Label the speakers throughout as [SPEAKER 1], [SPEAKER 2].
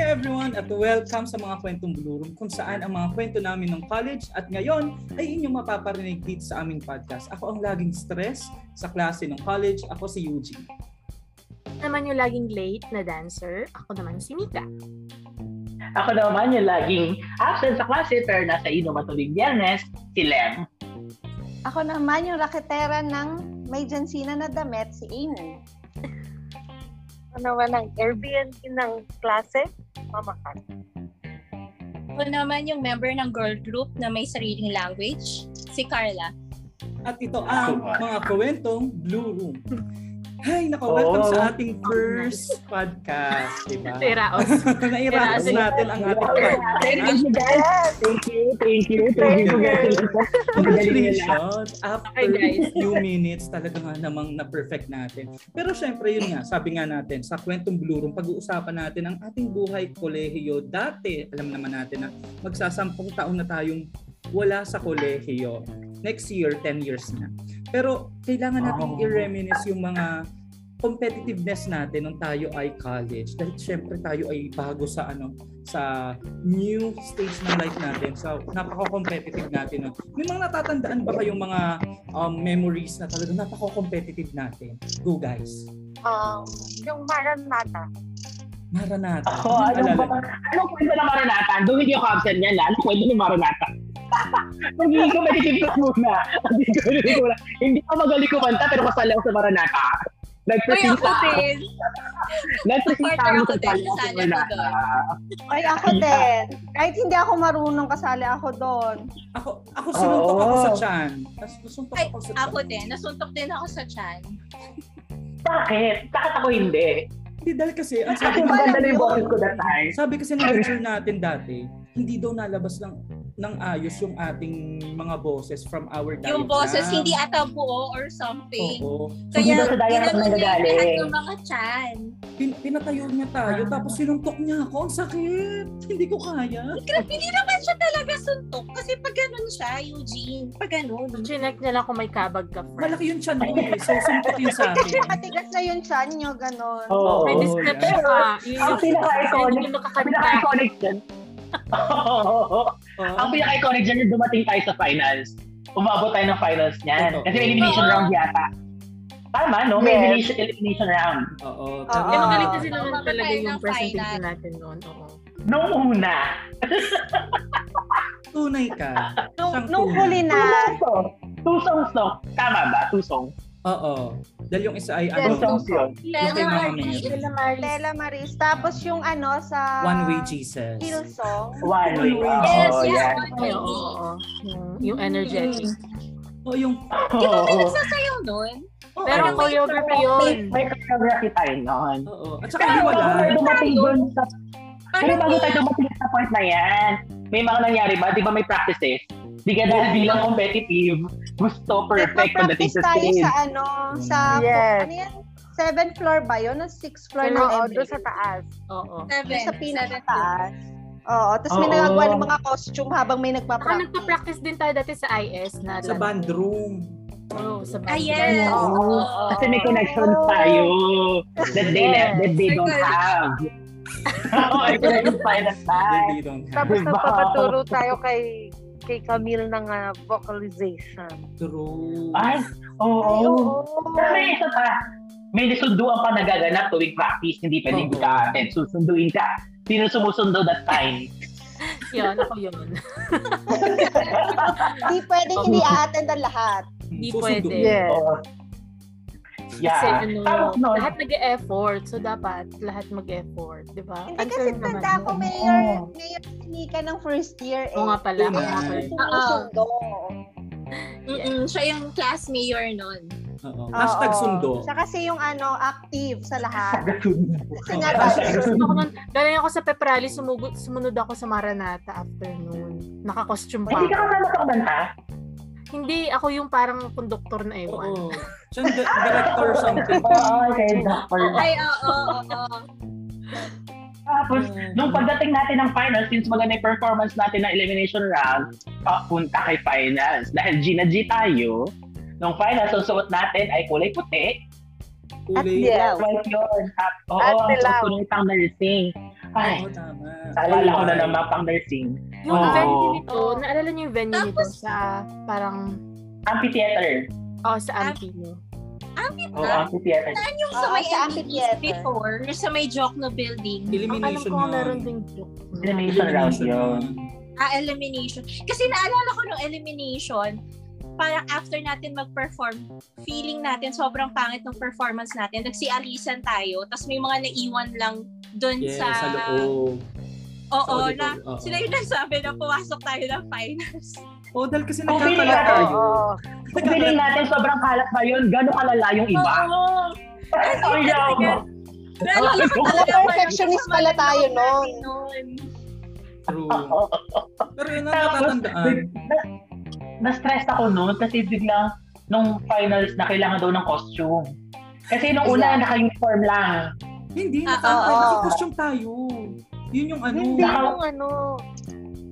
[SPEAKER 1] at welcome sa mga kwentong Blue Room kung saan ang mga kwento namin ng college at ngayon ay inyong mapaparinig dito sa aming podcast. Ako ang laging stress sa klase ng college. Ako si Eugene.
[SPEAKER 2] naman yung laging late na dancer, ako naman si Mika.
[SPEAKER 3] Ako naman yung laging absent sa klase pero nasa inom at tuwing biyernes, si Lem.
[SPEAKER 4] Ako naman yung raketera ng may jansina na damit, si Amy.
[SPEAKER 5] Ano naman ang Airbnb ng klase? Mamakan.
[SPEAKER 6] Ako naman yung member ng girl group na may sariling language, si Carla.
[SPEAKER 1] At ito ang mga kwentong Blue Room. Hi, naka welcome
[SPEAKER 3] Oh.
[SPEAKER 1] sa ating first podcast, di ba?
[SPEAKER 2] Teraos.
[SPEAKER 1] Nairaos natin ang ating podcast.
[SPEAKER 3] Thank you guys! Thank you, thank you, thank you for getting us.
[SPEAKER 1] Congratulations! After
[SPEAKER 2] Okay, guys.
[SPEAKER 1] few minutes, talaga nga namang na-perfect natin. Pero syempre, yun nga, sabi nga natin, sa kwentong Blue Room, pag-uusapan natin ang ating buhay kolehiyo. Dati, alam naman natin na magsasampung taon na tayong wala sa kolehiyo. Next year, 10 years na. Pero kailangan natin
[SPEAKER 3] Oh.
[SPEAKER 1] i-reminisce yung mga competitiveness natin nung tayo ay college dahil syempre tayo ay bago sa ano sa new stage ng life natin so napaka-competitive natin nun. may mga natatandaan ba kayong mga um, memories na talaga napaka-competitive natin go guys
[SPEAKER 5] Um, yung Maranata.
[SPEAKER 1] Maranata
[SPEAKER 3] Ako, anong ba, anong kwento ng Maranata? Doon hindi ako absent niyan, ah. anong kwento ng Maranata? Magiging competitive ka muna. Hindi ko rin ko na- Hindi ako magaling kumanta pero kasalaw sa Maranata.
[SPEAKER 6] Uy, ako
[SPEAKER 3] Nagpresenta ako.
[SPEAKER 6] din!
[SPEAKER 3] Nagpresenta
[SPEAKER 6] Partner
[SPEAKER 3] ako
[SPEAKER 6] ako
[SPEAKER 3] sa
[SPEAKER 6] din,
[SPEAKER 3] kasalaw sa
[SPEAKER 6] kasali ako
[SPEAKER 3] Maranata.
[SPEAKER 6] doon.
[SPEAKER 4] Ay, ako din. Kahit hindi ako marunong, kasali ako doon.
[SPEAKER 1] ako ako sinuntok ako
[SPEAKER 3] Oo.
[SPEAKER 1] sa chan Tapos sinuntok
[SPEAKER 6] Ay,
[SPEAKER 1] ako sa
[SPEAKER 6] ako din. Nasuntok din ako sa chan.
[SPEAKER 3] Bakit? Bakit ako hindi?
[SPEAKER 1] hindi dahil kasi ang
[SPEAKER 3] Kasi
[SPEAKER 1] sabi ng
[SPEAKER 3] maganda na yung boses ko that time.
[SPEAKER 1] Sabi kasi ng teacher natin dati, hindi daw nalabas lang ng ayos yung ating mga boses from our diaphragm.
[SPEAKER 6] Yung boses hindi ata buo or something.
[SPEAKER 1] Oo.
[SPEAKER 3] Hindi
[SPEAKER 6] Kaya
[SPEAKER 3] daw sa dialect
[SPEAKER 6] ginano niya yung lahat
[SPEAKER 3] nanggagaling.
[SPEAKER 6] ng mga chan.
[SPEAKER 1] Pin- pinatayo niya tayo,
[SPEAKER 6] Ah.
[SPEAKER 1] tapos sinuntok niya ako. Ang sakit! Hindi ko kaya.
[SPEAKER 6] Grabe, hindi naman siya talaga suntok. Kasi pag ganun siya, Eugene, pag ganun.
[SPEAKER 2] Chinek na lang kung may kabag ka, friend.
[SPEAKER 1] Malaki yung chan ko eh. So, suntok yun sa akin.
[SPEAKER 4] Matigas na yung chan nyo, ganon.
[SPEAKER 3] Oo.
[SPEAKER 2] May
[SPEAKER 1] Oh,
[SPEAKER 2] description
[SPEAKER 3] yeah.
[SPEAKER 2] ka. Yun
[SPEAKER 3] Ang
[SPEAKER 2] yung-
[SPEAKER 3] pinaka-iconic-
[SPEAKER 2] yun yung kakanta.
[SPEAKER 3] Pinaka-iconic dyan.
[SPEAKER 1] Oh.
[SPEAKER 3] Ang pinaka-iconic dyan yung dumating tayo sa finals. Umabot tayo ng finals niyan.
[SPEAKER 1] Totoo.
[SPEAKER 3] Kasi elimination
[SPEAKER 6] Oo.
[SPEAKER 3] round yata. Tama, no? May
[SPEAKER 4] Yes.
[SPEAKER 3] elimination, elimination round.
[SPEAKER 1] Oo.
[SPEAKER 4] Oo.
[SPEAKER 2] Kaya magaling
[SPEAKER 4] Ah.
[SPEAKER 2] kasi naman
[SPEAKER 6] Mababa
[SPEAKER 2] talaga
[SPEAKER 6] tayo
[SPEAKER 2] yung
[SPEAKER 6] ng
[SPEAKER 2] presentation
[SPEAKER 6] final.
[SPEAKER 2] natin noon. Oo.
[SPEAKER 3] Noong una.
[SPEAKER 1] Tunay ka.
[SPEAKER 4] Nung, nung huli
[SPEAKER 3] Two
[SPEAKER 4] na,
[SPEAKER 3] songs to. Two songs to. Tama ba? Two songs.
[SPEAKER 1] Oo. Dahil yung isa ay
[SPEAKER 3] Two
[SPEAKER 4] Yes.
[SPEAKER 1] ano,
[SPEAKER 3] songs yun.
[SPEAKER 1] Okay,
[SPEAKER 6] Lena
[SPEAKER 1] Mama
[SPEAKER 6] Marie.
[SPEAKER 1] Mary.
[SPEAKER 2] Stella Maris.
[SPEAKER 4] Stella Maris. Tapos yung ano sa...
[SPEAKER 1] One Way Jesus.
[SPEAKER 4] Hillsong.
[SPEAKER 3] One way. Oo,
[SPEAKER 6] Yes, yes,
[SPEAKER 3] Oh, yan.
[SPEAKER 6] one
[SPEAKER 2] Ay,
[SPEAKER 6] way.
[SPEAKER 2] oo, oo, oo. Yung- Yung energetic.
[SPEAKER 1] Oo, yung...
[SPEAKER 6] Di ba may
[SPEAKER 3] Oo.
[SPEAKER 6] nagsasayaw nun?
[SPEAKER 1] Oo.
[SPEAKER 2] Pero
[SPEAKER 6] may
[SPEAKER 2] choreographer
[SPEAKER 6] choreography.
[SPEAKER 2] yun.
[SPEAKER 3] May choreography tayo noon.
[SPEAKER 1] Oo. At saka
[SPEAKER 3] Pero
[SPEAKER 1] yung
[SPEAKER 3] bago tayo
[SPEAKER 1] wala.
[SPEAKER 3] dumating dun sa... Pero
[SPEAKER 6] Parang
[SPEAKER 3] Ano bago
[SPEAKER 6] may-
[SPEAKER 3] tayo dumating sa point na yan, may mga nangyari ba? Di ba may practices? Di ka dahil bilang competitive, gusto perfect pagdating
[SPEAKER 4] Nagpa-practice
[SPEAKER 3] sa
[SPEAKER 4] tayo
[SPEAKER 3] stage.
[SPEAKER 4] sa ano, sa...
[SPEAKER 5] Mm, Yes.
[SPEAKER 4] Ano yan? Seven floor ba yun? O six floor ng
[SPEAKER 5] Oo,
[SPEAKER 4] MA?
[SPEAKER 5] doon sa taas.
[SPEAKER 2] Oo.
[SPEAKER 6] Seven.
[SPEAKER 4] Doon sa
[SPEAKER 6] Seven.
[SPEAKER 4] pinakataas. Oo, tapos may
[SPEAKER 3] Oo.
[SPEAKER 4] nagagawa ng mga costume habang may
[SPEAKER 2] Saka
[SPEAKER 5] Ah,
[SPEAKER 4] nagpa-practice.
[SPEAKER 2] nagpa-practice din tayo dati sa IS. Na
[SPEAKER 1] Sa band room.
[SPEAKER 2] Oo, sa band
[SPEAKER 6] Ah,
[SPEAKER 2] room.
[SPEAKER 6] yes.
[SPEAKER 3] Oo.
[SPEAKER 6] Oo.
[SPEAKER 3] Kasi may connection tayo that they,
[SPEAKER 5] Yes.
[SPEAKER 3] that they don't
[SPEAKER 6] Circle.
[SPEAKER 3] have. Oo, may connection tayo that time.
[SPEAKER 1] They don't have.
[SPEAKER 3] Diba?
[SPEAKER 5] Tapos nagpapaturo tayo kay kay Camille ng ah, vocalization.
[SPEAKER 1] True.
[SPEAKER 3] Ay,
[SPEAKER 4] Ay,
[SPEAKER 3] oo.
[SPEAKER 4] oo.
[SPEAKER 3] Pero may isa pa. May susunduan pa nagaganap tuwing practice, hindi pwedeng
[SPEAKER 1] Oo.
[SPEAKER 3] hindi ka attend. Susunduin ka. Sino sumusundo that time?
[SPEAKER 2] Yun, ako yun.
[SPEAKER 4] Hindi pwedeng hindi a-attend ang lahat.
[SPEAKER 2] Di
[SPEAKER 1] Susundo.
[SPEAKER 2] pwede.
[SPEAKER 5] Yes.
[SPEAKER 3] Oo.
[SPEAKER 2] Kasi
[SPEAKER 3] Yeah.
[SPEAKER 2] ano,
[SPEAKER 3] Tapos nun,
[SPEAKER 2] lahat nag-e-effort. So, dapat lahat mag-effort. Di ba?
[SPEAKER 4] Hindi
[SPEAKER 2] Unfair
[SPEAKER 4] kasi
[SPEAKER 2] naman
[SPEAKER 4] tanda ko
[SPEAKER 2] yun.
[SPEAKER 4] mayor, mayor sinika ng first year eh.
[SPEAKER 2] Oo nga pala,
[SPEAKER 4] Yun
[SPEAKER 1] oo nga
[SPEAKER 4] ang
[SPEAKER 1] pala.
[SPEAKER 4] sumusundo.
[SPEAKER 6] Mm-mm, siya yung class mayor nun.
[SPEAKER 1] Oo.
[SPEAKER 4] Oo.
[SPEAKER 1] Hashtag sundo.
[SPEAKER 4] Siya kasi yung ano, active sa lahat. Kasi nga
[SPEAKER 1] Oo.
[SPEAKER 4] dahil
[SPEAKER 2] Ako nun, galing ako sa Peprali, sumugod, sumunod ako sa Maranata afternoon. Naka-costume pa.
[SPEAKER 3] hindi
[SPEAKER 2] ako.
[SPEAKER 3] ka kasama sa kumanta?
[SPEAKER 2] Hindi, ako yung parang conductor na ewan.
[SPEAKER 1] Oo. Siya ang di- director something.
[SPEAKER 3] Oo, okay. doctor.
[SPEAKER 6] Ay, oo, oo, oo.
[SPEAKER 3] Tapos, Nung pagdating natin ng finals, since maganda yung performance natin ng elimination round, papunta kay finals. Dahil G na G tayo, nung finals, ang suot natin ay kulay puti.
[SPEAKER 1] Uli.
[SPEAKER 5] Yes.
[SPEAKER 3] Right yun. At, oo,
[SPEAKER 5] At
[SPEAKER 3] ang suot
[SPEAKER 5] dilaw.
[SPEAKER 3] ko nung isang nursing.
[SPEAKER 1] Oo,
[SPEAKER 3] Ay,
[SPEAKER 1] tama.
[SPEAKER 3] akala ko na naman pang nursing.
[SPEAKER 2] Yung
[SPEAKER 3] Oo.
[SPEAKER 2] venue nito,
[SPEAKER 6] Oo.
[SPEAKER 2] naalala niyo yung venue nito
[SPEAKER 6] Tapos-
[SPEAKER 2] sa parang,
[SPEAKER 3] Amphitheater.
[SPEAKER 2] oh,
[SPEAKER 6] Ah.
[SPEAKER 2] sa Ampino.
[SPEAKER 3] Oo, amphitheater.
[SPEAKER 6] Saan yung sa
[SPEAKER 4] Oo,
[SPEAKER 6] may
[SPEAKER 4] sa
[SPEAKER 6] MPEs
[SPEAKER 4] amphitheater.
[SPEAKER 6] before? Yung sa may Jokno building?
[SPEAKER 2] Ang alam
[SPEAKER 1] Elimination
[SPEAKER 2] ko nga
[SPEAKER 1] yun.
[SPEAKER 2] meron ding joke.
[SPEAKER 3] Elimination round yun.
[SPEAKER 6] Ah, elimination. Kasi naalala ko nung elimination, parang after natin mag-perform, feeling natin sobrang pangit ng performance natin. Nagsialisan tayo, tapos may mga naiwan lang doon
[SPEAKER 1] Yes,
[SPEAKER 6] sa...
[SPEAKER 1] sa loob.
[SPEAKER 6] Oo,
[SPEAKER 1] Sa auditorium,
[SPEAKER 6] na,
[SPEAKER 1] oo.
[SPEAKER 6] sila yung nagsabi na pumasok tayo ng finals.
[SPEAKER 1] Oh, dahil kasi
[SPEAKER 3] Oh, feeling
[SPEAKER 1] nagkakalat
[SPEAKER 3] natin,
[SPEAKER 1] tayo.
[SPEAKER 7] Oo.
[SPEAKER 3] Kung feeling natin sobrang kalat ba yun, gano'ng kalala yung iba?
[SPEAKER 6] Oo.
[SPEAKER 3] Ay,
[SPEAKER 6] talaga.
[SPEAKER 3] yun.
[SPEAKER 6] Naalala ko
[SPEAKER 3] Alam,
[SPEAKER 6] talaga, parang
[SPEAKER 4] perfectionist
[SPEAKER 6] kasama
[SPEAKER 4] pala
[SPEAKER 6] ng
[SPEAKER 4] tayo
[SPEAKER 6] loob natin nun.
[SPEAKER 1] True.
[SPEAKER 3] Oo.
[SPEAKER 1] Pero yun ang
[SPEAKER 3] Tapos,
[SPEAKER 1] natatandaan.
[SPEAKER 3] na- na-stress ako noon kasi biglang nung finals na kailangan daw ng costume. Kasi nung una, naka-uniform lang.
[SPEAKER 1] Hindi,
[SPEAKER 6] Ah,
[SPEAKER 1] nakakaya.
[SPEAKER 4] oo.
[SPEAKER 1] Kasi costume tayo. Yun yung ano.
[SPEAKER 7] Hindi
[SPEAKER 3] Naka-
[SPEAKER 7] nung ano,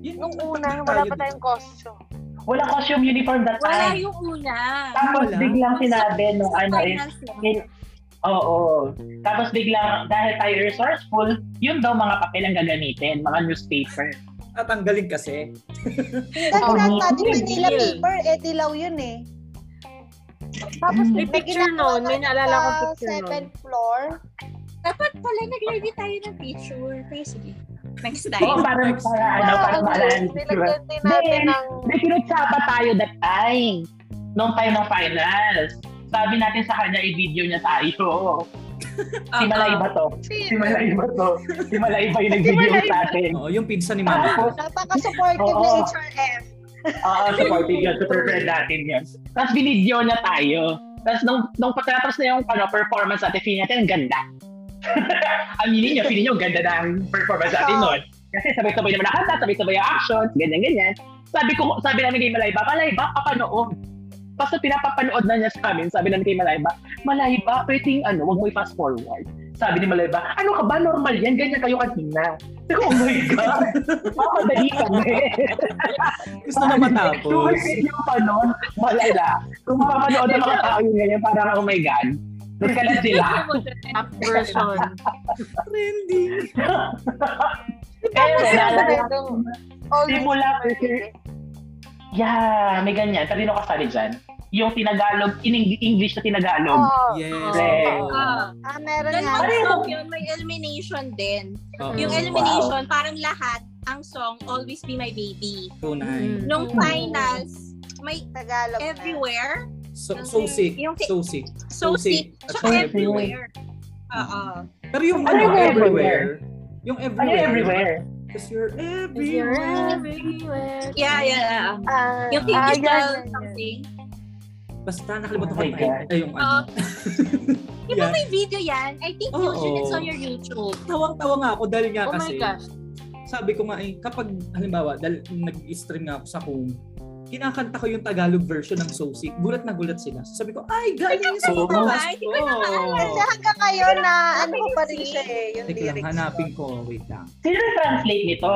[SPEAKER 1] Yun,
[SPEAKER 7] nung
[SPEAKER 1] yung
[SPEAKER 7] una,
[SPEAKER 1] nagtagal
[SPEAKER 7] wala
[SPEAKER 1] tayo
[SPEAKER 7] pa tayong costume.
[SPEAKER 3] Wala costume uniform that
[SPEAKER 6] Wala
[SPEAKER 3] time.
[SPEAKER 6] yung una.
[SPEAKER 3] Tapos
[SPEAKER 1] Wala.
[SPEAKER 3] biglang sinabi nung
[SPEAKER 6] Sa
[SPEAKER 3] ano eh,
[SPEAKER 6] finals lang.
[SPEAKER 3] kail- Oo. Tapos biglang, dahil tayo resourceful, yun daw mga papel ang gagamitin, mga newspaper.
[SPEAKER 1] doon. Tatanggalin kasi.
[SPEAKER 4] Dahil
[SPEAKER 3] Oo.
[SPEAKER 4] lahat natin Manila
[SPEAKER 2] Yun.
[SPEAKER 4] paper, eh dilaw yun eh. Tapos
[SPEAKER 2] May picture
[SPEAKER 4] ginagawa
[SPEAKER 2] nun, may
[SPEAKER 4] natin
[SPEAKER 2] naalala
[SPEAKER 4] sa
[SPEAKER 2] akong picture nun.
[SPEAKER 4] Second floor.
[SPEAKER 6] Dapat pala nag-ready tayo ng picture. Kaya sige, next
[SPEAKER 3] Oo,
[SPEAKER 6] time.
[SPEAKER 3] parang para ano, para
[SPEAKER 7] Ano,
[SPEAKER 3] maalala.
[SPEAKER 7] nilagyan din natin
[SPEAKER 3] Then,
[SPEAKER 7] ng
[SPEAKER 3] May pinagsapa tayo that time. Noong time ng finals. Sabi natin sa kanya, i-video niya tayo.
[SPEAKER 6] Uh-huh.
[SPEAKER 3] Si Malay ba to? Si Malay ba to? Si Malay ba yung nag-video sa atin?
[SPEAKER 1] Oo, yung pinsan ni Mama.
[SPEAKER 3] Tapos,
[SPEAKER 4] Napaka-supportive na
[SPEAKER 3] Oo.
[SPEAKER 4] HRF.
[SPEAKER 3] oo, supportive yun. Super friend natin yun. Tapos binidyo niya tayo. Tapos nung, nung pagkatapos na yung ano, performance natin, feeling natin ang ganda. Aminin niyo, feeling niyo, ang ganda ng performance natin nun. Kasi sabay-sabay naman ang kanta, sabay-sabay ang action, ganyan-ganyan. Sabi ko, sabi namin kay Malayba, Malayba, papanood. Basta pinapapanood na niya sa amin, sabi namin kay Malayba, Malayba, pwedeng ano, wag mo i-fast forward. Sabi ni Malayba, ano ka ba, normal yan, ganyan kayo kanina. Sabi ko, oh my God, eh. makakadali kami.
[SPEAKER 1] Gusto na matapos.
[SPEAKER 3] Sulit yung panon, malala. Kung mapapanood ng mga tao yun ngayon, parang, oh my God, nagkalat sila.
[SPEAKER 2] Up version.
[SPEAKER 1] Trending.
[SPEAKER 3] Pero, naalala,
[SPEAKER 7] always
[SPEAKER 3] simula, yeah, may ganyan. Kanino ka sali dyan? Yung Tinagalog, in Eng- English na Tinagalog.
[SPEAKER 7] Oo.
[SPEAKER 1] Yes.
[SPEAKER 3] Correct.
[SPEAKER 1] oo.
[SPEAKER 6] Ah,
[SPEAKER 4] Ah, meron nga.
[SPEAKER 6] Dalawang song yun, may elimination din.
[SPEAKER 1] Oo.
[SPEAKER 6] Yung elimination, parang lahat, ang song, Always Be My Baby.
[SPEAKER 1] Tunay.
[SPEAKER 2] Mm.
[SPEAKER 6] Nung finals, may
[SPEAKER 4] Tagalog na.
[SPEAKER 6] everywhere,
[SPEAKER 1] So, so sick.
[SPEAKER 6] Yung-
[SPEAKER 1] So sick.
[SPEAKER 6] so sick,
[SPEAKER 1] At
[SPEAKER 6] tsaka
[SPEAKER 1] sure.
[SPEAKER 6] everywhere. Oo.
[SPEAKER 1] Pero yung
[SPEAKER 3] Ano
[SPEAKER 1] ano,
[SPEAKER 3] yung
[SPEAKER 1] everywhere. Yung
[SPEAKER 3] Ano
[SPEAKER 1] everywhere.
[SPEAKER 3] everywhere?
[SPEAKER 1] Because you're
[SPEAKER 2] Is your
[SPEAKER 1] everywhere.
[SPEAKER 2] everywhere.
[SPEAKER 6] Yeah, yeah, yeah.
[SPEAKER 4] Ah, ah,
[SPEAKER 6] Yung Think You
[SPEAKER 4] yan,
[SPEAKER 6] Tell
[SPEAKER 4] yan, yan.
[SPEAKER 6] Something.
[SPEAKER 1] Basta nakalimutan
[SPEAKER 3] Oh
[SPEAKER 1] ko
[SPEAKER 3] my
[SPEAKER 1] yung
[SPEAKER 3] God.
[SPEAKER 1] ay, yung
[SPEAKER 6] Oo.
[SPEAKER 1] ano.
[SPEAKER 6] Di ba may video yan? I think
[SPEAKER 1] Oo.
[SPEAKER 6] usually it's on your YouTube.
[SPEAKER 1] Tawang-tawa nga ako dahil nga
[SPEAKER 2] Oh my
[SPEAKER 1] kasi
[SPEAKER 2] gosh.
[SPEAKER 1] sabi ko nga eh, kapag halimbawa dahil nag-stream nga ako sa home, kinakanta ko yung Tagalog version ng So Sick. Gulat na gulat sila. Sabi ko, ay, galing sa
[SPEAKER 3] Oo.
[SPEAKER 1] podcast
[SPEAKER 6] Ay, di ko
[SPEAKER 1] ko.
[SPEAKER 4] Kasi hanggang ngayon na ano ko pa rin siya eh, yung
[SPEAKER 1] Teka lang,
[SPEAKER 4] lyrics.
[SPEAKER 1] hanapin ko. Wait lang.
[SPEAKER 3] Sino yung translate nito?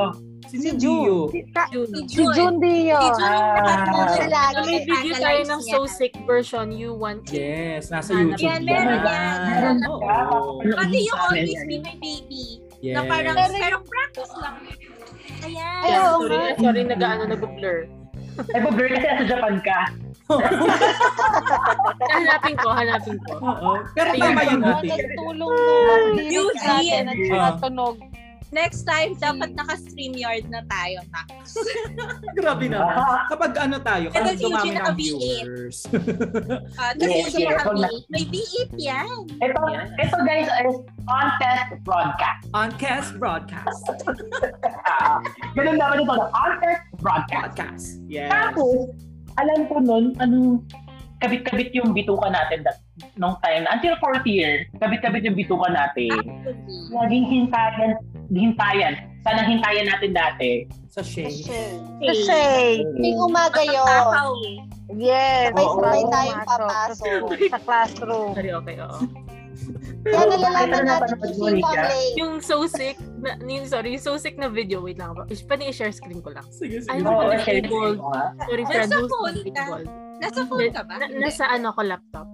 [SPEAKER 1] Si
[SPEAKER 4] June.
[SPEAKER 1] Gio.
[SPEAKER 4] Si, Ka-
[SPEAKER 6] Si
[SPEAKER 7] Si
[SPEAKER 6] June.
[SPEAKER 7] June Dio.
[SPEAKER 6] Si June yung
[SPEAKER 4] ano
[SPEAKER 6] nakatulog.
[SPEAKER 4] siya
[SPEAKER 2] So,
[SPEAKER 4] lagi.
[SPEAKER 2] may video tayo ng
[SPEAKER 6] Analyze
[SPEAKER 2] So
[SPEAKER 6] yan.
[SPEAKER 2] Sick version, you want it.
[SPEAKER 1] Yes, nasa
[SPEAKER 2] Yan,
[SPEAKER 1] YouTube.
[SPEAKER 6] meron
[SPEAKER 1] yan.
[SPEAKER 6] yan.
[SPEAKER 3] Meron
[SPEAKER 1] Oo.
[SPEAKER 3] ka? Papapanood
[SPEAKER 6] Pati
[SPEAKER 3] mo
[SPEAKER 6] yung
[SPEAKER 3] sa amin
[SPEAKER 6] Always
[SPEAKER 3] yan.
[SPEAKER 6] Be My Baby.
[SPEAKER 1] Yes.
[SPEAKER 6] Na parang, pero practice lang. Ayan.
[SPEAKER 4] Ay, oo
[SPEAKER 2] sorry,
[SPEAKER 4] nga.
[SPEAKER 2] sorry, nag-ano, nag-blur.
[SPEAKER 3] Eh, po, girl, kasi nasa Japan ka.
[SPEAKER 2] Ah, Hanapin ko, hanapin ko.
[SPEAKER 1] Oo. Pero tama yun, ate.
[SPEAKER 4] Nagtulong nung
[SPEAKER 6] Yung
[SPEAKER 4] lyrics natin at
[SPEAKER 1] Ah.
[SPEAKER 4] saka tunog.
[SPEAKER 6] Next time, dapat naka-StreamYard na tayo. Max.
[SPEAKER 1] Grabe na. Kapag ano tayo,
[SPEAKER 6] Kasi
[SPEAKER 1] kapag
[SPEAKER 6] si
[SPEAKER 1] dumami
[SPEAKER 6] Eugene
[SPEAKER 1] ng
[SPEAKER 6] naka-V8.
[SPEAKER 1] viewers.
[SPEAKER 6] Ah,
[SPEAKER 3] Yes,
[SPEAKER 6] Kasi
[SPEAKER 3] yes,
[SPEAKER 6] yeah,
[SPEAKER 3] wag na.
[SPEAKER 6] may V8 yan.
[SPEAKER 3] Ito, ito guys, is contest broadcast.
[SPEAKER 1] On Cast Broadcast.
[SPEAKER 3] Ah, ganun naman ito, contest broadcast.
[SPEAKER 1] Podcast. Yes.
[SPEAKER 3] Tapos, alam ko nun, ano, kabit-kabit yung bituka natin that, nung time, until fourth year, kabit-kabit yung bituka natin. Laging hintayan, hintayan. Sana hintayan natin dati.
[SPEAKER 1] Sa shade.
[SPEAKER 4] Kasi, ting umaga yun.
[SPEAKER 6] Matataw eh.
[SPEAKER 7] Yes.
[SPEAKER 4] May
[SPEAKER 3] Oo.
[SPEAKER 4] sabay tayong papasok.
[SPEAKER 7] Sa classroom.
[SPEAKER 2] Sorry, okay, oo.
[SPEAKER 4] Kaya nalalaman
[SPEAKER 3] Pero
[SPEAKER 4] natin
[SPEAKER 3] napanood
[SPEAKER 4] kung
[SPEAKER 3] mo,
[SPEAKER 4] sino ang
[SPEAKER 3] Nika?
[SPEAKER 4] late.
[SPEAKER 2] Yung So Sick, na, yung, sorry, yung So Sick na video, wait lang. Is- Pwede i-share screen ko lang.
[SPEAKER 1] Sige, sige.
[SPEAKER 2] Ay,
[SPEAKER 3] Oo,
[SPEAKER 2] wala.
[SPEAKER 3] share ko nga.
[SPEAKER 2] Sorry, friend,
[SPEAKER 6] Nasa
[SPEAKER 2] who's
[SPEAKER 6] phone
[SPEAKER 2] not
[SPEAKER 6] ka?
[SPEAKER 2] involved?
[SPEAKER 6] Nasa phone ka ba?
[SPEAKER 2] Na, nasa ano ko, laptop.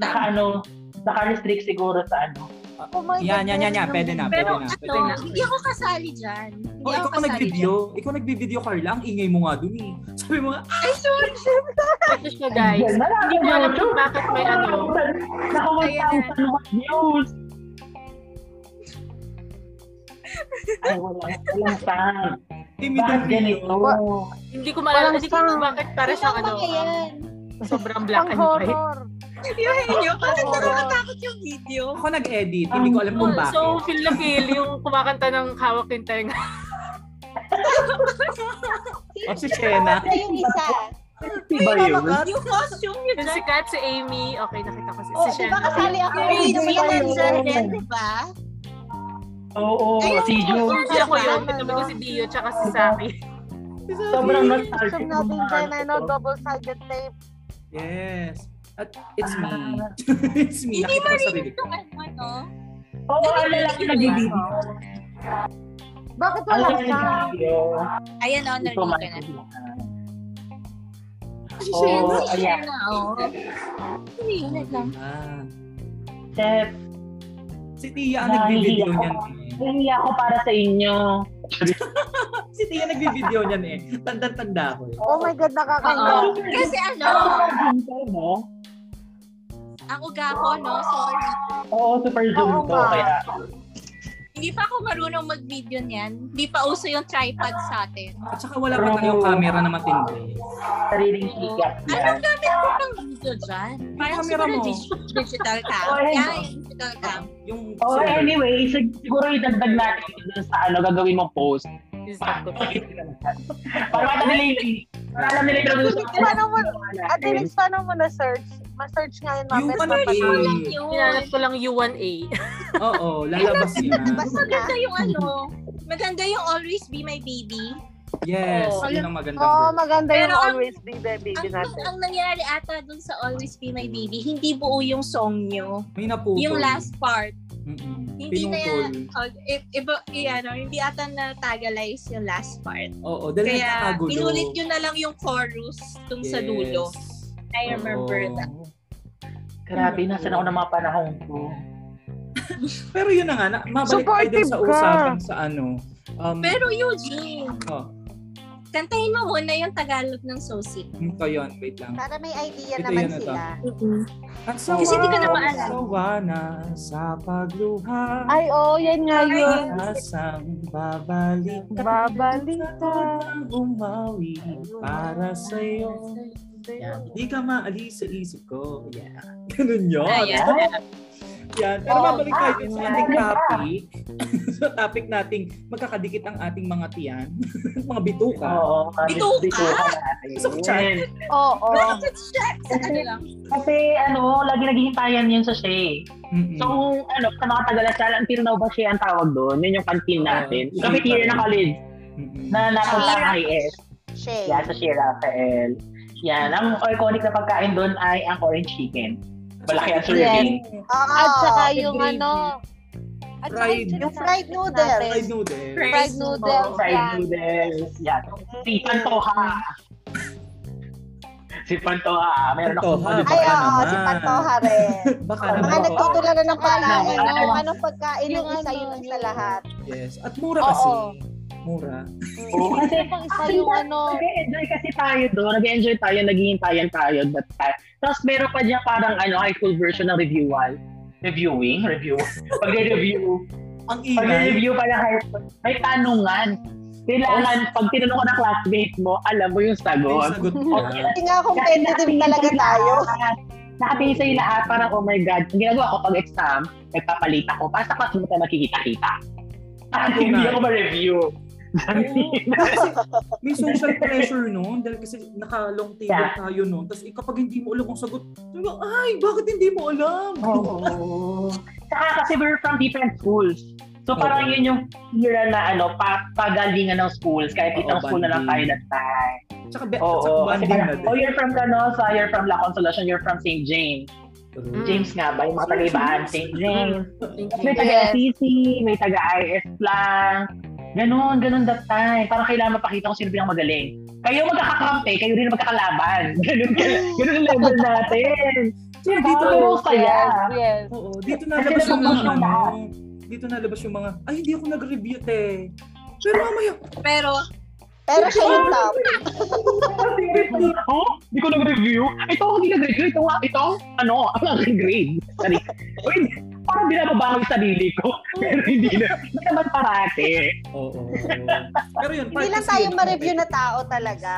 [SPEAKER 3] Naka ano, naka-restrict siguro sa ano,
[SPEAKER 4] Oh my
[SPEAKER 1] Yan, yan, yan, yan. Pwede na, pwede
[SPEAKER 6] Pero
[SPEAKER 1] na. Pwede
[SPEAKER 6] ano,
[SPEAKER 1] na.
[SPEAKER 6] hindi ako kasali dyan.
[SPEAKER 1] Oh,
[SPEAKER 6] Hindi ako
[SPEAKER 1] ikaw ka
[SPEAKER 6] kasali
[SPEAKER 1] nag-video. Ikaw nag-video, Carla. Ang ingay mo nga dun eh. Sabi mo nga,
[SPEAKER 6] dyan. Ay, sorry.
[SPEAKER 2] Ito siya, guys.
[SPEAKER 3] Marami
[SPEAKER 2] Hindi ko alam
[SPEAKER 3] YouTube.
[SPEAKER 2] kung bakit may ano.
[SPEAKER 3] Naka-1,000 views. Ay, wala. Walang sound.
[SPEAKER 1] ay, may
[SPEAKER 3] Bakit
[SPEAKER 1] video.
[SPEAKER 3] ganito?
[SPEAKER 2] Hindi ko maalala.
[SPEAKER 4] Walang
[SPEAKER 2] Hindi ko alam
[SPEAKER 4] sound.
[SPEAKER 2] bakit para siyang ano.
[SPEAKER 4] yan?
[SPEAKER 2] um, Sobrang black
[SPEAKER 4] Pang
[SPEAKER 2] and white.
[SPEAKER 4] horror.
[SPEAKER 6] Yung inyo, bakit nakakatakot yung video?
[SPEAKER 1] Ako nag-edit. Hindi ko alam kung bakit.
[SPEAKER 2] So, feel na feel yung kumakanta ng hawak yung tenga.
[SPEAKER 1] Oh, si Chena.
[SPEAKER 4] Sa yung isa.
[SPEAKER 3] Di ba yun?
[SPEAKER 6] Yung costume nyo
[SPEAKER 2] Yung
[SPEAKER 6] dyan.
[SPEAKER 2] si Kat, si Amy. Okay, nakita ko si,
[SPEAKER 4] Oh,
[SPEAKER 2] si
[SPEAKER 4] di ba
[SPEAKER 2] Shen.
[SPEAKER 4] kasali ako?
[SPEAKER 6] Yung video
[SPEAKER 4] Hindi
[SPEAKER 6] mo
[SPEAKER 4] ko
[SPEAKER 6] yung nandyan
[SPEAKER 4] alam.
[SPEAKER 6] din, eh, di ba?
[SPEAKER 3] Oo,
[SPEAKER 6] Ayun,
[SPEAKER 3] si Ju.
[SPEAKER 6] yan.
[SPEAKER 2] Hindi ako yun. Katabi ko si Dio tsaka si Saki.
[SPEAKER 3] Sobrang nostalgic.
[SPEAKER 4] Gusto
[SPEAKER 3] ng
[SPEAKER 4] natin
[SPEAKER 3] mga
[SPEAKER 4] dyan,
[SPEAKER 3] ano
[SPEAKER 4] ano,
[SPEAKER 3] to.
[SPEAKER 4] double-sided tape.
[SPEAKER 1] Yes. At it's me. it's me.
[SPEAKER 6] Ah. Hindi
[SPEAKER 1] Nakita ko sarili ko.
[SPEAKER 6] Yung ano, ano?
[SPEAKER 3] Oo, oh, ang lalaki nag-video.
[SPEAKER 4] Bakit
[SPEAKER 3] Ang
[SPEAKER 4] wala
[SPEAKER 3] lalaki
[SPEAKER 4] siya?
[SPEAKER 3] nag-video.
[SPEAKER 6] Ayan, oh,
[SPEAKER 3] Ito,
[SPEAKER 6] narinig ko na.
[SPEAKER 3] Michael.
[SPEAKER 6] Si
[SPEAKER 3] Oo,
[SPEAKER 6] Shena, si
[SPEAKER 3] ayan.
[SPEAKER 6] Shena, oh. Ano yun, wait lang.
[SPEAKER 1] Ah.
[SPEAKER 3] Chef,
[SPEAKER 1] Diba? Si Tia ang
[SPEAKER 3] Dahil
[SPEAKER 1] nagbi-video
[SPEAKER 3] ako-
[SPEAKER 1] niyan eh.
[SPEAKER 3] hindi ako para sa inyo.
[SPEAKER 1] Si Tia nagbi-video niyan eh. Tanda-tanda ako eh.
[SPEAKER 4] Oh my God, nakakainis.
[SPEAKER 6] Oo. Kasi ano,
[SPEAKER 3] Super Zoom to, no?
[SPEAKER 6] ang uga ko, no? Sorry.
[SPEAKER 3] Oo, super Zoom
[SPEAKER 4] Oo
[SPEAKER 3] to.
[SPEAKER 4] nga.
[SPEAKER 3] Kaya,
[SPEAKER 6] Hindi pa ako marunong mag-video niyan. Hindi pa uso yung tripod sa atin.
[SPEAKER 1] At saka wala pa tayong camera na matindi.
[SPEAKER 3] sariling sikat yan.
[SPEAKER 6] Anong gamit ko pang video dyan? Parang
[SPEAKER 1] camera mo.
[SPEAKER 6] siguro dig- digital cam.
[SPEAKER 3] Oh, ayun.
[SPEAKER 6] Yeah, yung digital cam.
[SPEAKER 1] Yung
[SPEAKER 3] Oh,
[SPEAKER 1] silver.
[SPEAKER 3] anyway, sig- siguro idagdag natin ito dun sa ano, gagawin mong post.
[SPEAKER 2] Exacto.
[SPEAKER 3] Para mata nila yung Para alam nila
[SPEAKER 4] Ano?
[SPEAKER 3] yung
[SPEAKER 4] Paano mo, at least paano mo na-search? Ma-search nga yun,
[SPEAKER 1] Yung
[SPEAKER 4] mamaya.
[SPEAKER 1] ano
[SPEAKER 4] papanood.
[SPEAKER 1] eh.
[SPEAKER 6] Alam niyo,
[SPEAKER 2] Hinanap ko lang U1A.
[SPEAKER 1] Oo, lalabas yan.
[SPEAKER 4] Basta na.
[SPEAKER 6] maganda yung ano, maganda yung always be my baby.
[SPEAKER 1] Yes,
[SPEAKER 6] Oo.
[SPEAKER 1] yun ang magandang
[SPEAKER 6] Oh,
[SPEAKER 4] Oo,
[SPEAKER 1] word.
[SPEAKER 4] maganda
[SPEAKER 6] Pero
[SPEAKER 4] yung
[SPEAKER 6] ang-
[SPEAKER 4] always be the baby
[SPEAKER 6] Ang,
[SPEAKER 4] natin.
[SPEAKER 6] ang nangyari ata dun sa Always Be My Baby, hindi buo yung song nyo.
[SPEAKER 1] May naputol.
[SPEAKER 6] Yung last part.
[SPEAKER 1] Mm-mm.
[SPEAKER 6] Hindi na
[SPEAKER 1] Pinutol.
[SPEAKER 6] yan. Oh, i- iba, i- ano, hindi ata natagalize yung last part.
[SPEAKER 1] Oo, dahil
[SPEAKER 6] Kaya
[SPEAKER 1] nagkakagulo.
[SPEAKER 6] pinulit nyo na lang yung chorus dun sa dulo.
[SPEAKER 1] Yes.
[SPEAKER 6] I remember
[SPEAKER 1] Oo.
[SPEAKER 6] that.
[SPEAKER 3] Grabe, nasan ako ng mga panahon ko.
[SPEAKER 1] Pero yun na nga, na, mabalik tayo dun sa
[SPEAKER 4] Supportive ka.
[SPEAKER 1] usapan sa ano. Um,
[SPEAKER 6] Pero Eugene,
[SPEAKER 1] oh,
[SPEAKER 6] kantahin mo muna yung Tagalog ng So Sick.
[SPEAKER 1] ito yun, wait lang.
[SPEAKER 4] Para may idea
[SPEAKER 1] Ito
[SPEAKER 4] naman
[SPEAKER 1] yun, ito.
[SPEAKER 4] sila.
[SPEAKER 1] At sa
[SPEAKER 6] Kasi hindi ko na maalala.
[SPEAKER 1] Sawa na sa pagluha.
[SPEAKER 4] Ay, oo, yan nga yun.
[SPEAKER 1] Asang babalik ka
[SPEAKER 4] Babalik ka.
[SPEAKER 1] na umawi para sa'yo. Hindi ka maalis sa isip ko. Yeah. Ganun yun.
[SPEAKER 6] Ayan.
[SPEAKER 1] Yan. Pero
[SPEAKER 4] Oo,
[SPEAKER 1] mabalik tayo dun sa
[SPEAKER 4] tama.
[SPEAKER 1] ating topic. sa topic nating magkakadikit ang ating mga tiyan. mga bituka.
[SPEAKER 3] Oo, kami
[SPEAKER 6] Ito ka?
[SPEAKER 3] bituka natin.
[SPEAKER 1] Isang chat.
[SPEAKER 4] Oo.
[SPEAKER 6] Bakit siya? Sa ano lang?
[SPEAKER 3] Kasi ano, lagi naghihintayan yun sa Shea.
[SPEAKER 1] Mm-mm.
[SPEAKER 3] So, ano, sa mga Tagalasal, until now ba Shea ang tawag doon? Yun yung canteen natin.
[SPEAKER 1] Oo,
[SPEAKER 3] Yung kapitira
[SPEAKER 1] Shea pa
[SPEAKER 3] ng
[SPEAKER 1] rin.
[SPEAKER 3] college
[SPEAKER 1] Mm-mm.
[SPEAKER 3] na napunta ng
[SPEAKER 6] Shea.
[SPEAKER 3] IS.
[SPEAKER 4] Shay.
[SPEAKER 3] Yan, sa Shea Rafael. Yan, ang iconic na pagkain doon ay ang orange chicken. Malaki ang serving.
[SPEAKER 4] Oo,
[SPEAKER 8] At saka
[SPEAKER 4] si
[SPEAKER 8] yung
[SPEAKER 4] Gravy.
[SPEAKER 8] ano, at saka
[SPEAKER 1] Fried.
[SPEAKER 8] yung
[SPEAKER 4] Yung fried
[SPEAKER 1] Fried
[SPEAKER 4] noodles.
[SPEAKER 1] noodles.
[SPEAKER 4] Fried noodles.
[SPEAKER 3] fried
[SPEAKER 4] yan.
[SPEAKER 3] noodles. Yan. Si Pantoha. Si Pantoha. Meron akong
[SPEAKER 1] Pantoha. Baka
[SPEAKER 4] Ay, oo,
[SPEAKER 1] naman.
[SPEAKER 4] si Pantoha rin.
[SPEAKER 1] Baka
[SPEAKER 3] Mga
[SPEAKER 1] naman
[SPEAKER 4] Mga
[SPEAKER 1] ako.
[SPEAKER 4] nagtutulala ng
[SPEAKER 9] eh,
[SPEAKER 4] pagkain,
[SPEAKER 3] Tama.
[SPEAKER 4] no? Anong pagkain yung
[SPEAKER 8] Yung
[SPEAKER 4] isa,
[SPEAKER 8] ano,
[SPEAKER 4] yun ang isa lahat.
[SPEAKER 1] Yes. At mura
[SPEAKER 4] Oo.
[SPEAKER 1] kasi. Mura.
[SPEAKER 3] Oo, kasi
[SPEAKER 8] Yung pang isa yung ano,
[SPEAKER 3] nag-enjoy kasi tayo doon. Nag-enjoy tayo, naghihintayan tayo. That time. Tapos meron pa niya parang ano, high school version ng reviewan. Reviewing? Review. Pag-review.
[SPEAKER 1] Ang ingay.
[SPEAKER 3] Pag-review pala high school. May tanungan. Kailangan, pag tinanong ko ng classmate mo, alam mo yung
[SPEAKER 1] May
[SPEAKER 3] sagot.
[SPEAKER 1] sagot
[SPEAKER 3] Okay.
[SPEAKER 1] na.
[SPEAKER 4] Kasi nga competitive talaga tayo.
[SPEAKER 3] Nakatingin sa'yo lahat, parang, oh my God, ang ginagawa ko pag exam, nagpapalit ako, basta class mo tayo makikita-kita. Parang
[SPEAKER 1] Tunay.
[SPEAKER 3] hindi ako ma-review.
[SPEAKER 1] May social pressure noon dahil kasi naka-long table
[SPEAKER 3] Yeah.
[SPEAKER 1] tayo noon. Tapos eh, kapag hindi mo alam ang sagot, sabi ko, ay, bakit hindi mo alam?
[SPEAKER 3] Oo. Saka kasi we're from different schools. So parang
[SPEAKER 1] Oo.
[SPEAKER 3] yun yung era na ano, pa pagalingan ng schools, kahit
[SPEAKER 1] Oo,
[SPEAKER 3] isang school na lang tayo
[SPEAKER 1] banding.
[SPEAKER 3] that time.
[SPEAKER 1] Tsaka, be, tsaka
[SPEAKER 3] Oo, kasi
[SPEAKER 1] bonding na
[SPEAKER 3] parang,
[SPEAKER 1] din.
[SPEAKER 3] oh, you're from Canosa, you're from La Consolacion, you're from St. James.
[SPEAKER 1] True.
[SPEAKER 3] James nga ba? Yung mga taga-ibaan, St. James.
[SPEAKER 1] Mm-hmm.
[SPEAKER 2] Thank
[SPEAKER 3] May
[SPEAKER 2] you.
[SPEAKER 3] taga-SCC, may taga-IS lang. Ganon, ganon that time. Parang kailangan mapakita kung sino bilang magaling. Kayo magkakakampi, kayo rin magkakalaban. Ganon, ganon ang level natin.
[SPEAKER 1] So, dito,
[SPEAKER 3] Pero saya.
[SPEAKER 10] Yes, yes.
[SPEAKER 1] oo, dito
[SPEAKER 3] Kasi
[SPEAKER 1] nalabas yung mga ano,
[SPEAKER 3] nabubulong lahat.
[SPEAKER 1] dito nalabas yung mga, ay, hindi ako nag-review, te. Pero mamaya,
[SPEAKER 6] Pero,
[SPEAKER 1] Oh.
[SPEAKER 9] Pero siya yung top.
[SPEAKER 3] Oh, hindi ko nag-review. Ito, hindi nag-review. Ito, nga- ito, ano, ako ang grade. Sorry. Uy, parang binababa ko yung sarili ko. Pero hindi na. Hindi naman parate.
[SPEAKER 1] oo. Pero yun,
[SPEAKER 9] Hindi lang
[SPEAKER 1] kasi
[SPEAKER 9] tayo
[SPEAKER 1] yun,
[SPEAKER 9] ma-review na tao talaga.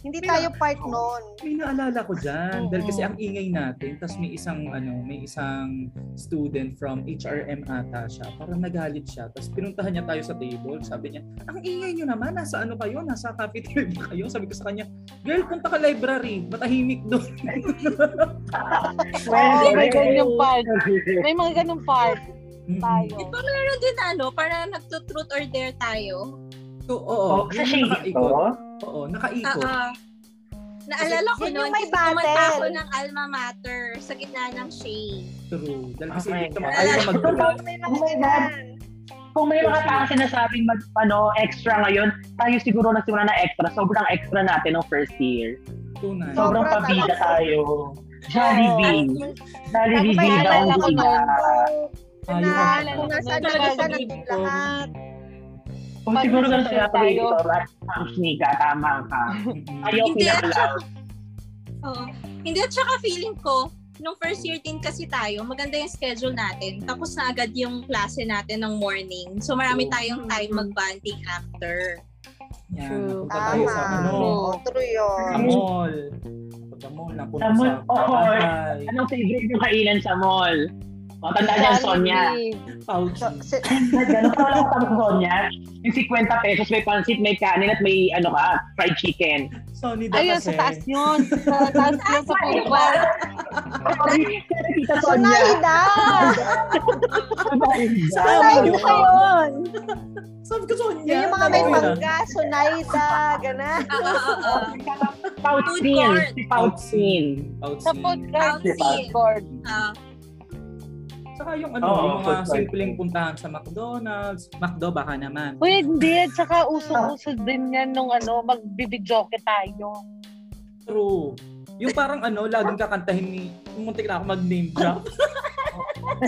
[SPEAKER 9] Hindi tayo part
[SPEAKER 1] Oh.
[SPEAKER 9] noon.
[SPEAKER 1] May naalala ko dyan. Dahil kasi
[SPEAKER 10] Oo.
[SPEAKER 1] ang ingay natin, tapos may isang, ano, may isang student from HRM ata siya. Parang nagalit siya. Tapos pinuntahan niya tayo sa table. Sabi niya, ang ingay niyo naman. Nasa ano kayo? Nasa cafeteria ba kayo? Sabi ko sa kanya, girl, punta ka library. Matahimik doon.
[SPEAKER 3] Well,
[SPEAKER 10] May ganyan part. May mga ganun part
[SPEAKER 1] Mm-hmm.
[SPEAKER 10] tayo.
[SPEAKER 6] di ba meron din na ano, para nagtutruth or dare tayo?
[SPEAKER 1] So, oo.
[SPEAKER 3] Oh, sa
[SPEAKER 1] yun yung
[SPEAKER 3] shade ito.
[SPEAKER 1] nakaikot. Oo, nakaikot.
[SPEAKER 6] Ah, ah. Naalala ko
[SPEAKER 9] Yun yung
[SPEAKER 6] noon,
[SPEAKER 9] may
[SPEAKER 6] kasi kumanta
[SPEAKER 9] battle.
[SPEAKER 6] ako ng alma mater sa gitna ng shade.
[SPEAKER 1] True. Dahil kasi
[SPEAKER 3] Oh
[SPEAKER 1] hindi
[SPEAKER 3] my
[SPEAKER 1] naman
[SPEAKER 3] God.
[SPEAKER 1] ayaw na mag-true.
[SPEAKER 3] Oh my God. Kung may mga tao sinasabing mag, ano, extra ngayon, tayo siguro nagsimula na extra. Sobrang extra natin ng first year.
[SPEAKER 1] Tunay.
[SPEAKER 3] Sobrang
[SPEAKER 9] Sobra
[SPEAKER 3] pabida
[SPEAKER 9] talaga.
[SPEAKER 3] tayo. Jollibee. Jollibee,
[SPEAKER 10] Ako ba,
[SPEAKER 3] bida.
[SPEAKER 10] naalala ko nun?
[SPEAKER 1] Ayaw
[SPEAKER 9] Na,
[SPEAKER 1] na-
[SPEAKER 9] kung nasaan
[SPEAKER 10] Talaga,
[SPEAKER 9] na ka,
[SPEAKER 10] sabihin
[SPEAKER 9] nandun
[SPEAKER 1] ko.
[SPEAKER 9] lahat.
[SPEAKER 3] Kung siguro ganun
[SPEAKER 10] Pag-
[SPEAKER 3] sila ako
[SPEAKER 10] tayo.
[SPEAKER 3] dito, ang sneak ka, tama ka.
[SPEAKER 1] Mm-mm.
[SPEAKER 3] Ayaw
[SPEAKER 6] Hindi,
[SPEAKER 3] pinakalaw.
[SPEAKER 6] Oo. Hindi at saka feeling ko, nung first year din kasi tayo, maganda yung schedule natin. Tapos na agad yung klase natin ng morning. So marami
[SPEAKER 10] Mm-hmm.
[SPEAKER 6] tayong time mag-bonding after.
[SPEAKER 1] Yan,
[SPEAKER 10] True.
[SPEAKER 1] napunta tayo
[SPEAKER 9] Tama.
[SPEAKER 1] sa
[SPEAKER 4] Ah,
[SPEAKER 1] ano.
[SPEAKER 9] Oo, true
[SPEAKER 1] Sa
[SPEAKER 9] yun.
[SPEAKER 1] mall. Pagka mall, napunta
[SPEAKER 3] Sa mall,
[SPEAKER 1] sa
[SPEAKER 3] oo. Ano?
[SPEAKER 1] Tagaytay,
[SPEAKER 3] Anong favorite yung kainan sa mall? Matanda niya, Sonia.
[SPEAKER 10] Jollibee.
[SPEAKER 1] Pouchy.
[SPEAKER 9] So, si-
[SPEAKER 3] Ganun pa lang sa Sonia. Yung 50 pesos, may pansit, may kanin, at may ano ka, fried chicken.
[SPEAKER 1] Sony daw
[SPEAKER 10] Ayun,
[SPEAKER 1] kasi.
[SPEAKER 10] sa taas yun. Sa
[SPEAKER 9] ah,
[SPEAKER 10] taas yun, sa pulpa.
[SPEAKER 3] Sorry, kaya kita Sonia.
[SPEAKER 9] Sunay na!
[SPEAKER 1] Sa amin
[SPEAKER 9] Sunay na
[SPEAKER 1] yun.
[SPEAKER 9] yun!
[SPEAKER 1] Sabi ko, ah, Sonia.
[SPEAKER 9] Yung mga may
[SPEAKER 1] nakuwi na.
[SPEAKER 9] mangga, sunay na, gano'n.
[SPEAKER 6] Oo, oo, oo.
[SPEAKER 3] Pouchin. Si Pouchin.
[SPEAKER 1] Pouchy.
[SPEAKER 10] Sa food court.
[SPEAKER 6] Pouchin.
[SPEAKER 10] Food court.
[SPEAKER 6] Ah,
[SPEAKER 1] Saka yung ano,
[SPEAKER 3] Oo,
[SPEAKER 1] yung mga
[SPEAKER 3] food court.
[SPEAKER 1] simpleng puntahan sa McDonald's. McDo, baka naman.
[SPEAKER 10] Uy, hindi. At saka uso-uso din yan nung ano, magbibidyoke tayo.
[SPEAKER 1] True. Yung parang ano, laging kakantahin ni, muntik na ako mag-name drop.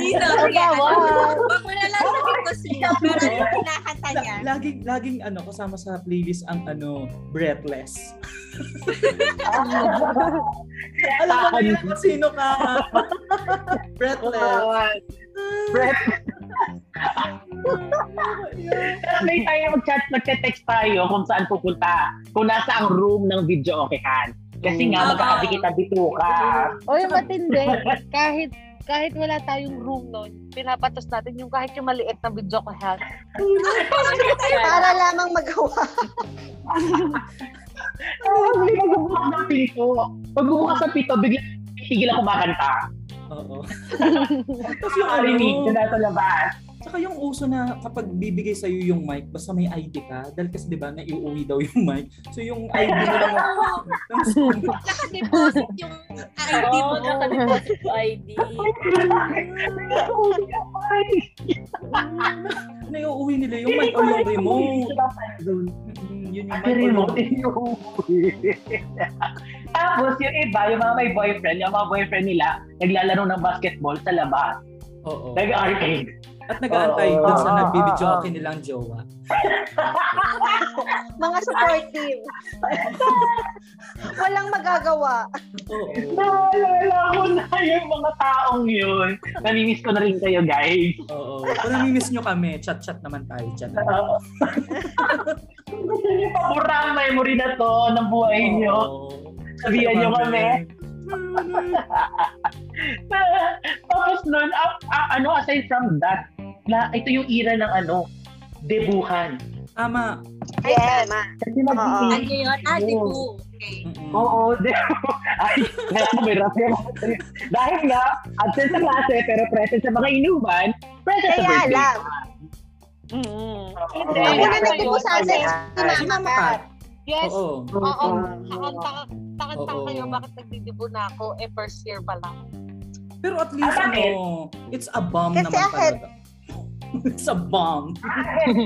[SPEAKER 6] Sino? Sige, ano? Huwag mo na lang sabihin ko sino. Pero ano yung kinakanta niya? Ah,
[SPEAKER 1] La- laging, laging ano, kasama sa playlist ang ano, breathless. Alam mo na
[SPEAKER 10] Ah,
[SPEAKER 1] yun kung sino ka. breathless.
[SPEAKER 3] Breath. Tapos may tayo mag-chat, magte-text tayo kung saan pupunta. Kung nasa ang room ng video okahan. Kasi nga,
[SPEAKER 6] Oo.
[SPEAKER 3] magkakabikita-bito ka.
[SPEAKER 10] Uy, matindi. Kahit kahit wala tayong room noon, pinapatas natin yung kahit yung maliit na video ko ha.
[SPEAKER 9] Para lamang magawa.
[SPEAKER 3] Oh, may magbubukas ng pinto. Pagbubukas ng pinto, bigla tigil ako kumakanta.
[SPEAKER 1] Oo. Tapos yung ano,
[SPEAKER 3] Marinig na nasa labas.
[SPEAKER 1] Saka yung uso na kapag bibigay sa'yo yung mic, basta may ID ka, dahil kasi di ba, naiuwi daw yung mic. So yung ID mo lang, ng school.
[SPEAKER 6] Nakadeposit yung ID mo.
[SPEAKER 10] Oo.
[SPEAKER 2] nakadeposit yung ID.
[SPEAKER 1] naiuwi nila yung mic o yung remote. Mm, Yun yung mic
[SPEAKER 3] Ah, Yung
[SPEAKER 1] o yung
[SPEAKER 3] remote, inuwi. Tapos yung iba, yung mga may boyfriend, yung mga boyfriend nila, naglalaro ng basketball sa labas.
[SPEAKER 1] Oo.
[SPEAKER 3] Nag-arcade.
[SPEAKER 1] At nag-aantay
[SPEAKER 3] Oo.
[SPEAKER 1] dun sa
[SPEAKER 3] Oo, ah.
[SPEAKER 1] nagbibidyoke nilang jowa.
[SPEAKER 9] Mga supportive. Walang magagawa.
[SPEAKER 1] Oo.
[SPEAKER 3] Naalala ko na yung mga taong yun. Namimiss ko na rin kayo, guys.
[SPEAKER 1] Oo. Kung namimiss nyo kami, chat-chat naman tayo dyan.
[SPEAKER 3] Oo. Gusto niyo paborang memory na to ng buhay niyo.
[SPEAKER 1] Oo.
[SPEAKER 3] Sabihan niyo kami. Tapos nun, ah, ah, ano, aside from that, la, ito yung era ng ano, debuhan.
[SPEAKER 1] Tama.
[SPEAKER 9] Ay, tama.
[SPEAKER 3] Kasi
[SPEAKER 9] Oo.
[SPEAKER 3] mag
[SPEAKER 6] Ano yun? Ah, Dibu. Okay.
[SPEAKER 1] Mm-mm.
[SPEAKER 3] Oo, debu. Ay, nakamira. Dahil nga, absent sa klase, pero present sa mga inuman, present sa
[SPEAKER 9] Kaya
[SPEAKER 3] birthday.
[SPEAKER 9] lang.
[SPEAKER 3] Oo.
[SPEAKER 10] Kaya
[SPEAKER 9] Ako na
[SPEAKER 10] lang.
[SPEAKER 9] nagtipo sa akin, si Mama Kat.
[SPEAKER 10] Yes.
[SPEAKER 1] Oo.
[SPEAKER 10] Oo.
[SPEAKER 3] Oo.
[SPEAKER 10] Takanta takanta
[SPEAKER 1] Oo.
[SPEAKER 10] kayo bakit nagdidibo na ako eh first year pa lang.
[SPEAKER 1] Pero at least,
[SPEAKER 3] Ah, bakit?
[SPEAKER 1] ano, it's a bomb
[SPEAKER 9] Kasi
[SPEAKER 1] naman
[SPEAKER 9] ahead.
[SPEAKER 1] talaga. it's a bomb.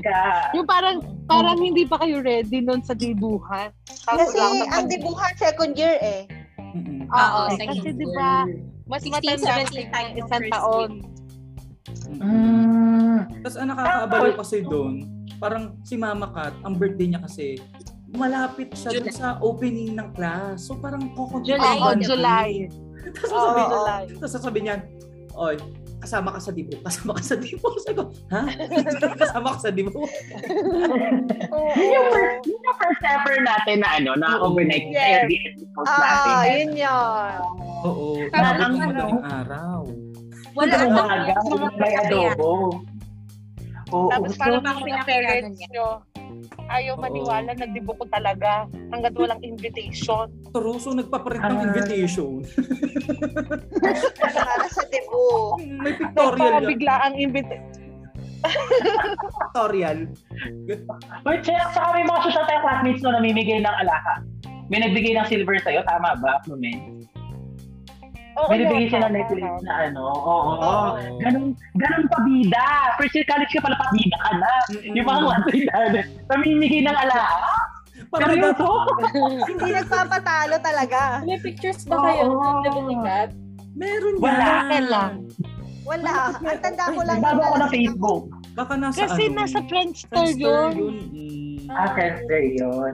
[SPEAKER 3] Ka.
[SPEAKER 10] Yung parang parang hindi pa kayo ready noon sa dibuhan. Tapos
[SPEAKER 9] Kasi
[SPEAKER 10] lang-
[SPEAKER 9] ang dibuhan second year eh.
[SPEAKER 1] Mm-mm.
[SPEAKER 10] Oo,
[SPEAKER 6] Oo,
[SPEAKER 10] eh,
[SPEAKER 6] second
[SPEAKER 10] kasi
[SPEAKER 6] year.
[SPEAKER 10] di ba Mas
[SPEAKER 6] 16,
[SPEAKER 10] matanda
[SPEAKER 6] 17 tayo nung
[SPEAKER 10] isang
[SPEAKER 6] first
[SPEAKER 10] taon.
[SPEAKER 3] Mm.
[SPEAKER 1] Tapos ang nakakaabalo ah, kasi doon, parang si Mama Kat, ang birthday niya kasi, malapit siya dun
[SPEAKER 6] July.
[SPEAKER 1] sa opening ng class. So parang kukunti.
[SPEAKER 6] July.
[SPEAKER 10] Oo,
[SPEAKER 6] Ayun.
[SPEAKER 10] July.
[SPEAKER 1] Tapos
[SPEAKER 10] Oo,
[SPEAKER 1] sasabihin niya,
[SPEAKER 10] July.
[SPEAKER 1] tapos sasabihin niya, oy, kasama ka sa dibo, kasama ka sa dibo. Sabi ko, ha? kasama ka sa dibo.
[SPEAKER 3] Yun yung first, yun yung first ever natin na ano, na
[SPEAKER 1] Oo.
[SPEAKER 3] overnight
[SPEAKER 9] Yes.
[SPEAKER 3] Airbnb post natin.
[SPEAKER 9] Ah, yun yun.
[SPEAKER 1] Oo,
[SPEAKER 3] Parang
[SPEAKER 1] nabot ng
[SPEAKER 3] ano?
[SPEAKER 1] madaling araw.
[SPEAKER 6] Wala
[SPEAKER 3] Ito
[SPEAKER 6] ang
[SPEAKER 3] mga aga,
[SPEAKER 6] mga
[SPEAKER 3] may adobo. Oo.
[SPEAKER 10] Tapos
[SPEAKER 3] so-
[SPEAKER 10] parang
[SPEAKER 6] ko
[SPEAKER 10] mga
[SPEAKER 6] pinakilala
[SPEAKER 10] parents
[SPEAKER 6] niya.
[SPEAKER 10] nyo, ayaw
[SPEAKER 1] Oo.
[SPEAKER 10] maniwala, nagdibo ko talaga hanggat walang invitation.
[SPEAKER 1] Turuso, nagpaprint ng
[SPEAKER 3] Ah.
[SPEAKER 1] invitation.
[SPEAKER 9] Para sa debut.
[SPEAKER 1] May pictorial
[SPEAKER 10] Nagpaka
[SPEAKER 1] yun.
[SPEAKER 10] bigla ang invitation.
[SPEAKER 1] Pictorial.
[SPEAKER 3] Wait, check. Saka may mga social tayo classmates no namimigay ng alaka. May nagbigay ng silver sa'yo, tama ba, Flumen?
[SPEAKER 10] Oo,
[SPEAKER 3] May nagbigay
[SPEAKER 10] yun.
[SPEAKER 3] sila necklace na ano, oo.
[SPEAKER 1] Oo.
[SPEAKER 3] Ganun, ganun pabida. First year college ka pala pabida ka na.
[SPEAKER 1] Mm-mm.
[SPEAKER 3] Yung mga one-way namin, namimigay ng alaka.
[SPEAKER 1] Parang
[SPEAKER 3] Seryoso?
[SPEAKER 1] dapat-
[SPEAKER 9] Hindi nagpapatalo talaga.
[SPEAKER 11] May pictures ba kayo
[SPEAKER 3] Oo.
[SPEAKER 11] ng Double ni Kat?
[SPEAKER 1] meron
[SPEAKER 3] Wala.
[SPEAKER 1] yan.
[SPEAKER 10] Akin lang.
[SPEAKER 9] Wala. Ang tanda ko lang.
[SPEAKER 3] Bago ako
[SPEAKER 9] na-
[SPEAKER 3] ng Facebook.
[SPEAKER 1] Baka nasa
[SPEAKER 10] Kasi
[SPEAKER 1] ano,
[SPEAKER 10] nasa Friendster
[SPEAKER 1] Friendster
[SPEAKER 10] yun.
[SPEAKER 1] Mm.
[SPEAKER 3] Ah, Friendster yun.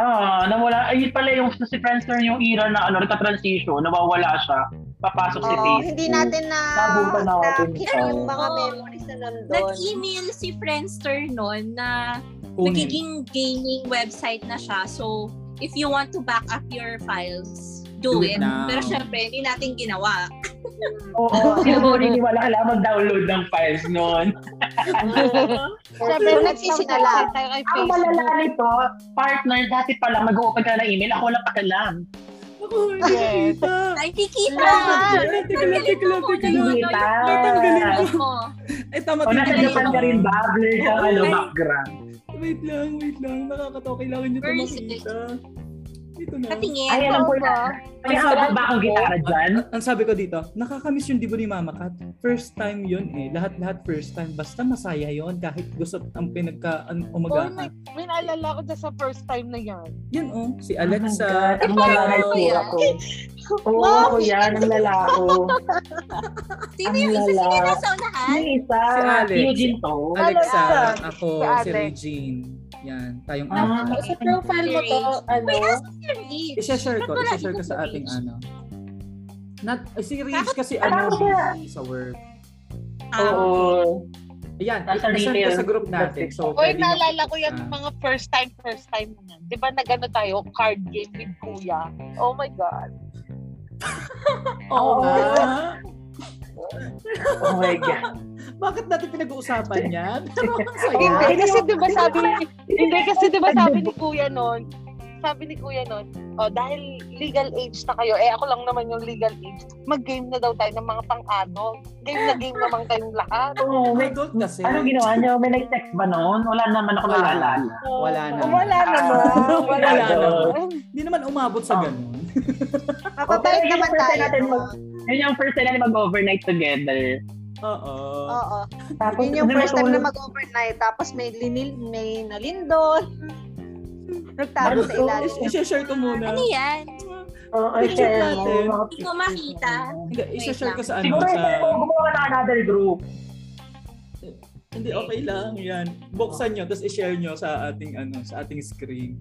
[SPEAKER 3] Ah, nawala. Ay, yun pala yung si Friendster yung era na ano, nagka-transition, nawawala siya. Papasok si
[SPEAKER 9] Oo,
[SPEAKER 3] Facebook.
[SPEAKER 9] hindi natin na
[SPEAKER 3] Nabutan natin.
[SPEAKER 9] nakita yung mga
[SPEAKER 6] Oo.
[SPEAKER 9] memories na nandun.
[SPEAKER 6] Nag-email si Friendster noon na
[SPEAKER 1] Kunin.
[SPEAKER 6] nagiging gaming website na siya. So, if you want to back up your files, do,
[SPEAKER 1] Do it
[SPEAKER 6] it.
[SPEAKER 1] now.
[SPEAKER 6] Pero syempre, hindi natin ginawa.
[SPEAKER 3] Oo, sino mo rin wala kailangan mag-download ng files noon.
[SPEAKER 9] Sabi,
[SPEAKER 10] Pero
[SPEAKER 9] nagsisinala.
[SPEAKER 10] nagsisinala tayo
[SPEAKER 3] Ang
[SPEAKER 10] kay Facebook.
[SPEAKER 3] malala nito, partner, dati pa lang mag-open ka na email, ako wala pa ka lang.
[SPEAKER 1] Ako, hindi
[SPEAKER 10] Yes.
[SPEAKER 1] nakita.
[SPEAKER 6] Nakikita!
[SPEAKER 9] Lahat.
[SPEAKER 1] Teka lang, teka lang, teka lang.
[SPEAKER 6] Nanonood
[SPEAKER 3] Kita.
[SPEAKER 1] Natanggalin ko.
[SPEAKER 6] Ano mo?
[SPEAKER 1] Eh, tama,
[SPEAKER 3] O, nasa
[SPEAKER 1] titignan
[SPEAKER 3] Japan
[SPEAKER 1] ko.
[SPEAKER 3] ka rin ba? Blur ka,
[SPEAKER 1] Oo.
[SPEAKER 3] ano,
[SPEAKER 1] Ay.
[SPEAKER 3] background.
[SPEAKER 1] Wait lang, wait lang. Nakakatawa. Kailangan nyo ito
[SPEAKER 6] Where is it?
[SPEAKER 1] makita. Dito na.
[SPEAKER 6] Katingin.
[SPEAKER 3] Ay, alam ko na. Ay,
[SPEAKER 1] sabi-
[SPEAKER 3] ba akong gitara dyan?
[SPEAKER 1] Ang, ang sabi ko dito, nakakamiss yung dibo ni Mama Kat. First time yun eh. Lahat-lahat first time. Basta masaya yun kahit gusto ang pinagka ang
[SPEAKER 10] Oh
[SPEAKER 1] umaga.
[SPEAKER 10] my, may naalala ko dyan sa first time na yan.
[SPEAKER 1] Yan oh, si
[SPEAKER 3] Oh
[SPEAKER 1] Alexa.
[SPEAKER 3] my God, ang lalaki
[SPEAKER 6] Ano
[SPEAKER 3] po
[SPEAKER 6] yan?
[SPEAKER 3] ako. Oo, ako yan, ang lalako.
[SPEAKER 6] Sino yung isa? Sino yung nasa unahan?
[SPEAKER 3] Yung isa,
[SPEAKER 1] Si Alex.
[SPEAKER 3] Eugene to.
[SPEAKER 1] Alexa,
[SPEAKER 10] Alexa.
[SPEAKER 1] ako,
[SPEAKER 10] Si
[SPEAKER 1] si
[SPEAKER 10] Alex.
[SPEAKER 1] Regine. Yan, tayong
[SPEAKER 3] Ah.
[SPEAKER 1] apat.
[SPEAKER 11] Sa profile mo to, ano?
[SPEAKER 6] Wait, asa si Rich?
[SPEAKER 1] I-share ko,
[SPEAKER 6] Ba't wala
[SPEAKER 1] i-share ko
[SPEAKER 6] dito si
[SPEAKER 1] sa ating
[SPEAKER 6] Rich?
[SPEAKER 1] ano. Not, eh, si Rich kasi ano,
[SPEAKER 3] Bakit siya?
[SPEAKER 1] busy sa work.
[SPEAKER 6] Ah,
[SPEAKER 3] Oo.
[SPEAKER 1] Ayan,
[SPEAKER 3] Nasa
[SPEAKER 1] i-share ko
[SPEAKER 3] retail.
[SPEAKER 1] sa group natin. So,
[SPEAKER 10] Uy,
[SPEAKER 1] pwede niyo-
[SPEAKER 10] naalala ko yan
[SPEAKER 1] Ah.
[SPEAKER 10] mga first time, first time na yan. Di ba nagano tayo, card game with kuya? Oh my God.
[SPEAKER 1] Oo
[SPEAKER 3] Oo.
[SPEAKER 1] nga.
[SPEAKER 3] Oh my God.
[SPEAKER 1] Bakit natin pinag-uusapan yan? Ano ang saya?
[SPEAKER 10] Hindi kasi di ba sabi ni, hindi kasi di ba sabi ni kuya noon, sabi ni kuya noon, oh, dahil legal age na kayo, eh ako lang naman yung legal age, mag-game na daw tayo ng mga pang-adult. Game na game naman kayong lahat.
[SPEAKER 3] Oo, may-
[SPEAKER 1] Adult Oh kasi. Ah,
[SPEAKER 3] Anong ginawa niyo? May nag-text ba noon? Wala naman ako
[SPEAKER 1] Wala.
[SPEAKER 3] naalala.
[SPEAKER 1] Wala na.
[SPEAKER 10] Wala
[SPEAKER 3] Ah.
[SPEAKER 10] naman.
[SPEAKER 1] Wala
[SPEAKER 10] Wala
[SPEAKER 1] na.
[SPEAKER 10] naman.
[SPEAKER 1] Hindi naman umabot sa
[SPEAKER 3] Oh.
[SPEAKER 1] ganun.
[SPEAKER 9] Mapapait
[SPEAKER 3] Okay,
[SPEAKER 9] naman
[SPEAKER 3] first time
[SPEAKER 9] tayo.
[SPEAKER 3] natin mag- Yun yung first time natin mag-overnight together.
[SPEAKER 1] Oo.
[SPEAKER 9] Oo.
[SPEAKER 3] Tapos,
[SPEAKER 9] Yun yung
[SPEAKER 3] ano,
[SPEAKER 9] first time na
[SPEAKER 3] natulog-
[SPEAKER 9] mag-overnight. Tapos may, linil, may nalindol. Nagtago sa ilalim.
[SPEAKER 1] I- I-share ko muna.
[SPEAKER 6] ano yan?
[SPEAKER 3] Oo, ay,
[SPEAKER 1] Picture
[SPEAKER 3] share mo,
[SPEAKER 1] natin.
[SPEAKER 3] mga
[SPEAKER 6] Hindi ko makita.
[SPEAKER 1] Hindi, I-share ko sa ano.
[SPEAKER 3] Siguro,
[SPEAKER 1] Sa...
[SPEAKER 3] isa ko gumawa ng another group.
[SPEAKER 1] Hindi, okay lang. Yan. Buksan nyo, tapos i-share nyo sa ating ano, sa ating screen.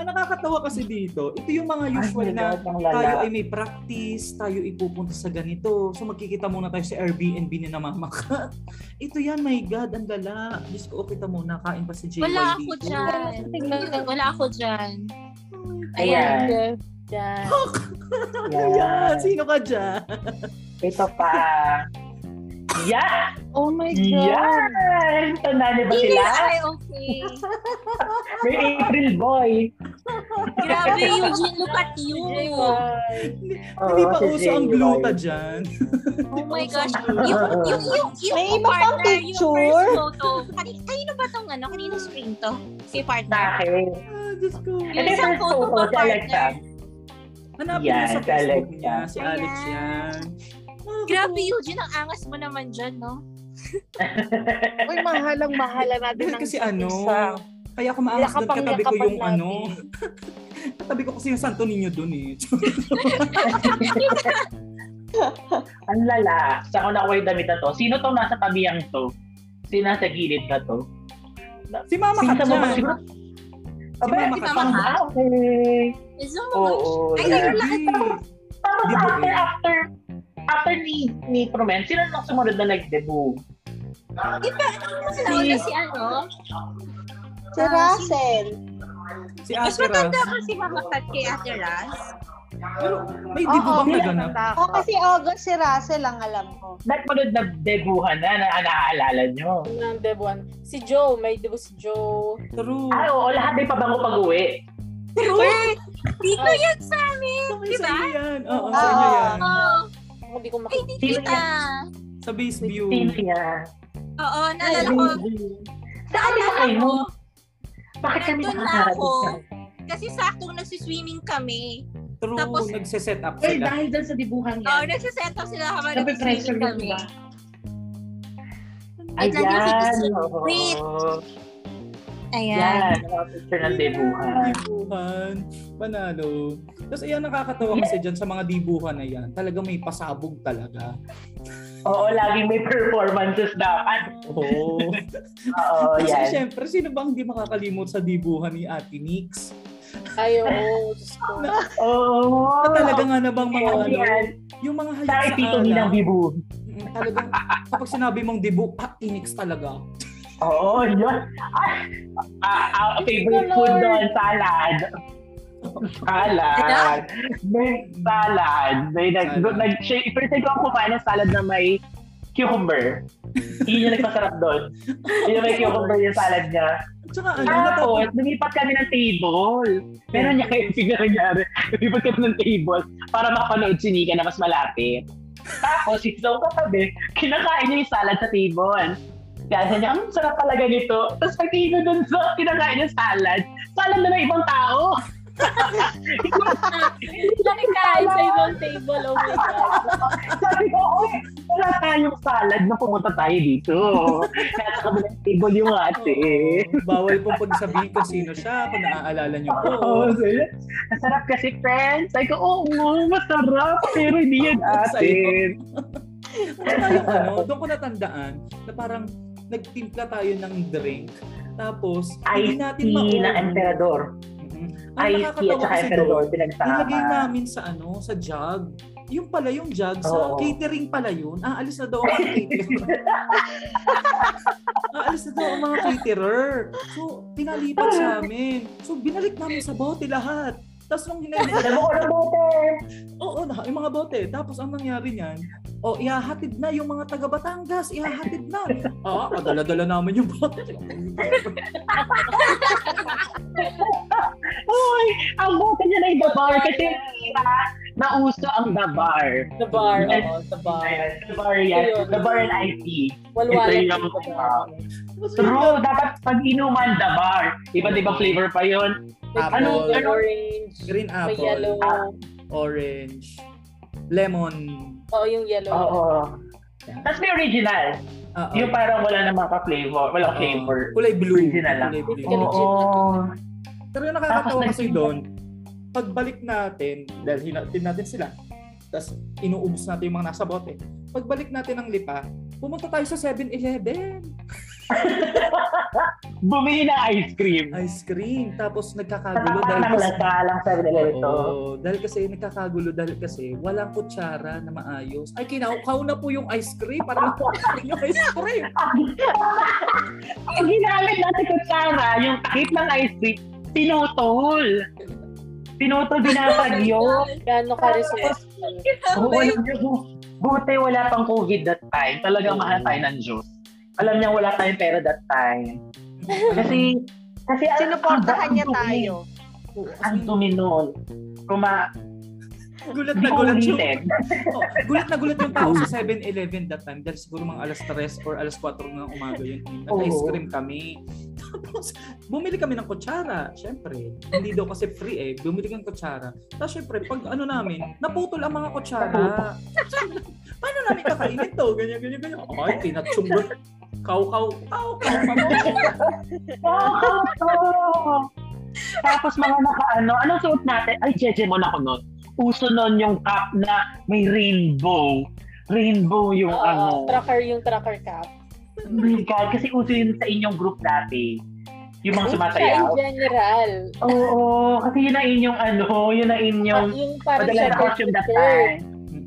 [SPEAKER 1] Ang nakakatawa kasi dito, ito yung mga usual na tayo ay may practice, tayo ipupunta sa ganito. So magkikita muna tayo sa Airbnb ni na Mama Kat. Ito yan, my God, ang gala. Diyos ko, kita muna, kain pa si JY
[SPEAKER 6] Wala ako
[SPEAKER 1] dito.
[SPEAKER 6] dyan. Wala ako dyan.
[SPEAKER 3] Ayan.
[SPEAKER 11] Diyan.
[SPEAKER 1] Ano yan? Sino ka dyan?
[SPEAKER 3] Ito pa. Yan!
[SPEAKER 10] Oh my God.
[SPEAKER 3] Yan! Tanda niyo ba
[SPEAKER 6] Hindi
[SPEAKER 3] sila?
[SPEAKER 6] ay okay.
[SPEAKER 3] May April boy.
[SPEAKER 6] Grabe, Eugene, look at you.
[SPEAKER 1] Hindi pa
[SPEAKER 3] Ah, Oh, si
[SPEAKER 1] uso ang
[SPEAKER 3] JY.
[SPEAKER 1] gluta dyan.
[SPEAKER 6] Oh my gosh. Yung, yung, yung, yung
[SPEAKER 9] May iba pang
[SPEAKER 6] partner, yung
[SPEAKER 9] picture?
[SPEAKER 6] first photo. Kani, kanino ba tong ano? Kanino screen to? Si partner.
[SPEAKER 3] Bakit?
[SPEAKER 1] Ah, Diyos ko.
[SPEAKER 3] Ito yung
[SPEAKER 6] Isang
[SPEAKER 3] first
[SPEAKER 6] photo
[SPEAKER 3] photo
[SPEAKER 6] pa,
[SPEAKER 3] si Alexa.
[SPEAKER 1] Hanapin
[SPEAKER 3] Yan,
[SPEAKER 1] mo sa
[SPEAKER 3] si
[SPEAKER 1] Facebook
[SPEAKER 3] Alexa.
[SPEAKER 1] niya. Si Alex yan.
[SPEAKER 6] Grabe, Eugene, ang angas mo naman dyan, no?
[SPEAKER 10] Uy, mahalang mahala natin
[SPEAKER 1] Dahil
[SPEAKER 10] ng
[SPEAKER 1] kasi ano,
[SPEAKER 10] isa.
[SPEAKER 1] kaya kumaangas doon
[SPEAKER 10] Yakapang
[SPEAKER 1] katabi ko
[SPEAKER 10] yakapan
[SPEAKER 1] yung ano.
[SPEAKER 10] natin.
[SPEAKER 1] Katabi ko kasi yung Santo Niño doon eh.
[SPEAKER 3] Ang lala. Saan ko nakuha yung damit na to? Sino tong nasa tabiyang to? Sino nasa gilid na to?
[SPEAKER 1] Si Mama
[SPEAKER 3] Sino
[SPEAKER 1] Kat
[SPEAKER 3] sa mga
[SPEAKER 1] yan.
[SPEAKER 3] siguro? Aba,
[SPEAKER 1] Mama
[SPEAKER 3] si
[SPEAKER 1] Kat.
[SPEAKER 3] Mama Kat. Ah, Okay.
[SPEAKER 6] Zoom mo.
[SPEAKER 3] Oo.
[SPEAKER 6] Ay,
[SPEAKER 3] yan.
[SPEAKER 6] ayun lang ito.
[SPEAKER 3] Tapos
[SPEAKER 1] Di ba
[SPEAKER 3] after,
[SPEAKER 1] eh?
[SPEAKER 3] after, after ni, ni Promen, sino nang sumunod na nag-debut?
[SPEAKER 6] Diba, ano mo sinauna si ano?
[SPEAKER 9] Si Russell.
[SPEAKER 1] Si
[SPEAKER 6] Mas
[SPEAKER 1] Asera.
[SPEAKER 6] matanda pa si Mama Kat kay Ate Raz.
[SPEAKER 1] May debut
[SPEAKER 9] Oo,
[SPEAKER 1] bang
[SPEAKER 9] sila
[SPEAKER 1] naganap?
[SPEAKER 9] Oh, kasi August si Russell ang alam ko.
[SPEAKER 3] Nagpunod na debuhan na, na naaalala nyo.
[SPEAKER 2] Ang debuan. Si Joe, may debo si Joe.
[SPEAKER 1] True.
[SPEAKER 3] Ay, oo, lahat ay pabango pag-uwi.
[SPEAKER 6] Wait, dito yan sa amin.
[SPEAKER 1] Ay,
[SPEAKER 6] Di
[SPEAKER 1] sa
[SPEAKER 6] ba?
[SPEAKER 1] inyo yan. Oo,
[SPEAKER 9] Oo.
[SPEAKER 1] sa inyo yan.
[SPEAKER 6] Oo.
[SPEAKER 2] Hindi ko
[SPEAKER 6] Ay,
[SPEAKER 2] makita.
[SPEAKER 6] di kita.
[SPEAKER 1] Sa base view.
[SPEAKER 3] Sino yan?
[SPEAKER 6] Oo, naalala ko. Naalala
[SPEAKER 3] Ay,
[SPEAKER 6] ko.
[SPEAKER 3] no. Bakit kami
[SPEAKER 6] Nandun na
[SPEAKER 3] nakakarating
[SPEAKER 6] ako.
[SPEAKER 3] sa...
[SPEAKER 6] Kasi saktong nagsiswimming kami.
[SPEAKER 1] True,
[SPEAKER 6] Tapos-
[SPEAKER 1] nagse-set up
[SPEAKER 3] Ay,
[SPEAKER 1] sila.
[SPEAKER 3] dahil dyan sa debuhan
[SPEAKER 6] Oo,
[SPEAKER 3] yan.
[SPEAKER 6] nagsiset up Oh, sila habang
[SPEAKER 3] Napipressure
[SPEAKER 6] nagsiswimming
[SPEAKER 3] yun,
[SPEAKER 6] kami.
[SPEAKER 3] diba?
[SPEAKER 6] Wait lang yung
[SPEAKER 3] Ayan.
[SPEAKER 6] picture.
[SPEAKER 3] oo.
[SPEAKER 6] Wait. Ayan.
[SPEAKER 3] Yan. Mga picture ng debuhan.
[SPEAKER 1] Dibuhan. Panalo. Tapos ayan, nakakatawa kasi dyan sa mga dibuhan na yan. Talagang may pasabog talaga.
[SPEAKER 3] Oo, laging may performances dapat.
[SPEAKER 1] Oo.
[SPEAKER 3] Oo,
[SPEAKER 1] Kasi
[SPEAKER 3] yan.
[SPEAKER 1] syempre, sino bang di makakalimot sa dibuhan ni Ate Nix?
[SPEAKER 2] Ay, oo. Diyos ko.
[SPEAKER 3] Oo.
[SPEAKER 1] Na talaga nga na bang mga ano,
[SPEAKER 3] Yan.
[SPEAKER 1] yung mga halik
[SPEAKER 3] Sa
[SPEAKER 1] sa
[SPEAKER 3] ipito nilang
[SPEAKER 1] alak.
[SPEAKER 3] bibu.
[SPEAKER 1] Mm, Talagang, kapag sinabi mong dibu, ah, Ate Nix talaga.
[SPEAKER 3] Oo, yun. Ah, ah, ah, favorite
[SPEAKER 2] Lord.
[SPEAKER 3] food doon, salad. Salad. May salad. May nag,
[SPEAKER 1] Salad.
[SPEAKER 3] nag, shake- first time ko ako kumain ng salad na may cucumber. Yun yung nagpasarap doon. Yun yung may cucumber yung salad niya.
[SPEAKER 1] Tsaka ano,
[SPEAKER 3] Tapos, lumipat kami ng table. Meron niya kayo yung nangyari. Lumipat kami ng table para makapanood si Nika na mas malapit. Tapos, si Zoe katabi, kinakain niya yung salad sa table. Kaya sabi niya, ang sarap pala ganito. Tapos pagkino dun sa kinakain niya salad, salad na ng ibang tao.
[SPEAKER 2] Laki kain sa ibang table. Oh my God.
[SPEAKER 3] Sabi ko, oy, wala tayong salad na pumunta tayo dito. Kaya sa kabilang table yung ate.
[SPEAKER 1] Oo, bawal pong pagsabihin kung sino siya, kung naaalala niyo po.
[SPEAKER 3] Oo, sir. Masarap kasi, friends. Sabi ko, oo, masarap. Pero hindi yan atin.
[SPEAKER 1] Tsaka yung ano, doon ko natandaan na parang nagtimpla tayo ng drink. Tapos,
[SPEAKER 3] Ice
[SPEAKER 1] hindi natin
[SPEAKER 3] tea
[SPEAKER 1] ma-order.
[SPEAKER 3] na emperador.
[SPEAKER 1] Mhm. Ang
[SPEAKER 3] Ice tea at
[SPEAKER 1] nakakatawa
[SPEAKER 3] saka
[SPEAKER 1] kasi
[SPEAKER 3] emperador
[SPEAKER 1] doon, nilagay
[SPEAKER 3] pinagsama.
[SPEAKER 1] namin sa ano, sa jug. Yung pala yung jug, sa
[SPEAKER 3] Oo.
[SPEAKER 1] catering pala yun. Aalis na daw ang mga caterer. Aalis na daw ang mga caterer. So, pinalipat sa amin. So, binalik namin sa bote lahat. Tapos nung hinalik,
[SPEAKER 3] Alam mo ko ng bote.
[SPEAKER 1] Oo, na, yung mga bote. Tapos ang nangyari niyan, o oh, ihahatid na yung mga taga Batangas, ihahatid na. Ah, padala-dala namin yung bote.
[SPEAKER 3] Uy, ang bote niya na yung bar kasi diba, nauso ang the bar.
[SPEAKER 2] The bar. Oo, the bar.
[SPEAKER 3] Ayan, The bar yan.
[SPEAKER 2] Ayun.
[SPEAKER 3] The bar and ice tea.
[SPEAKER 2] Walwalan.
[SPEAKER 3] Ito yung-
[SPEAKER 1] Tapos
[SPEAKER 3] True, dapat pag inuman the bar. Iba't ibang flavor pa yun.
[SPEAKER 2] Ano?
[SPEAKER 1] Apple.
[SPEAKER 2] Orange.
[SPEAKER 1] Green
[SPEAKER 2] May
[SPEAKER 1] apple,
[SPEAKER 2] yellow.
[SPEAKER 1] orange, lemon.
[SPEAKER 2] Oo, yung yellow.
[SPEAKER 3] Oo. Tapos may original.
[SPEAKER 1] Ah, ah.
[SPEAKER 3] Yung parang wala namang ka-flavor.
[SPEAKER 1] Ah,
[SPEAKER 3] Walang flavor.
[SPEAKER 1] kulay blue.
[SPEAKER 3] Original lang.
[SPEAKER 1] Kulay blue.
[SPEAKER 2] Oo.
[SPEAKER 1] Pero yung nakakatawa
[SPEAKER 3] Tapos
[SPEAKER 1] kasi
[SPEAKER 3] nag-
[SPEAKER 1] doon, pagbalik natin, dahil hinatin natin sila, tapos inuubos natin yung mga nasa bote. Pagbalik natin ng lipa, pumunta tayo sa 7-Eleven.
[SPEAKER 3] Bumili ng ice cream.
[SPEAKER 1] ice cream. Tapos nagkakagulo
[SPEAKER 3] Tapak
[SPEAKER 1] dahil
[SPEAKER 3] ng
[SPEAKER 1] kasi...
[SPEAKER 3] lasa lang sa nila ito.
[SPEAKER 1] Oo, dahil kasi nagkakagulo dahil kasi walang kutsara na maayos. Ay, kinaukaw na po yung ice cream. Para lang po yung ice cream.
[SPEAKER 3] Ang ginamit natin ko, Sarah, yung takip ng ice cream, pinutol. Pinutol, binasag yun.
[SPEAKER 2] Gano'n ka resource?
[SPEAKER 3] Oo, alam niyo, bu- buti wala pang COVID that time. Talagang mahal tayo ng Diyos. Alam niya wala tayong pera that time. Kasi, kasi ang-
[SPEAKER 9] Sinuportahan
[SPEAKER 3] ang
[SPEAKER 9] niya
[SPEAKER 3] dumi.
[SPEAKER 9] tayo.
[SPEAKER 1] Oo,
[SPEAKER 3] Ang
[SPEAKER 1] kasi
[SPEAKER 3] dumi nun. Kuma,
[SPEAKER 1] gulat
[SPEAKER 3] hindi
[SPEAKER 1] na
[SPEAKER 3] ko
[SPEAKER 1] gulat yung...
[SPEAKER 3] ulitin.
[SPEAKER 1] Oo, Oh, gulat na gulat yung tao sa 7-Eleven that time. Dahil siguro mga alas 3 or alas 4 ng umaga yun. Nag-ice
[SPEAKER 3] Oo.
[SPEAKER 1] cream kami. Tapos, bumili kami ng kutsara. Siyempre, hindi daw kasi free eh. Bumili kami ng kutsara. Tapos siyempre, pag ano namin, naputol ang mga kutsara. Paano namin kakainin to? Ganyan, ganyan, ganyan. Ay, tinatsong ba? Kaw, kaw, kaw, kaw, kaw.
[SPEAKER 3] Oo. Tapos mga naka ano, anong suot natin? Ay, cheche mo na ako nun. uso nun yung cup na may rainbow. Rainbow yung
[SPEAKER 2] Oo,
[SPEAKER 3] ano.
[SPEAKER 2] tracker yung tracker cap.
[SPEAKER 3] Oh my God, kasi uso yun sa inyong group dati. Yung mga
[SPEAKER 2] Siya in
[SPEAKER 3] sumasayaw.
[SPEAKER 2] general.
[SPEAKER 3] Oo, kasi yun ang inyong ano, yun ang inyong
[SPEAKER 2] Yung, yung parang
[SPEAKER 3] madalas
[SPEAKER 2] Ah, siya
[SPEAKER 3] na costume that
[SPEAKER 2] teacher.
[SPEAKER 3] time.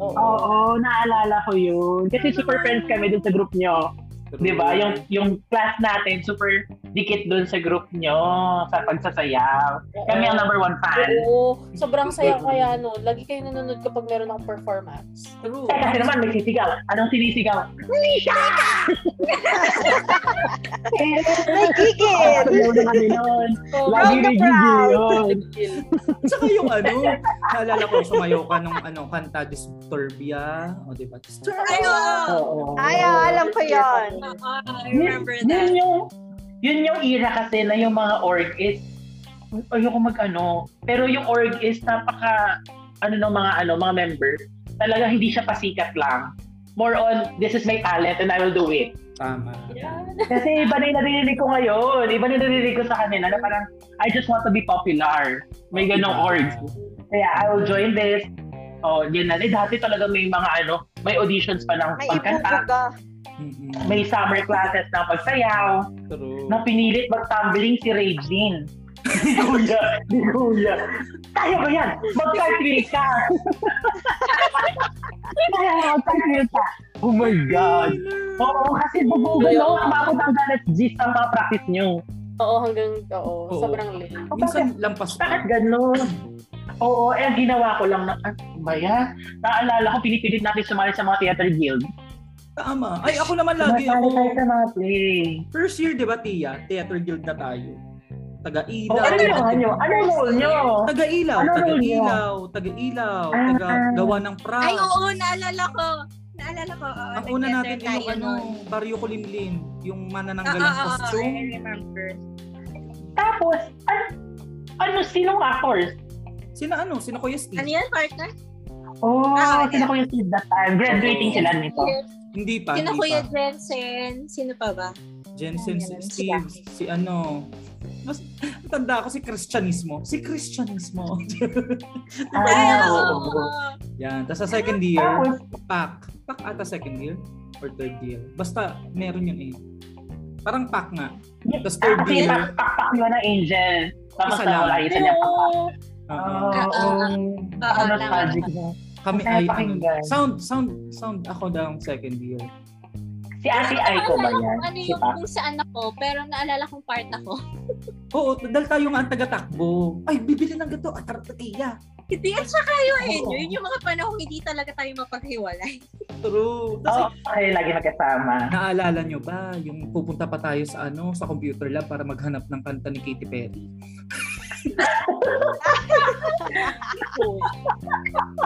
[SPEAKER 2] Oo.
[SPEAKER 3] Oo, naalala ko yun. Kasi super friends kami dun sa group nyo. Di
[SPEAKER 1] Mm.
[SPEAKER 3] ba? Diba? Yung, yung class natin, super dikit dun sa group nyo sa pagsasayaw. Kami ang number one fan.
[SPEAKER 2] Oo. Sobrang saya ko kaya no. Lagi kayo nanonood kapag meron akong performance.
[SPEAKER 1] True.
[SPEAKER 3] Eh, kasi naman, nagsisigaw. Anong sinisigaw?
[SPEAKER 9] May kikid!
[SPEAKER 3] Ano na kami nun?
[SPEAKER 2] So,
[SPEAKER 3] Lagi
[SPEAKER 9] Round the
[SPEAKER 3] may
[SPEAKER 9] proud.
[SPEAKER 3] gigil yun.
[SPEAKER 1] Tsaka yung ano, naalala ko sumayaw ka nung ano, kanta disturbia, o di ba? Disturbia.
[SPEAKER 6] Ayun!
[SPEAKER 3] Oo.
[SPEAKER 9] Oh. Ay, oo, alam ko yun.
[SPEAKER 6] Oo, I remember
[SPEAKER 3] Yun
[SPEAKER 6] that.
[SPEAKER 3] yung, yun yung era kasi na yung mga org is, ayoko mag-ano, pero yung org is napaka, ano ng mga ano, mga member, talaga hindi siya pasikat lang. More on, this is my talent and I will do it.
[SPEAKER 1] Tama.
[SPEAKER 3] Kasi iba na yung naririnig ko ngayon. Iba na yung naririnig ko sa kanila na parang, I just want to be popular. May ganong orgs. Kaya I will join this. Oh, yun na. Eh, dati talaga may mga ano, may auditions pa ng
[SPEAKER 9] May
[SPEAKER 3] pagkanta.
[SPEAKER 9] ibubuga.
[SPEAKER 1] Mm-mm.
[SPEAKER 3] May summer classes ng pagsayaw
[SPEAKER 1] True.
[SPEAKER 3] na pinilit mag-tumbling si Regine. Di kuya, di kuya. Kaya ba yan? Mag-cartwheel ka. Kaya ba mag-cartwheel ka. Oh my God. Oo, kasi bubugo
[SPEAKER 2] Ayun.
[SPEAKER 3] no, umabot ang ganas G's ang mga practice nyo.
[SPEAKER 2] Oo, hanggang, oo,
[SPEAKER 1] Oo.
[SPEAKER 2] sobrang late.
[SPEAKER 3] O, bakit,
[SPEAKER 1] Minsan lampas
[SPEAKER 3] bakit
[SPEAKER 1] pa.
[SPEAKER 3] ganun? Oo, eh, ang ginawa ko lang na, ah, ba yan? Naalala ko, pinipilit natin sumali sa mga theater guild.
[SPEAKER 1] Tama. Ay, ako naman lagi.
[SPEAKER 3] Sumasali tayo
[SPEAKER 1] Ako,
[SPEAKER 3] sa mga play.
[SPEAKER 1] first year, di ba, Tia? Theater Guild na tayo. Taga-ilaw.
[SPEAKER 3] Oo, ano yung ano? Ano yung role nyo?
[SPEAKER 1] Taga-ilaw,
[SPEAKER 3] Ano role niya?
[SPEAKER 1] taga-ilaw, taga-ilaw,
[SPEAKER 3] Ah.
[SPEAKER 1] taga-gawa ng prank.
[SPEAKER 6] Ay, oo, naalala ko. Naalala ko. oo,
[SPEAKER 1] Ang una
[SPEAKER 6] nag-letter
[SPEAKER 1] natin ay yung
[SPEAKER 6] tayo
[SPEAKER 1] ano,
[SPEAKER 6] nun. Ah,
[SPEAKER 1] Baryo Kulimlim, yung
[SPEAKER 6] Oo,
[SPEAKER 1] manananggal ng
[SPEAKER 6] oo, oo, I
[SPEAKER 1] costume.
[SPEAKER 6] remember.
[SPEAKER 3] Tapos, an- ano, sinong actors?
[SPEAKER 1] Sino ano? Sino Kuya Steve?
[SPEAKER 6] Ano yan, partner?
[SPEAKER 3] Oh,
[SPEAKER 6] Ah,
[SPEAKER 3] sino ko yung seed that time? Graduating
[SPEAKER 1] Oo.
[SPEAKER 3] sila nito.
[SPEAKER 1] Hindi pa,
[SPEAKER 6] Sino
[SPEAKER 1] hindi
[SPEAKER 6] Kuya
[SPEAKER 1] pa.
[SPEAKER 6] Jensen? Sino pa ba?
[SPEAKER 1] Jensen, si
[SPEAKER 6] Ano yan?
[SPEAKER 1] Steve, si ano. Mas tanda ako si Christianismo. Si Christianismo.
[SPEAKER 6] Ay,
[SPEAKER 3] Ah,
[SPEAKER 6] oo,
[SPEAKER 3] oo.
[SPEAKER 6] oo.
[SPEAKER 1] Yan. Tapos sa second year,
[SPEAKER 3] Tapos,
[SPEAKER 1] pack. Pack ata second year or third year. Basta meron yun eh. Parang pack nga. Tapos
[SPEAKER 3] ah,
[SPEAKER 1] third
[SPEAKER 3] kasi
[SPEAKER 1] year,
[SPEAKER 3] pak- pakpak yun ang angel. Tapos
[SPEAKER 1] Isa
[SPEAKER 3] na
[SPEAKER 1] lang.
[SPEAKER 3] wala isa niya pakpak.
[SPEAKER 1] oo.
[SPEAKER 3] Ah,
[SPEAKER 6] Ah,
[SPEAKER 3] oo.
[SPEAKER 6] ah,
[SPEAKER 3] Ano
[SPEAKER 6] ah,
[SPEAKER 3] tragic na.
[SPEAKER 1] kami
[SPEAKER 3] Masaya
[SPEAKER 1] ay ano,
[SPEAKER 3] pakinggan.
[SPEAKER 1] sound sound sound ako daw ang second year.
[SPEAKER 3] Si Ate Aiko ba
[SPEAKER 6] Naalala
[SPEAKER 3] yan?
[SPEAKER 6] kung Ano
[SPEAKER 3] Si
[SPEAKER 6] yung
[SPEAKER 3] Pak.
[SPEAKER 6] kung saan ako, pero naalala kong part ako.
[SPEAKER 1] Oo, dahil tayo nga ang taga-takbo. Ay, bibili Ah, ng gato at tartatiya.
[SPEAKER 6] Hindi, at saka yung Enyo,
[SPEAKER 1] Oo.
[SPEAKER 6] yun yung mga panahon hindi talaga tayo mapaghiwalay.
[SPEAKER 1] True. Tapos
[SPEAKER 3] Oo, kayo lagi magkasama.
[SPEAKER 1] Naalala nyo ba yung pupunta pa tayo sa ano sa computer lab para maghanap ng kanta ni Katy Perry?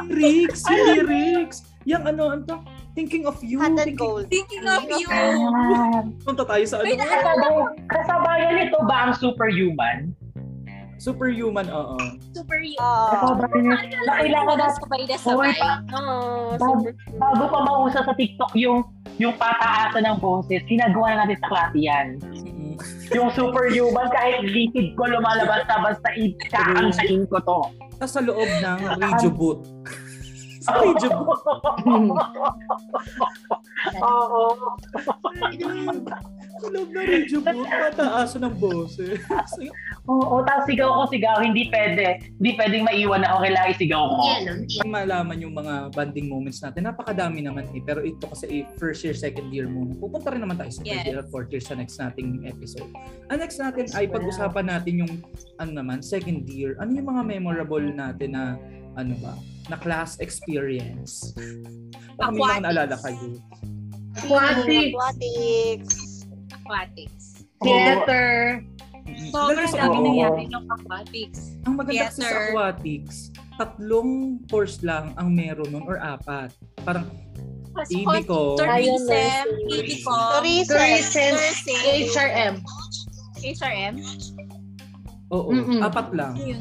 [SPEAKER 1] lyrics, yung lyrics. Yung ano, ano to? Thinking of you.
[SPEAKER 9] Hot and
[SPEAKER 1] thinking-
[SPEAKER 9] cold.
[SPEAKER 6] Thinking of you.
[SPEAKER 3] Ah,
[SPEAKER 1] Punta tayo sa ano?
[SPEAKER 6] Wait, ah,
[SPEAKER 3] kasabay- Kasabayan nito ba ang superhuman?
[SPEAKER 1] Superhuman, oo.
[SPEAKER 6] super you.
[SPEAKER 9] Oo.
[SPEAKER 3] Kasabayan nito. Nakailan ko na
[SPEAKER 6] sabay na
[SPEAKER 3] Hoy,
[SPEAKER 6] sabay.
[SPEAKER 3] pa-
[SPEAKER 2] Oo,
[SPEAKER 3] Bago-
[SPEAKER 2] Ah, sobrang
[SPEAKER 3] bago pa mausa sa TikTok yung yung pataasan ng boses, ginagawa na natin sa klase yan.
[SPEAKER 1] Mm-mm.
[SPEAKER 3] yung superhuman kahit litid ko lumalabas na basta itaang sa ko to.
[SPEAKER 1] Tapos sa loob ng radio booth. sa radio booth.
[SPEAKER 3] Oo.
[SPEAKER 1] Sa loob ng radio booth, pataaso ng boses.
[SPEAKER 3] Oo, tapos sigaw ko sigaw, hindi pwede. Hindi pwedeng maiwan ako, kailangan isigaw ko.
[SPEAKER 1] Kung malaman yung mga banding moments natin, napakadami naman eh. Pero ito kasi eh, first year, second year muna. Pupunta rin naman tayo sa third
[SPEAKER 6] Yes.
[SPEAKER 1] year, fourth year sa next nating episode. Ang next natin ay pag-usapan natin yung ano naman, second year. Ano yung mga memorable natin na ano ba, na class experience. Baka may mga
[SPEAKER 6] Aquatics.
[SPEAKER 1] naalala kayo.
[SPEAKER 9] Aquatics. Aquatics.
[SPEAKER 6] Aquatics.
[SPEAKER 5] Theater.
[SPEAKER 1] Mm-mm. Dahil
[SPEAKER 6] Sobrang
[SPEAKER 1] sa-
[SPEAKER 6] dami
[SPEAKER 3] oo.
[SPEAKER 6] nangyari ng aquatics.
[SPEAKER 1] Ang maganda kasi sa
[SPEAKER 6] Theater.
[SPEAKER 1] aquatics, tatlong course lang ang meron nun or apat. Parang
[SPEAKER 6] Tapos
[SPEAKER 1] Ibig ko.
[SPEAKER 6] Tourism,
[SPEAKER 2] Ayun, nursery.
[SPEAKER 6] ibig ko,
[SPEAKER 9] Oh, Tourism.
[SPEAKER 5] Tourism.
[SPEAKER 6] nursing,
[SPEAKER 5] HRM.
[SPEAKER 6] HRM.
[SPEAKER 1] Oo,
[SPEAKER 5] Mm-mm.
[SPEAKER 1] apat lang.
[SPEAKER 6] Yun.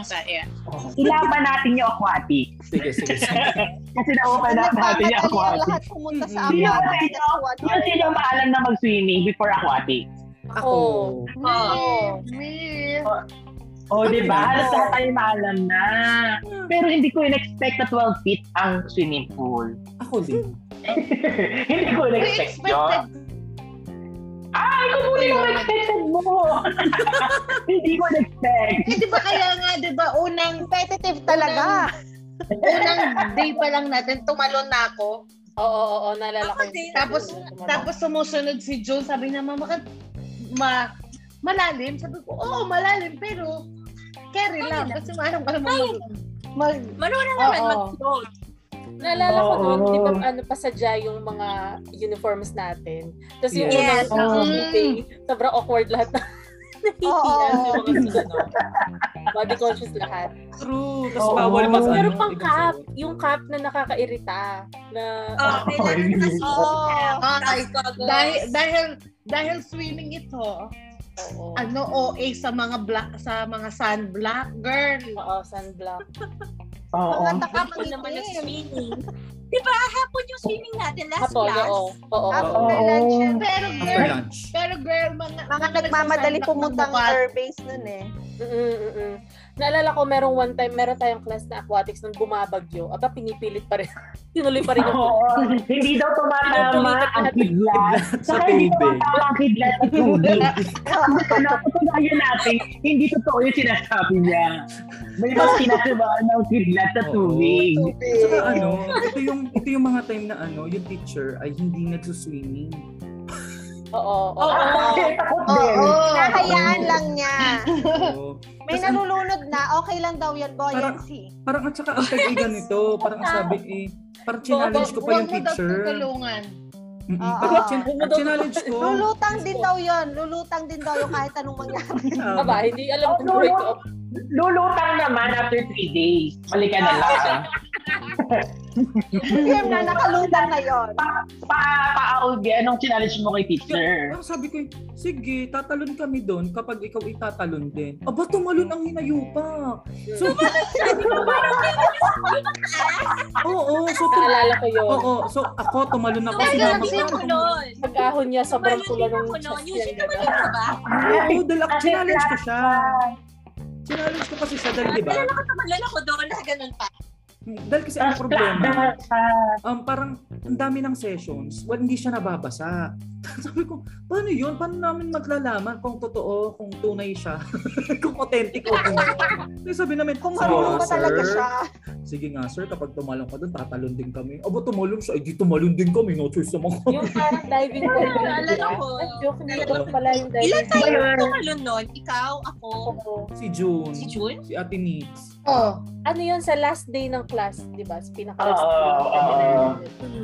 [SPEAKER 6] Okay, yeah.
[SPEAKER 3] Ilaban natin yung aquatic.
[SPEAKER 1] Sige, sige, sige.
[SPEAKER 3] Kasi naupan na natin yung
[SPEAKER 9] Nagmamadali ang
[SPEAKER 3] aquatic.
[SPEAKER 9] lahat pumunta sa
[SPEAKER 1] Mm-mm.
[SPEAKER 3] Sino
[SPEAKER 9] aquatics.
[SPEAKER 3] ba
[SPEAKER 9] Aquatics.
[SPEAKER 3] Yung sino maalam na
[SPEAKER 9] Oh.
[SPEAKER 3] mag-swimming before aquatic?
[SPEAKER 1] Ako.
[SPEAKER 2] Oo.
[SPEAKER 6] Oh.
[SPEAKER 5] Me.
[SPEAKER 1] Oo.
[SPEAKER 3] O, di ba? diba? Halos lahat tayo maalam na. Pero hindi ko in-expect na 12 feet ang swimming pool.
[SPEAKER 1] Ako din.
[SPEAKER 3] hindi ko
[SPEAKER 10] We
[SPEAKER 3] in-expect yun.
[SPEAKER 10] expected
[SPEAKER 3] Ah, ikaw muna yung expected mo. hindi ko in-expect.
[SPEAKER 9] Eh, di ba kaya nga, di ba, unang,
[SPEAKER 10] competitive talaga.
[SPEAKER 9] unang day pa lang natin, tumalon na ako.
[SPEAKER 2] Oo, oo, oo, naalala
[SPEAKER 6] Ako
[SPEAKER 2] ko. yun.
[SPEAKER 6] din.
[SPEAKER 9] Tapos,
[SPEAKER 2] Tumalon.
[SPEAKER 9] Tapos sumusunod si June, sabi niya, mama, ka, ma, malalim. Sabi ko, oo, malalim, pero carry
[SPEAKER 6] Kaya
[SPEAKER 9] lang.
[SPEAKER 6] lang.
[SPEAKER 9] Kasi maalam ka naman
[SPEAKER 6] Kaya
[SPEAKER 9] mag, mag,
[SPEAKER 6] Marunong naman
[SPEAKER 2] Oo.
[SPEAKER 6] mag-float.
[SPEAKER 2] Naalala ko
[SPEAKER 3] Oo.
[SPEAKER 2] noon, di ba ano pasadya yung mga uniforms natin. Tapos yung
[SPEAKER 6] Yes.
[SPEAKER 2] unang
[SPEAKER 3] Oo.
[SPEAKER 2] meeting, sobrang awkward lahat na nahihiyan
[SPEAKER 10] Oo.
[SPEAKER 2] yung mga susunod. Body conscious lahat.
[SPEAKER 1] True. Tapos
[SPEAKER 3] Oo.
[SPEAKER 1] bawal mag
[SPEAKER 2] Pero
[SPEAKER 1] ano,
[SPEAKER 2] pang cap,
[SPEAKER 1] ikaw-
[SPEAKER 2] yung cap na nakakairita. Na,
[SPEAKER 6] Oh, kailangan
[SPEAKER 3] Ay.
[SPEAKER 6] kasi
[SPEAKER 10] Oo.
[SPEAKER 9] ay,
[SPEAKER 6] goggles.
[SPEAKER 9] Ah, dahil, dahil, dahil swimming ito,
[SPEAKER 2] oo.
[SPEAKER 9] ano, OA sa mga black, sa mga sunblock, girl.
[SPEAKER 2] Oo, sunblock.
[SPEAKER 3] Oo.
[SPEAKER 10] Mga taka
[SPEAKER 6] Ako naman
[SPEAKER 10] mangitim.
[SPEAKER 6] nag-swimming. Di ba, hapon yung swimming natin last
[SPEAKER 2] Hapon,
[SPEAKER 6] class?
[SPEAKER 2] oo. Oo,
[SPEAKER 10] After
[SPEAKER 3] Oo.
[SPEAKER 10] lunch, yun.
[SPEAKER 9] Pero
[SPEAKER 1] After
[SPEAKER 9] girl,
[SPEAKER 1] lunch.
[SPEAKER 9] pero girl, Ah.
[SPEAKER 10] mga
[SPEAKER 9] mga,
[SPEAKER 10] nagmamadali
[SPEAKER 9] nagsasunblock ng
[SPEAKER 10] pumuntang
[SPEAKER 9] mukha.
[SPEAKER 10] airbase nun eh.
[SPEAKER 2] Mm-mm, mm-mm. Naalala ko, merong one time, meron tayong class na aquatics nung bumabagyo. Aba, pinipilit pa rin. Tinuloy pa rin yung
[SPEAKER 3] Oo. Hindi daw tumatama ang kidlat.
[SPEAKER 1] Kidlat sa
[SPEAKER 3] Saka hindi
[SPEAKER 1] tubig.
[SPEAKER 3] tumatama ang kidlat sa tubig. Napatunayan natin, hindi totoo yung sinasabi niya. May mas sinasabaan ng kidlat sa
[SPEAKER 1] Oo.
[SPEAKER 3] tubig.
[SPEAKER 1] Saka ano, ito yung, ito yung mga time na ano, yung teacher ay hindi nagsuswimming.
[SPEAKER 2] Oo, oo.
[SPEAKER 6] Oo.
[SPEAKER 3] Bakit? Takot din.
[SPEAKER 10] Oo. Nahayaan lang niya.
[SPEAKER 1] Oo.
[SPEAKER 10] May
[SPEAKER 1] Tas ang-
[SPEAKER 10] nalulunod na. Okay lang daw yan, buoyancy.
[SPEAKER 1] Parang at saka ang tagay ganito, parang ang sabi eh, parang challenge ko pa
[SPEAKER 9] Huwag
[SPEAKER 1] yung
[SPEAKER 9] mo daw
[SPEAKER 1] teacher.
[SPEAKER 9] tutulungan.
[SPEAKER 1] Mm-mm.
[SPEAKER 10] Oo.
[SPEAKER 1] Parang chin- ang challenge ko.
[SPEAKER 10] Lulutang din daw yon Lulutang din daw yung kahit anong mangyari.
[SPEAKER 2] Aba, hindi alam kung
[SPEAKER 3] Oo,
[SPEAKER 2] break
[SPEAKER 3] oo.
[SPEAKER 2] up.
[SPEAKER 3] Lulutang naman after three days. Balik ka na lang.
[SPEAKER 10] Hindi na nakalutang na yon.
[SPEAKER 3] Pa, pa-out yan. Anong challenge mo kay teacher?
[SPEAKER 1] Parang sabi ko, sige, tatalon kami doon kapag ikaw itatalon din. Aba, tumalon ang hinayupa. So, Oo, so, tum-
[SPEAKER 2] Naalala ko yun.
[SPEAKER 1] oo, so ako tumalon ako
[SPEAKER 6] Tumalon
[SPEAKER 1] sinabi
[SPEAKER 6] lang din ako
[SPEAKER 1] ko.
[SPEAKER 6] nun.
[SPEAKER 2] Pagkahon niya, sobrang
[SPEAKER 6] Tumalon
[SPEAKER 2] pula ng
[SPEAKER 6] din
[SPEAKER 2] diba?
[SPEAKER 6] ako nun.
[SPEAKER 2] chest
[SPEAKER 6] Usually,
[SPEAKER 2] niya.
[SPEAKER 6] tumalon ka ba?
[SPEAKER 1] Oo, dahil ako
[SPEAKER 3] Kasi
[SPEAKER 1] challenge ko
[SPEAKER 3] lahat
[SPEAKER 1] siya. Challenge ko kasi siya dahil, di ba?
[SPEAKER 6] Nalala ko tumalon ako doon na ganun pa.
[SPEAKER 1] Dahil kasi ang
[SPEAKER 3] Tapos
[SPEAKER 1] problema,
[SPEAKER 3] plakda ka.
[SPEAKER 1] um, parang ang dami ng sessions, well, hindi siya nababasa. Sabi ko, paano yun? Paano namin maglalaman kung totoo, kung tunay siya, kung authentic o kung Kaya sabi namin,
[SPEAKER 10] Kung
[SPEAKER 1] "Sige
[SPEAKER 10] marunong ba
[SPEAKER 1] nga,
[SPEAKER 10] talaga
[SPEAKER 1] sir."
[SPEAKER 10] siya.
[SPEAKER 1] Sige nga sir, kapag tumalon ka doon, tatalon din kami. Aba, tumalon siya. Ay, di tumalon din kami. No choice naman ko.
[SPEAKER 2] Yung parang diving board na yun, di
[SPEAKER 6] Naalala
[SPEAKER 2] ba?
[SPEAKER 6] ko.
[SPEAKER 2] Joke na joke pala yung
[SPEAKER 6] Ilan
[SPEAKER 2] diving
[SPEAKER 6] tayo
[SPEAKER 2] board.
[SPEAKER 6] tumalon nun? Ikaw, ako,
[SPEAKER 1] Si June.
[SPEAKER 6] si June?
[SPEAKER 1] Si Ate Nix.
[SPEAKER 9] Oo.
[SPEAKER 2] Ano yun, sa last day ng class, di ba? Pinaka-last
[SPEAKER 3] Oo,
[SPEAKER 2] day.
[SPEAKER 3] oo,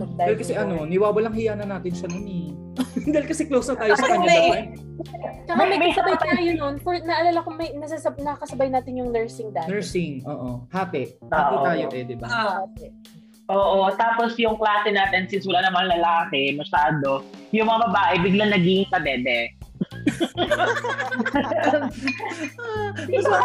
[SPEAKER 3] oo.
[SPEAKER 1] Dahil kasi ano, niwawalang hiya na natin siya noon eh. Dahil kasi close na tayo sa kanya
[SPEAKER 6] May-
[SPEAKER 1] that time.
[SPEAKER 2] Tsaka may
[SPEAKER 3] May- may
[SPEAKER 2] kasabay
[SPEAKER 3] sabay-
[SPEAKER 2] tayo nun. For, naalala ko, may nasasab, nakasabay natin yung nursing dati.
[SPEAKER 1] Nursing, oo. Hati. Hati
[SPEAKER 3] Oo.
[SPEAKER 1] tayo eh, di ba?
[SPEAKER 6] Ah.
[SPEAKER 2] Dati.
[SPEAKER 3] Oo, tapos yung klase natin, since wala namang lalaki, masyado, yung mga babae, biglang naging kabebe.
[SPEAKER 1] Basta,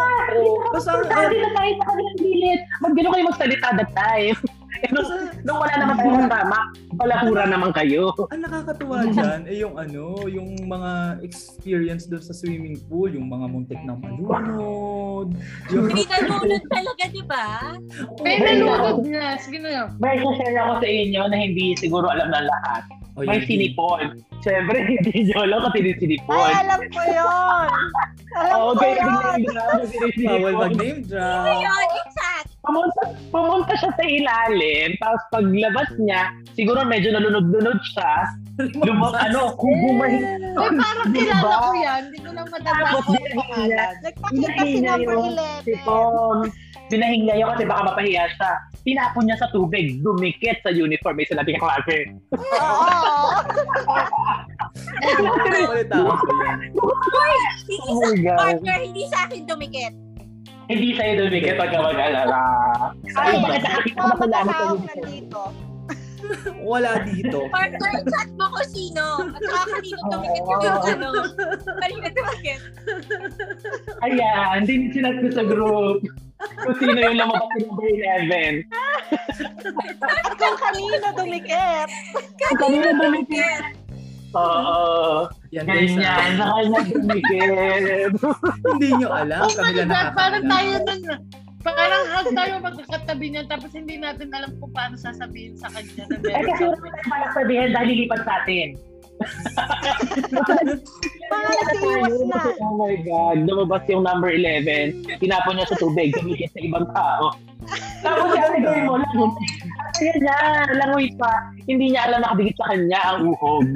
[SPEAKER 1] basta,
[SPEAKER 3] Sabi na tayo sa kanilang gilid. Ba't gano'n kayo magsalita that time? Eh, nung, nung wala naman kayo kasama, balakura naman kayo.
[SPEAKER 1] ang nakakatuwa dyan ay yung ano, yung mga experience doon sa swimming pool, yung mga muntik na malunod, yung
[SPEAKER 6] Hindi nalunod talaga, diba? di ba?
[SPEAKER 9] May nalulog na. Sige na yun.
[SPEAKER 3] May share ako sa inyo na hindi siguro alam ng lahat.
[SPEAKER 1] Oh,
[SPEAKER 3] May
[SPEAKER 1] yun.
[SPEAKER 3] sinipon. Siyempre, hindi nyo alam kasi
[SPEAKER 10] Ay,
[SPEAKER 3] sinisipon.
[SPEAKER 10] alam ko yun. Alam
[SPEAKER 3] Oo,
[SPEAKER 10] ko
[SPEAKER 3] kaya
[SPEAKER 10] yun.
[SPEAKER 3] biglang naging
[SPEAKER 1] Bawal
[SPEAKER 3] sinisipon.
[SPEAKER 1] mag name drop.
[SPEAKER 6] Ayun, exact.
[SPEAKER 3] pumunta, pumunta siya sa ilalim, tapos paglabas niya, siguro medyo nalunod-lunod siya. Lumab, ano, bumay.
[SPEAKER 9] Uy, parang
[SPEAKER 3] Diba?
[SPEAKER 9] kilala ko yan. Hindi ko lang madala
[SPEAKER 3] Tapos
[SPEAKER 9] ko yung
[SPEAKER 3] binahinga
[SPEAKER 9] pangalan.
[SPEAKER 10] Nagpakita si
[SPEAKER 3] Hinahinga
[SPEAKER 10] number
[SPEAKER 3] yun.
[SPEAKER 10] 11.
[SPEAKER 3] si Tom. Binahing niya yun kasi baka mapahiya siya. Tinapon niya sa tubig, dumikit sa uniform, may sinabing klase.
[SPEAKER 10] Oo.
[SPEAKER 1] Ulit ako yan.
[SPEAKER 6] Hindi
[SPEAKER 3] Oh
[SPEAKER 6] sa
[SPEAKER 3] my God.
[SPEAKER 6] partner, hindi sa akin dumikit.
[SPEAKER 3] Hindi sa'yo dumikit pag mag-alala. Ay,
[SPEAKER 10] Ay,
[SPEAKER 3] bakit
[SPEAKER 10] alam
[SPEAKER 3] nakakita
[SPEAKER 10] ko,
[SPEAKER 3] ko madami sa
[SPEAKER 10] magkahawak
[SPEAKER 3] uniform?
[SPEAKER 10] nandito.
[SPEAKER 1] Wala dito.
[SPEAKER 6] Partner, chat mo ko sino. At saka kanino dumikit yung ano. Kanino dumikit.
[SPEAKER 3] Ayan, hindi sinat ko sa group. Kung sino yung lumabas sa number 11.
[SPEAKER 10] At kung kanino dumikit.
[SPEAKER 3] Ang kanina dumikit.
[SPEAKER 6] Yes.
[SPEAKER 3] Oo.
[SPEAKER 1] Yan guys,
[SPEAKER 3] Ganyan,
[SPEAKER 1] ah,
[SPEAKER 3] nakanyag-migid.
[SPEAKER 1] hindi nyo alam.
[SPEAKER 9] Oh
[SPEAKER 1] kami
[SPEAKER 9] my
[SPEAKER 1] lang
[SPEAKER 9] God, parang
[SPEAKER 1] nakakaalam.
[SPEAKER 9] tayo nun, parang hag tayo magkakatabi niyan tapos hindi natin alam kung paano sasabihin sa kanya. na
[SPEAKER 3] Eh, kasi wala
[SPEAKER 9] meron.
[SPEAKER 3] tayong palang sabihin dahil lilipat sa atin.
[SPEAKER 4] Parang nagkaiwas na.
[SPEAKER 3] Oh my God, lumabas yung number 11. Tinapon niya sa tubig, gamitin sa ibang tao. Tapos siya, ano gawin mo? Langoy. At yan na, langoy pa. Hindi niya alam nakadikit sa kanya ang uhog.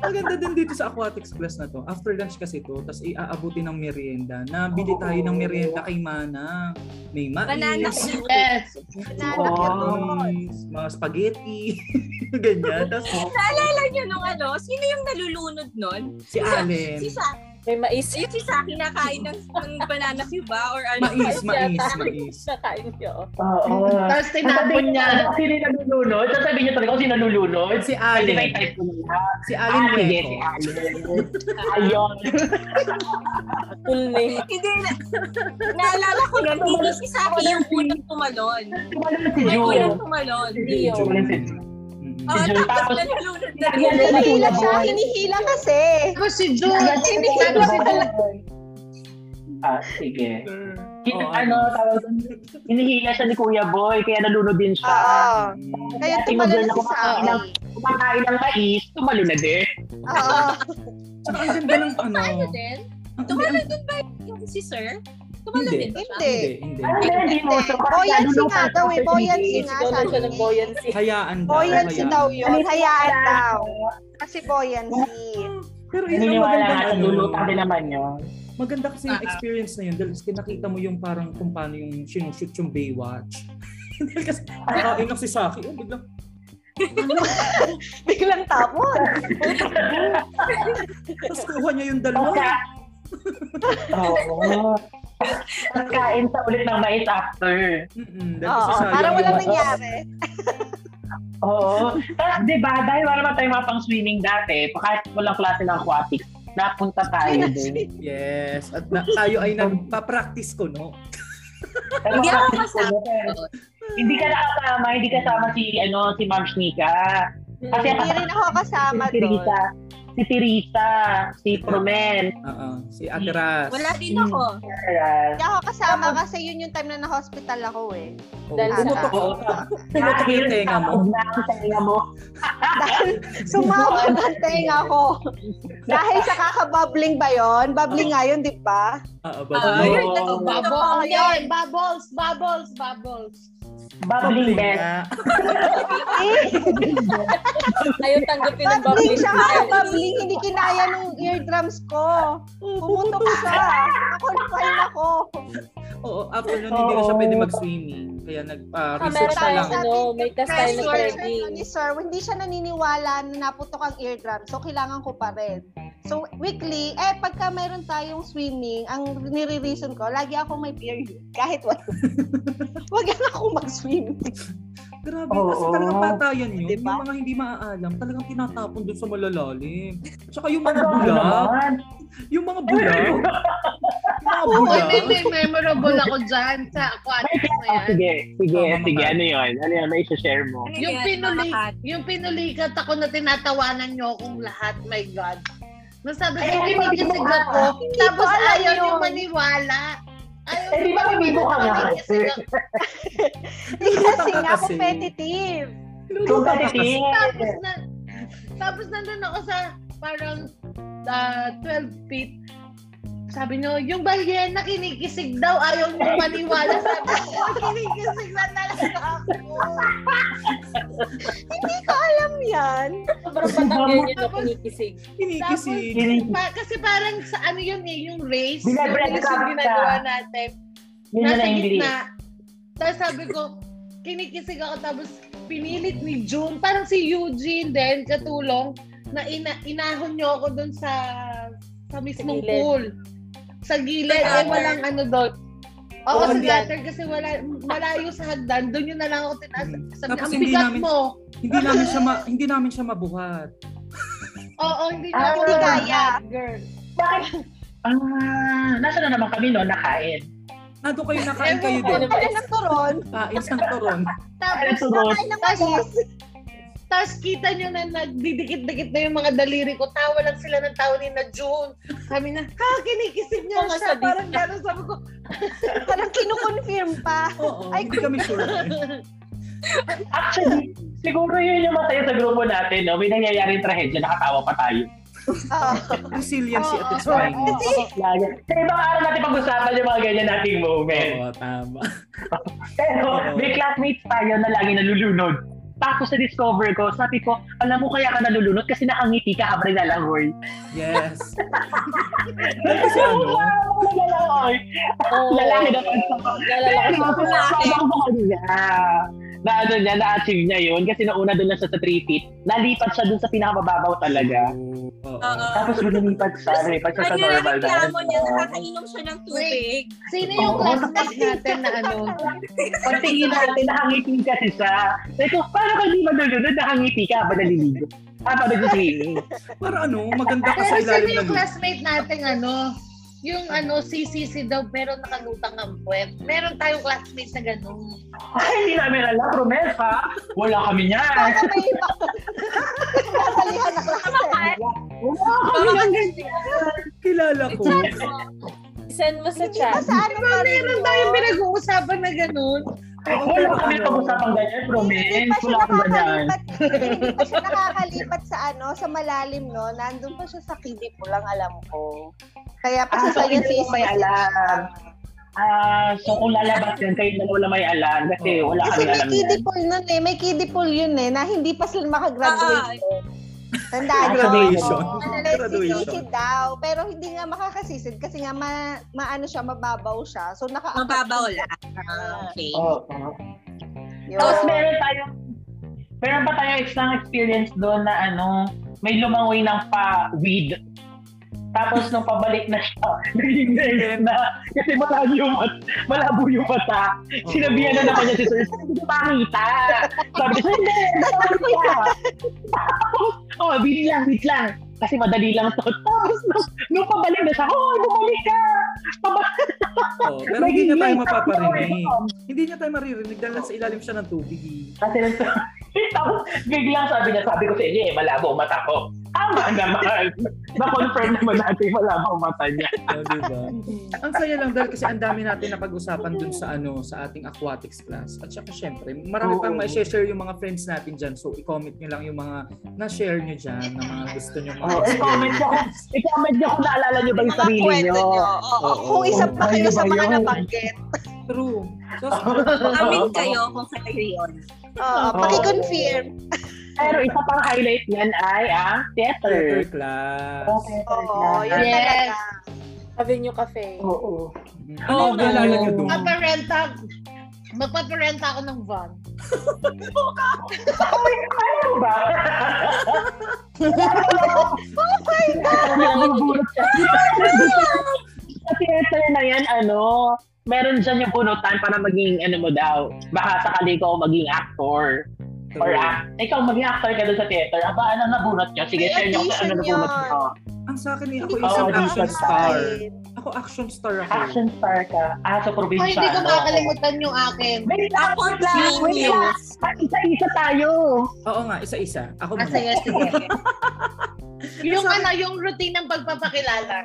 [SPEAKER 1] Ang ganda din dito sa aquatics class na to. After lunch kasi to, tapos iaabuti ng merienda. Nabili tayo ng merienda kay Mana. May mais.
[SPEAKER 6] Banana soup.
[SPEAKER 9] Yes.
[SPEAKER 1] prawns, mga spaghetti. Ganyan. Tapos
[SPEAKER 6] Naalala niyo nung ano, sino yung nalulunod nun?
[SPEAKER 1] si Allen.
[SPEAKER 6] Si Sa,
[SPEAKER 2] May mais.
[SPEAKER 6] yung si Saki nakain ng, ng banana cube ba? Or ano?
[SPEAKER 1] Mais, mais,
[SPEAKER 2] yata.
[SPEAKER 1] mais.
[SPEAKER 2] Nakain niyo.
[SPEAKER 3] Oo.
[SPEAKER 9] Tapos tinapon niya.
[SPEAKER 3] Sino yung nalulunod? Sasabihin niya talaga kung sino nalulunod.
[SPEAKER 1] Si
[SPEAKER 3] Pwede ba
[SPEAKER 1] Allen.
[SPEAKER 3] i-type ko na?
[SPEAKER 1] Si Allen
[SPEAKER 3] Ah, sige, si
[SPEAKER 1] Weco.
[SPEAKER 3] Allen. Ayun.
[SPEAKER 2] Full name.
[SPEAKER 6] Hindi na. Naalala ko nun, hindi si Saki yung unang tumalon.
[SPEAKER 3] Tumalun si
[SPEAKER 6] Yung
[SPEAKER 3] June.
[SPEAKER 6] unang tumalon.
[SPEAKER 2] Leo.
[SPEAKER 3] Tumalun si June.
[SPEAKER 1] Mm-mm.
[SPEAKER 9] Ah.
[SPEAKER 6] Oh,
[SPEAKER 3] Jun,
[SPEAKER 6] tapos
[SPEAKER 3] tapos-
[SPEAKER 6] nalulunod na
[SPEAKER 3] Yan,
[SPEAKER 6] rin.
[SPEAKER 4] Hinihila siya, hinihila kasi.
[SPEAKER 9] Tapos si Jun, hindi ka kasi talaga.
[SPEAKER 3] Ah, sige. Kin-
[SPEAKER 1] Oo,
[SPEAKER 3] ano, tawag doon, hinihila siya ni Kuya Boy, kaya nalunod din siya.
[SPEAKER 4] Oo.
[SPEAKER 1] Mm.
[SPEAKER 4] Kaya tumalo na si Sally.
[SPEAKER 3] Kumakain ng mais, tumalo na din.
[SPEAKER 4] Oo.
[SPEAKER 1] Tsaka ang ganda ng ano.
[SPEAKER 6] Ano
[SPEAKER 9] eh.
[SPEAKER 6] din?
[SPEAKER 1] ang-
[SPEAKER 6] Tumalon din ba yung si Sir? Tumalon
[SPEAKER 1] Hindi.
[SPEAKER 6] din ba siya?
[SPEAKER 4] Hindi.
[SPEAKER 9] eh.
[SPEAKER 1] Hindi, hindi.
[SPEAKER 3] Ano na, hindi mo. So, kasi
[SPEAKER 4] Buoyancy
[SPEAKER 3] nalulunod
[SPEAKER 4] nga
[SPEAKER 3] ka
[SPEAKER 4] daw eh,
[SPEAKER 3] sa
[SPEAKER 4] buoyancy
[SPEAKER 3] tubig.
[SPEAKER 4] nga
[SPEAKER 2] Ikaw na
[SPEAKER 4] sabi
[SPEAKER 2] siya ng
[SPEAKER 4] niya.
[SPEAKER 2] buoyancy.
[SPEAKER 1] Hayaan daw.
[SPEAKER 4] Buoyancy
[SPEAKER 1] hayaan.
[SPEAKER 4] daw yun. Hayaan daw. Kasi
[SPEAKER 3] buoyancy.
[SPEAKER 4] buoyancy.
[SPEAKER 1] Pero yun ang
[SPEAKER 3] Naniniwala
[SPEAKER 1] maganda
[SPEAKER 3] nga sa
[SPEAKER 1] ano.
[SPEAKER 3] lulutang din naman yun.
[SPEAKER 1] Maganda kasi yung experience na yun dahil nakita mo yung parang kung paano yung sinushoot yung Baywatch. dahil kasi kakain lang si Saki. Oh, biglang
[SPEAKER 4] Biglang tapon.
[SPEAKER 1] tapos kuha niya yung dalawa.
[SPEAKER 3] Pagka... Oo. Pagkain sa ulit ng mais after.
[SPEAKER 1] Mm-mm, dahil Diba?
[SPEAKER 4] Oo.
[SPEAKER 1] kasi sayang
[SPEAKER 4] Parang walang
[SPEAKER 1] yung-
[SPEAKER 4] nangyari.
[SPEAKER 3] Oo. Tapos, di ba, dahil wala naman tayong mga pang-swimming dati, kahit walang klase ng aquatics, napunta tayo din.
[SPEAKER 1] Yes. At na, tayo ay nagpa-practice ko, no?
[SPEAKER 3] Pero
[SPEAKER 6] Hindi ako
[SPEAKER 3] practice ko yun.
[SPEAKER 6] kasama.
[SPEAKER 3] Hindi ka nakasama, hindi kasama si, ano, si Ma'am Shnika. Kasi ang
[SPEAKER 4] Hindi rin ako kasama
[SPEAKER 3] si
[SPEAKER 4] doon.
[SPEAKER 3] Teresa. Si Teresa, si Promen.
[SPEAKER 1] Oo. Si Atras.
[SPEAKER 6] Wala din ako.
[SPEAKER 4] Hindi ako kasama kasi yun yung time na na-hospital ako eh.
[SPEAKER 1] Oo,
[SPEAKER 2] Dahil sa-
[SPEAKER 1] Pumutok
[SPEAKER 3] Oo.
[SPEAKER 1] ka. Pumutok yung tenga mo.
[SPEAKER 3] Na, ang tenga mo.
[SPEAKER 4] Dahil sumabog ang tenga ko. Dahil sa kakababling ba yon? Bubbling nga yun, di ba?
[SPEAKER 1] Oo,
[SPEAKER 6] Ah,
[SPEAKER 1] babae.
[SPEAKER 6] yun, nagbabago
[SPEAKER 9] Bubble,
[SPEAKER 6] ako yun.
[SPEAKER 9] ayun, bubbles, bubbles, bubbles.
[SPEAKER 3] Bubbling best.
[SPEAKER 1] nga.
[SPEAKER 2] Ayaw tanggapin ng
[SPEAKER 4] Eh, Bubbling
[SPEAKER 2] bubbling.
[SPEAKER 4] siya kakababling. Hindi kinaya nung eardrums ko. Pumutok siya. Nakonfine ako.
[SPEAKER 1] Oo, after nun, hindi na siya
[SPEAKER 3] Oo.
[SPEAKER 1] pwede mag-swimming. Kaya nag-research
[SPEAKER 2] meron
[SPEAKER 1] na
[SPEAKER 2] tayong
[SPEAKER 1] lang.
[SPEAKER 2] ano, may test tayo ng
[SPEAKER 4] Kasi
[SPEAKER 2] curving.
[SPEAKER 4] ni sir, hindi siya naniniwala na naputok ang eardrum. So, kailangan ko pa rin. So, weekly, eh, pagka mayroon tayong swimming, ang nire-reason ko, lagi ako may period. Kahit wala. Huwag na ako mag-swim.
[SPEAKER 1] Grabe,
[SPEAKER 3] Oo.
[SPEAKER 1] kasi talagang patayan yun.
[SPEAKER 4] Diba?
[SPEAKER 1] Yung mga hindi maaalam, talagang tinatapon dun sa malalalim. Tsaka yung mga
[SPEAKER 3] Ano
[SPEAKER 1] bula,
[SPEAKER 3] naman?
[SPEAKER 1] yung mga bula, yung mga
[SPEAKER 9] Oh,
[SPEAKER 1] bula.
[SPEAKER 9] may, may memorable ako dyan sa aquatics na
[SPEAKER 3] Oh,
[SPEAKER 9] yan.
[SPEAKER 3] sige, sige,
[SPEAKER 1] Tama,
[SPEAKER 3] sige.
[SPEAKER 1] tama.
[SPEAKER 3] Ano yun? Ano yun? May share mo.
[SPEAKER 6] Ano
[SPEAKER 9] Yung
[SPEAKER 6] yan,
[SPEAKER 9] pinuli,
[SPEAKER 6] mamakat?
[SPEAKER 9] yung pinulikat ako na tinatawanan niyo akong lahat, my God. Nasabi ko,
[SPEAKER 3] Ay, eh, ay,
[SPEAKER 9] kinikilig
[SPEAKER 3] ay,
[SPEAKER 9] ako,
[SPEAKER 4] ko
[SPEAKER 9] tapos
[SPEAKER 4] alam
[SPEAKER 9] ayaw niyo
[SPEAKER 4] yun.
[SPEAKER 9] maniwala. Ayaw
[SPEAKER 3] Eh, di ba bibo ka nga kasi?
[SPEAKER 4] Hindi kasi nga
[SPEAKER 1] Kasi-
[SPEAKER 4] competitive.
[SPEAKER 3] Competitive.
[SPEAKER 9] Tapos na, tapos nandun ako sa parang ah, 12 feet. Sabi niyo, yung balyena kinikisig daw, ayaw niyo maniwala. Sabi ko, "Oh, kinikisig na talaga ako.
[SPEAKER 4] Hindi ko alam yan.
[SPEAKER 2] Sobrang patanggal yun, no, kinikisig.
[SPEAKER 1] Kinikisig.
[SPEAKER 9] Pa- kasi parang sa ano yun eh, yung race.
[SPEAKER 3] Binabrand
[SPEAKER 9] yung race
[SPEAKER 3] ka
[SPEAKER 9] yung
[SPEAKER 3] ka.
[SPEAKER 9] ginagawa natin.
[SPEAKER 3] Yun na
[SPEAKER 9] nasa
[SPEAKER 3] lang English.
[SPEAKER 9] gitna. Tapos sabi ko, kinikisig ako tapos pinilit ni June. Parang si Eugene din, katulong, na ina inahon niyo ako doon sa sa mismong
[SPEAKER 2] Sa gilid.
[SPEAKER 9] pool. Sa gilid.
[SPEAKER 6] Sa
[SPEAKER 9] Eh, walang ano doon. Oo,
[SPEAKER 2] Oo,
[SPEAKER 9] sa
[SPEAKER 2] yan.
[SPEAKER 9] gutter kasi wala, malayo sa hagdan. Doon yun na lang ako tinaas.
[SPEAKER 1] Mm.
[SPEAKER 9] Sabi niya,
[SPEAKER 1] Tapos
[SPEAKER 9] ang
[SPEAKER 1] hindi
[SPEAKER 9] bigat
[SPEAKER 1] namin-
[SPEAKER 9] mo.
[SPEAKER 1] Hindi namin siya ma- hindi namin siya mabuhat.
[SPEAKER 9] Oo, hindi
[SPEAKER 3] Ah,
[SPEAKER 9] na
[SPEAKER 4] Hindi kaya.
[SPEAKER 9] Girl.
[SPEAKER 3] Bakit? Ah, nasa na naman kami no, nakain.
[SPEAKER 1] Nado kayo nakain kayo Ah,
[SPEAKER 2] Ano
[SPEAKER 1] doon.
[SPEAKER 2] ba?
[SPEAKER 4] Ano na turon?
[SPEAKER 1] Kain ng turon.
[SPEAKER 9] Tapos,
[SPEAKER 3] Ano to, Ros?
[SPEAKER 4] Nakain ng mais.
[SPEAKER 9] Tapos kita nyo na nagdidikit-dikit na yung mga daliri ko. Tawa lang sila ng tawa ni na June. Sabi na, ha, kinikisip niya
[SPEAKER 2] Mga
[SPEAKER 9] siya.
[SPEAKER 2] sadista.
[SPEAKER 9] Parang gano'n sabi ko.
[SPEAKER 4] Parang kinukonfirm pa.
[SPEAKER 1] Oo,
[SPEAKER 4] Ay,
[SPEAKER 1] hindi kami sure.
[SPEAKER 3] Actually, siguro yun yung masaya sa grupo natin, no? May nangyayaring trahedya, nakatawa pa tayo.
[SPEAKER 4] Oo.
[SPEAKER 1] Resiliency at its
[SPEAKER 4] Oo,
[SPEAKER 1] finest.
[SPEAKER 4] oo.
[SPEAKER 3] Lagi. Kaya ibang araw natin pag-usapan yung mga ganyan nating moment.
[SPEAKER 1] Oo, tama.
[SPEAKER 3] Pero
[SPEAKER 1] Oo.
[SPEAKER 3] may classmates tayo na lagi nalulunod. Tapos na-discover ko, sabi ko, alam mo kaya ka nalulunod kasi nakangiti ka habang naglalangoy.
[SPEAKER 1] Yes. Kasi ano,
[SPEAKER 3] Habang naglalangoy.
[SPEAKER 2] Oo.
[SPEAKER 3] Lalaki na pag
[SPEAKER 2] Lalaki na
[SPEAKER 3] Lalaki na ano niya, na-achieve niya yun kasi nauna doon lang siya sa 3 feet. Nalipat siya doon sa pinakamababaw talaga.
[SPEAKER 1] oo.
[SPEAKER 6] Oo.
[SPEAKER 3] Tapos lumipat siya, lumipat siya sa
[SPEAKER 6] Ano
[SPEAKER 3] normal
[SPEAKER 6] yung reklamo niya? Nakakainom siya ng tubig.
[SPEAKER 9] Sino yung
[SPEAKER 3] Oo.
[SPEAKER 9] classmate natin na ano?
[SPEAKER 3] Pagtingin natin, nakangiti kasi siya. Sabi ko, paano ka di malulunod? Nakangiti ka habang naliligo. Ah, Habang nag-swimming.
[SPEAKER 1] Para ano, maganda ka
[SPEAKER 9] Pero
[SPEAKER 1] sa
[SPEAKER 9] sino
[SPEAKER 1] ilalim ng
[SPEAKER 9] yung classmate natin ano? Yung ano, sisisi daw pero nakalutang ang puwet. Meron tayong classmate na gano'n.
[SPEAKER 3] Ay, hindi namin alam. Promesa. Wala kami niyan.
[SPEAKER 4] Baka may iba. Nakasalihan ako.
[SPEAKER 3] Wala kami niyan ganyan.
[SPEAKER 1] kilala ko.
[SPEAKER 6] Oh.
[SPEAKER 2] Send mo sa
[SPEAKER 4] Hindi ba
[SPEAKER 2] chat.
[SPEAKER 4] sa ano
[SPEAKER 9] Diba, meron tayong pinag-uusapan na gano'n.
[SPEAKER 3] Wala kami pag-usapang ganyan.
[SPEAKER 4] Hindi
[SPEAKER 3] Promise.
[SPEAKER 4] pa siya
[SPEAKER 3] Wala kami ganyan.
[SPEAKER 4] nakakalipat. Hindi pa siya nakakalipat sa ano, sa malalim, no? Nandun pa siya sa kidi ko lang, alam ko. Kaya pa
[SPEAKER 3] Ah,
[SPEAKER 4] sa
[SPEAKER 3] so
[SPEAKER 4] kanya
[SPEAKER 3] hindi
[SPEAKER 4] si
[SPEAKER 3] ko may alam. Ah, so kung lalabat yan, kayo na wala may alam. Kasi wala kami
[SPEAKER 4] Kasi may
[SPEAKER 3] alam
[SPEAKER 4] kiddie
[SPEAKER 3] yan.
[SPEAKER 4] pool nun eh. May kiddie pool yun eh, na hindi pa sila makagraduate. eh. Tandaan
[SPEAKER 1] Ah,
[SPEAKER 4] nyo.
[SPEAKER 1] graduation.
[SPEAKER 4] Oo.
[SPEAKER 1] Graduation.
[SPEAKER 4] Nagsisisid daw, pero hindi nga makakasisid kasi nga ma, maano siya, mababaw siya. So naka
[SPEAKER 6] Mababaw lang. Ah, Okay.
[SPEAKER 3] Oo. oo.
[SPEAKER 4] Yun.
[SPEAKER 3] Tapos meron tayong meron pa tayong isang experience doon na ano, may lumangoy ng pa-weed. Tapos nung pabalik na siya, naging nervous na kasi malabo yung, mat- malabo yung mata. Sinabihan na naman niya si Sir, "Sir, hindi ko makita. Sabi ko, hindi, hindi ko makita. Tapos, oh, wait lang, wait lang. Kasi madali lang to. Tapos nung, nung pabalik na siya, oh, bumalik ka. Pabalik.
[SPEAKER 1] Oo, Oh, Pero hindi niya tayo
[SPEAKER 3] Naging- eh.
[SPEAKER 1] mapaparinig. Hindi niya tayo maririnig dahil nasa ilalim siya ng tubig. eh.
[SPEAKER 3] Kasi nito, tapos biglang sabi niya, sabi ko sa inyo eh, malabo ang mata ko. Tama naman. Na-confirm naman natin malabo ang mata niya.
[SPEAKER 1] Oh, diba? Ang saya lang dahil kasi ang dami natin napag-usapan dun sa ano sa ating aquatics class. At saka syempre, marami
[SPEAKER 3] Oo.
[SPEAKER 1] pang ma-share yung mga friends natin dyan. So, i-comment nyo lang yung mga na-share nyo dyan na mga gusto nyo mga
[SPEAKER 3] Oh, i-comment niyo kung, i-comment niyo kung naalala niyo ba yung
[SPEAKER 4] mga
[SPEAKER 3] sarili
[SPEAKER 4] kwento
[SPEAKER 3] niyo.
[SPEAKER 4] nyo. Oo,
[SPEAKER 1] Oo.
[SPEAKER 4] Kung isa pa
[SPEAKER 3] Ano
[SPEAKER 4] kayo sa
[SPEAKER 3] ba
[SPEAKER 4] mga
[SPEAKER 3] yun?
[SPEAKER 4] nabanggit.
[SPEAKER 1] True. So,
[SPEAKER 6] Amin kayo kung kayo yun.
[SPEAKER 4] Oo, paki-confirm.
[SPEAKER 3] Pero isa pang highlight niyan ay ang
[SPEAKER 1] theater
[SPEAKER 3] theater.
[SPEAKER 1] class.
[SPEAKER 3] Okay.
[SPEAKER 4] Oo, yun
[SPEAKER 9] Yes.
[SPEAKER 4] talaga.
[SPEAKER 2] Avenue Cafe.
[SPEAKER 3] Oo.
[SPEAKER 1] Ano ang naalala nyo dun?
[SPEAKER 9] Magpaparenta, magpaparenta ako ng van.
[SPEAKER 3] Ano ba? Ano ba?
[SPEAKER 6] Ah,
[SPEAKER 3] Sa theater na yan, ano, meron dyan yung punutan para maging ano mo daw. Baka sakali ko maging actor. Or ah, ikaw maging actor ka doon sa theater. Aba, anong nabunot niyo? Sige,
[SPEAKER 4] May
[SPEAKER 3] share niyo kung ano
[SPEAKER 4] audition
[SPEAKER 3] nabunot
[SPEAKER 4] yun.
[SPEAKER 3] niyo.
[SPEAKER 1] Ang sa akin eh, ako
[SPEAKER 4] Hindi
[SPEAKER 1] isang
[SPEAKER 3] ko na-
[SPEAKER 1] action
[SPEAKER 3] Ay.
[SPEAKER 1] star. Ako action star ako.
[SPEAKER 3] Action star ka. Ah, sa probinsya.
[SPEAKER 9] Ay, hindi ko
[SPEAKER 3] ano?
[SPEAKER 9] makakalimutan yung akin.
[SPEAKER 3] Wait lang,
[SPEAKER 6] Ako
[SPEAKER 3] wait lang,
[SPEAKER 6] lang,
[SPEAKER 3] wait lang. Ah, Isa-isa tayo.
[SPEAKER 1] Oo nga, isa-isa. Ako
[SPEAKER 9] Ah,
[SPEAKER 1] muna.
[SPEAKER 9] sige, sige. yung ano, yung routine ng pagpapakilala.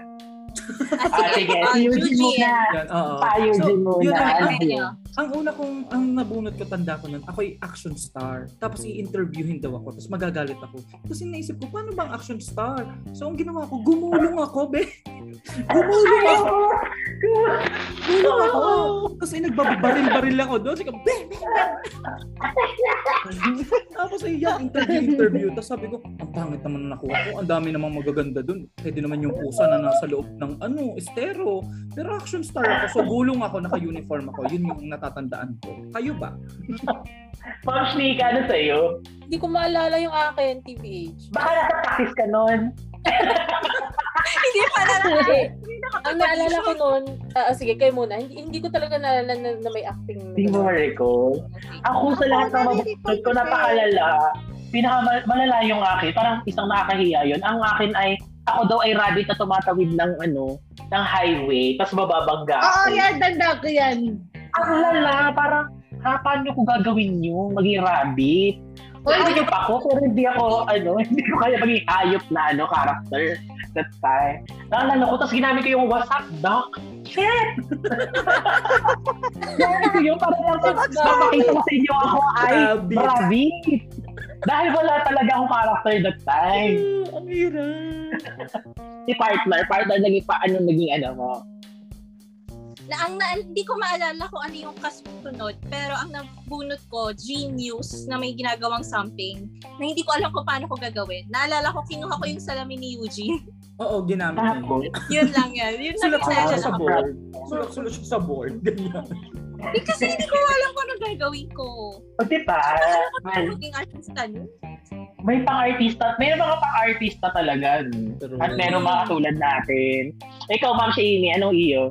[SPEAKER 3] Ah, sige. Si Eugene muna.
[SPEAKER 1] Yan, oo.
[SPEAKER 3] Pa Eugene
[SPEAKER 1] yun
[SPEAKER 3] muna.
[SPEAKER 1] ang,
[SPEAKER 3] Ano yun?
[SPEAKER 1] ang una kong, ang nabunot ko, tanda ko nun, ako'y action star. Tapos i-interviewin daw ako, tapos magagalit ako. Kasi naisip ko, paano bang action star? So, ang ginawa ko, gumulong ako, be. Gumulong ako, gumulong ako. Tapos ay nagbabaril-baril ako doon. Sige, be, be, be. Tapos ay yan, interview, interview. Tapos sabi ko, ang pangit naman na nakuha ko. Ang dami namang magaganda doon. Pwede naman yung pusa na nasa loob ng ano, estero. Pero action star ako. So gulong ako, naka-uniform ako. Yun yung natatandaan ko. Kayo ba?
[SPEAKER 3] Ma'am Shnika, ano sa'yo?
[SPEAKER 2] Hindi ko maalala yung akin, TVH.
[SPEAKER 3] Baka nasa practice ka nun.
[SPEAKER 6] Hindi pala
[SPEAKER 2] Ang naalala ko noon, ah sige, kayo muna. Hindi, hindi ko talaga naalala na, na may acting. na
[SPEAKER 3] Hindi
[SPEAKER 2] gano'n.
[SPEAKER 3] mo ma-recall. Ako sa lahat ng mabunod ko, napakalala. Pinakamalala yung akin. Parang isang nakakahiya yun. Ang akin ay, ako daw ay rabbit na tumatawid ng ano, ng highway, tapos mababangga
[SPEAKER 9] Oo,
[SPEAKER 3] ako.
[SPEAKER 9] yan, tanda ko yan.
[SPEAKER 3] Ang lala, parang, ha, paano ko gagawin yun? Maging rabbit? Ay, hindi pa ako, pero hindi ako, ano, hindi ko kaya maging ayop na, ano, character that time. Naalala ko, tapos ginamit ko yung WhatsApp, doc. Shit! Ginamit ko yung parang lang, napakita ko sa inyo ako ay
[SPEAKER 1] Grabe.
[SPEAKER 3] bravi. Dahil wala talaga akong character that time.
[SPEAKER 1] Ang hirap.
[SPEAKER 3] Si partner, partner naging pa, ano, naging ano mo.
[SPEAKER 6] Na ang na, hindi ko maalala kung ano yung kasunod, pero ang nabunot ko, genius na may ginagawang something na hindi ko alam kung paano ko gagawin. Naalala ko, kinuha ko yung salamin ni Yuji.
[SPEAKER 1] Oo, ginamit na yun.
[SPEAKER 3] Tapos,
[SPEAKER 6] yun lang yan. Yun lang
[SPEAKER 1] Sulat
[SPEAKER 6] yung
[SPEAKER 1] siya
[SPEAKER 6] naalala
[SPEAKER 1] sa
[SPEAKER 6] ko.
[SPEAKER 1] board. Sulat-sulat siya sa board. Ganyan.
[SPEAKER 6] Eh, Kasi hindi ko alam kung ano gagawin ko.
[SPEAKER 3] o diba, well,
[SPEAKER 6] Maging artista nun.
[SPEAKER 3] may pang-artista, may mga pang-artista talaga. no?
[SPEAKER 1] True.
[SPEAKER 3] At meron mga tulad natin. Ikaw, Ma'am Shani, anong iyo?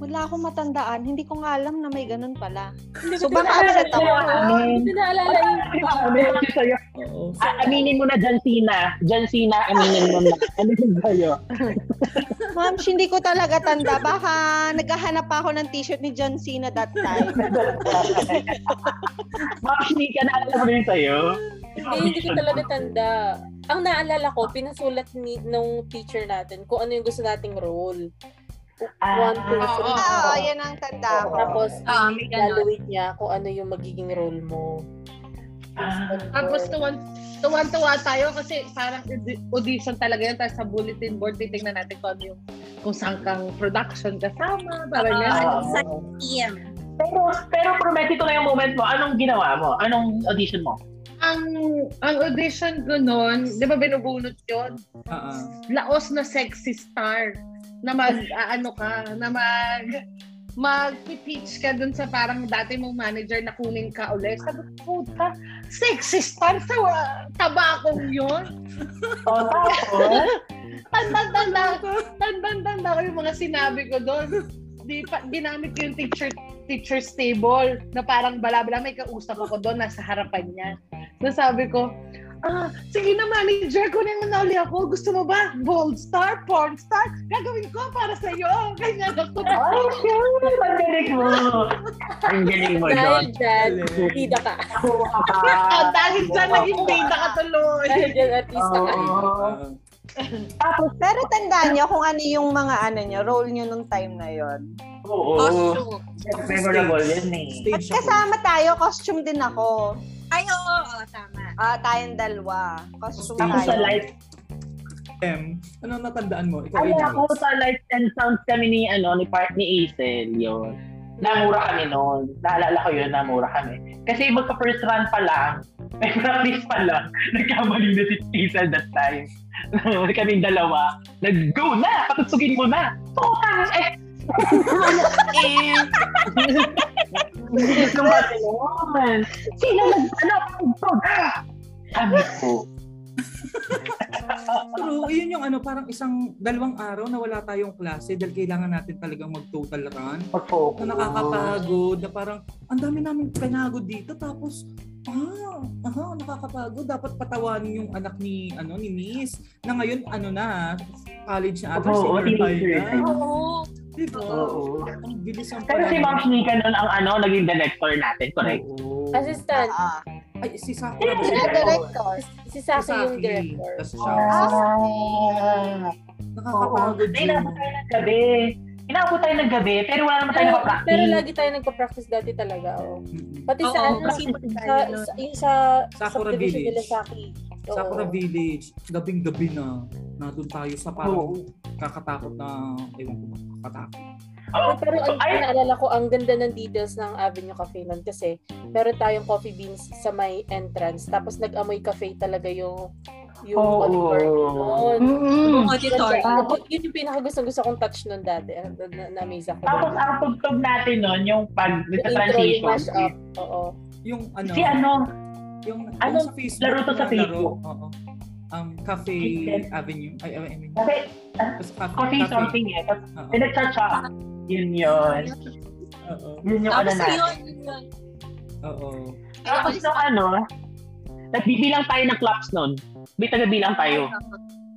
[SPEAKER 4] Wala akong matandaan. Hindi ko nga alam na may ganun pala.
[SPEAKER 2] Hindi ko
[SPEAKER 4] So, baka
[SPEAKER 2] naalala
[SPEAKER 4] upset ako.
[SPEAKER 2] yun. Hindi ko naalala yung
[SPEAKER 1] Oo.
[SPEAKER 3] Ah, aminin mo na, John Cena. John Cena, aminin mo na. Aminin sa'yo.
[SPEAKER 4] Ma'am, hindi ko talaga tanda. Baka naghahanap pa ako ng t-shirt ni John Cena that time.
[SPEAKER 3] Ma'am Shani, naalala mo rin sa'yo?
[SPEAKER 2] Hindi, hindi ko talaga tanda. Ang naalala ko, pinasulat ni nung teacher natin kung ano yung gusto nating role. One, two,
[SPEAKER 3] Ah,
[SPEAKER 2] three.
[SPEAKER 4] Oo, oo, yan ang tanda ko.
[SPEAKER 2] Tapos,
[SPEAKER 6] Ah, may ganun.
[SPEAKER 2] evaluate niya kung ano yung magiging role mo.
[SPEAKER 3] Ah.
[SPEAKER 9] Tapos tuwan, tuwan-tuwa tayo kasi parang audi- audition talaga yan. Tapos sa bulletin board, titingnan natin kung ano yung kung saan kang production kasama. Parang
[SPEAKER 6] Ah.
[SPEAKER 9] yan.
[SPEAKER 3] Ah.
[SPEAKER 6] Sa EM.
[SPEAKER 3] Pero, pero prometi ko na yung moment mo. Anong ginawa mo? Anong audition mo?
[SPEAKER 9] Ang, ang audition ko noon, di ba binubunot yun?
[SPEAKER 1] Ah, ah.
[SPEAKER 9] Laos na sexy star na mag, ah, ano ka, na mag, mag-teach ka dun sa parang dati mong manager na kunin ka ulit. Sabi ko, puta, sexy star sa ah, taba akong yun.
[SPEAKER 3] O, Oh, tapos?
[SPEAKER 9] Tandang-tanda, tandang-tanda ko yung mga sinabi ko doon. Di pa, ginamit ko yung teacher teacher's table na parang bala-bala may kausap ako doon nasa harapan niya. Nasabi ko, ah, sige na manager, kunin mo na uli ako. Gusto mo ba? Bold star, porn star? Gagawin ko para sa'yo. Ganyan ako.
[SPEAKER 3] Ay, sure! Ang galing mo! Ang galing
[SPEAKER 1] Oh
[SPEAKER 3] mo, John.
[SPEAKER 2] Dahil dyan,
[SPEAKER 1] Galing.
[SPEAKER 2] bida ka.
[SPEAKER 3] Kuha ka.
[SPEAKER 9] Ah, dahil sa naging bida ka tuloy.
[SPEAKER 2] Dahil dyan, at least ka.
[SPEAKER 3] Oo.
[SPEAKER 1] Ah,
[SPEAKER 3] Tapos,
[SPEAKER 4] Pero tandaan niyo kung ano yung mga ano niyo, role niyo nung time na yon.
[SPEAKER 1] Oh.
[SPEAKER 3] oo.
[SPEAKER 6] Costume.
[SPEAKER 3] Memorable yun eh.
[SPEAKER 4] At
[SPEAKER 1] stage ako.
[SPEAKER 4] kasama tayo, costume din ako.
[SPEAKER 6] Ay, oo, oo, tama.
[SPEAKER 4] Ah, tayong dalawa. Costume
[SPEAKER 3] Tapos sa
[SPEAKER 4] tayo.
[SPEAKER 3] live
[SPEAKER 1] M, ano ang natandaan mo? Ikaw ano.
[SPEAKER 3] Ay,
[SPEAKER 1] Angel.
[SPEAKER 3] ako sa Lights and Sounds kami ni, ano, ni part ni Hazel, yun. Namura kami noon. Naalala ko yun, namura kami. Kasi magka first run pa lang, may practice pa lang, nagkamali na si Hazel that time. Kaming dalawa, nag-go na! Patutsugin mo na! Tukang! Eh! Nung bati naman, sino nag-anak? Kami ko.
[SPEAKER 1] True, yun yung ano, parang isang dalawang araw na wala tayong klase dahil kailangan natin talagang mag-total run.
[SPEAKER 3] Mag-focus.
[SPEAKER 1] Na nakakapagod, na parang ang dami namin pinagod dito tapos ah, aha, nakakapagod. Dapat patawanin yung anak ni ano ni Miss na ngayon ano na college na ata
[SPEAKER 3] Oo,
[SPEAKER 1] senior
[SPEAKER 3] teenager.
[SPEAKER 1] high na.
[SPEAKER 6] Oo.
[SPEAKER 1] Di ba?
[SPEAKER 3] Oo.
[SPEAKER 1] Ang bilis ang
[SPEAKER 3] Pero si
[SPEAKER 1] panahon.
[SPEAKER 3] Ma'am Shnika nun ang ano, naging director natin, correct?
[SPEAKER 1] Oo.
[SPEAKER 2] Assistant,
[SPEAKER 4] Ah,
[SPEAKER 1] Ay, si Sakura. ba?
[SPEAKER 4] sila director.
[SPEAKER 2] si Saki yung
[SPEAKER 1] Saki.
[SPEAKER 2] director.
[SPEAKER 1] Tas siya.
[SPEAKER 3] Ah.
[SPEAKER 1] Nakakapagod
[SPEAKER 3] Ay,
[SPEAKER 1] yun.
[SPEAKER 3] inabot tayo ng gabi. Inabot tayo ng gabi, pero wala naman tayo
[SPEAKER 2] Pero,
[SPEAKER 3] nakapractice.
[SPEAKER 2] pero lagi tayo nagpa-practice dati talaga. Oh.
[SPEAKER 1] Mm-mm.
[SPEAKER 2] Pati sa
[SPEAKER 6] Oo,
[SPEAKER 2] ano,
[SPEAKER 6] masipag
[SPEAKER 2] sa,
[SPEAKER 6] tayo nun.
[SPEAKER 2] sa, yung sa
[SPEAKER 1] Sakura
[SPEAKER 2] subdivision
[SPEAKER 1] Village.
[SPEAKER 2] nila Saki. Oo.
[SPEAKER 1] Sakura Village, gabing-gabi na. Nandun tayo sa
[SPEAKER 3] Oo.
[SPEAKER 1] parang kakatakot na, ewan ko ba, kakatakot.
[SPEAKER 3] Oh,
[SPEAKER 2] Uy, pero ang
[SPEAKER 3] ay,
[SPEAKER 2] naalala ko, ang ganda ng details ng Avenue Cafe nun kasi meron tayong coffee beans sa may entrance. Tapos nag-amoy cafe talaga yung yung
[SPEAKER 3] Oo. Mm.
[SPEAKER 2] oliver
[SPEAKER 3] oh.
[SPEAKER 2] nun.
[SPEAKER 6] Yung
[SPEAKER 3] Mm-hmm.
[SPEAKER 9] Mm-mm.
[SPEAKER 6] auditor.
[SPEAKER 2] Tapos yun yung pinakagusto gusto kong touch nun dati. ah, Na- na- Na-amaze ako.
[SPEAKER 3] tapos ang tugtog natin nun, yung pag
[SPEAKER 2] Yung
[SPEAKER 3] sa
[SPEAKER 2] intro, yung
[SPEAKER 3] transition.
[SPEAKER 2] mash-up. Oo.
[SPEAKER 1] Yung ano,
[SPEAKER 3] Si ano,
[SPEAKER 1] yung,
[SPEAKER 3] ano,
[SPEAKER 1] yung sa Facebook.
[SPEAKER 3] laro to sa
[SPEAKER 1] yung
[SPEAKER 3] Facebook.
[SPEAKER 1] oo. Um, Cafe
[SPEAKER 3] Kitchen.
[SPEAKER 1] Avenue. Ay, I mean,
[SPEAKER 3] kasi Ah,
[SPEAKER 1] basta cafe,
[SPEAKER 3] coffee something eh. Tapos
[SPEAKER 1] Oo.
[SPEAKER 3] pinagsacha. Yun yun.
[SPEAKER 1] Oo.
[SPEAKER 3] Yun yung ano
[SPEAKER 6] Tapos
[SPEAKER 3] natin.
[SPEAKER 6] yun, yun, yun.
[SPEAKER 1] Oo.
[SPEAKER 3] Tapos nung ano, nagbibilang tayo ng claps nun. May tagabilang tayo.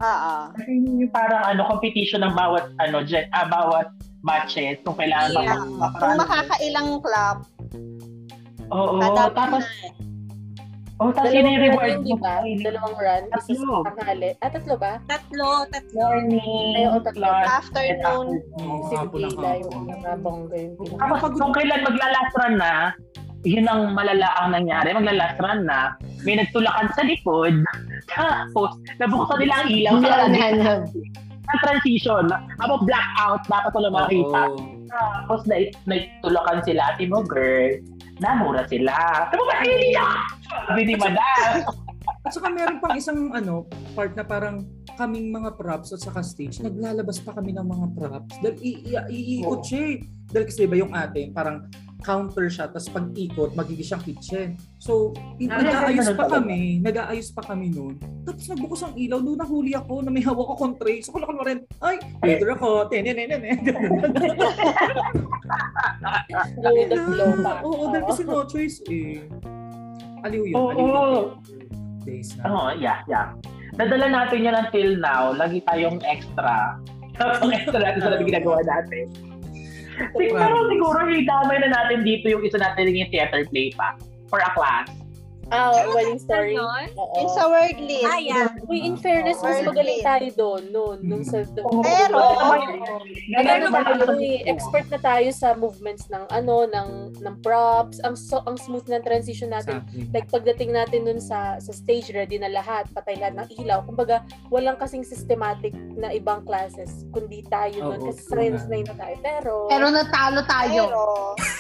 [SPEAKER 4] Ah, ah.
[SPEAKER 3] Kasi yun yung parang ano, competition ng bawat ano, gen, ah, bawat matches kung kailangan
[SPEAKER 6] Yeah.
[SPEAKER 3] maka-
[SPEAKER 4] Kung
[SPEAKER 3] makaraan.
[SPEAKER 4] makakailang club,
[SPEAKER 3] Oo,
[SPEAKER 4] Kada-
[SPEAKER 3] tapos Oh, tapos
[SPEAKER 2] Dalawang
[SPEAKER 3] i-reward
[SPEAKER 2] run yun,
[SPEAKER 3] mo
[SPEAKER 2] di ba?
[SPEAKER 3] pa, ini-
[SPEAKER 2] Dalawang run. Isa
[SPEAKER 3] Tatlo.
[SPEAKER 2] sa tanghali. Ah, tatlo ba?
[SPEAKER 6] Tatlo, tatlo.
[SPEAKER 3] Morning,
[SPEAKER 2] Ay, oo, tatlo.
[SPEAKER 3] lunch, and
[SPEAKER 4] Afternoon.
[SPEAKER 1] Oo,
[SPEAKER 2] Si
[SPEAKER 1] hapon ang
[SPEAKER 2] Bila yung
[SPEAKER 1] hapon.
[SPEAKER 2] pinakabongga yung pinaka.
[SPEAKER 3] Tapos kung kailan magla-last run na, yun ang malala ang nangyari. Magla-last run na, may nagtulakan sa likod, tapos nabuksan nila ang ilaw. Kaya ang transition, abo blackout, dapat wala makita.
[SPEAKER 1] Oo.
[SPEAKER 3] Tapos na, nagtulakan sila ati mo, girl. Namura sila. Tapos ba, iiyak! Sabi ni madam.
[SPEAKER 1] At saka meron pang isang ano, part na parang kaming mga props at saka stage, naglalabas pa kami ng mga props. Dahil i- i- iikot siya eh. Dahil kasi ba yung ate, parang counter siya, tapos pag ikot, magiging siyang kitchen. So, i-
[SPEAKER 3] Ah,
[SPEAKER 1] nag-aayos
[SPEAKER 3] ganun
[SPEAKER 1] pa
[SPEAKER 3] talaga.
[SPEAKER 1] kami, nag-aayos pa kami noon. Tapos nagbukas ang ilaw, doon nahuli ako, na may hawak akong tray. So, kala ko rin, ay, leader ako, tenenenene.
[SPEAKER 2] Blow the blow pa.
[SPEAKER 1] Oo, dahil kasi no choice eh. Aliw yun,
[SPEAKER 3] Oo.
[SPEAKER 1] aliw yun. Days na.
[SPEAKER 3] Oo, yeah, yeah. Nadala natin yan until now. Lagi tayong extra. Tapos extra natin sa lahat ng ginagawa natin. Siguro,
[SPEAKER 1] Promise.
[SPEAKER 3] siguro, idamay na natin dito yung isa natin yung theater play pa for a class.
[SPEAKER 2] Ah, well, yung story.
[SPEAKER 4] Ano?
[SPEAKER 6] Ganon?
[SPEAKER 2] Oo.
[SPEAKER 4] Yung sa word list.
[SPEAKER 6] Ah, yeah.
[SPEAKER 2] Uy, in fairness, mas
[SPEAKER 4] Or
[SPEAKER 2] magaling
[SPEAKER 4] game.
[SPEAKER 2] tayo doon noon. Nung sa...
[SPEAKER 4] Pero,
[SPEAKER 2] Ano
[SPEAKER 3] Ganun
[SPEAKER 2] ba
[SPEAKER 3] ba
[SPEAKER 2] tayo, eh, expert na tayo sa movements ng ano, ng ng props. Ang so, ang smooth ng transition natin.
[SPEAKER 1] Exactly.
[SPEAKER 2] Like pagdating natin dun sa sa stage ready na lahat, patay lahat ng ilaw. Kumbaga, walang kasing systematic na ibang classes kundi tayo
[SPEAKER 1] Oo,
[SPEAKER 2] noon kasi
[SPEAKER 1] true
[SPEAKER 2] friends
[SPEAKER 1] nga.
[SPEAKER 2] na yun na tayo. Pero,
[SPEAKER 9] Pero natalo tayo.
[SPEAKER 4] pero,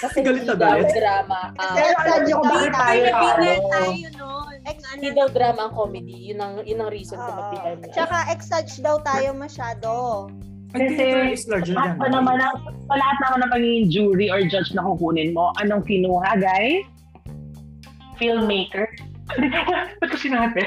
[SPEAKER 2] kasi
[SPEAKER 1] Galit na
[SPEAKER 2] hindi daw
[SPEAKER 1] galit.
[SPEAKER 2] drama. ah, ang-
[SPEAKER 4] Pero alam niyo kung bakit tayo
[SPEAKER 6] Kaibigan tayo noon.
[SPEAKER 2] hindi daw drama ang comedy. Yun ang, yun ang reason kung
[SPEAKER 4] ano, Oo.
[SPEAKER 2] ba't di tayo nag-
[SPEAKER 4] Tsaka exage daw tayo masyado.
[SPEAKER 1] I think
[SPEAKER 3] Kasi-
[SPEAKER 1] is larger than
[SPEAKER 3] Lahat pa naman ang, sa lahat naman ng pagiging jury or judge na kukunin mo, anong kinuha, guys? Filmmaker. Ba't ko sinabi?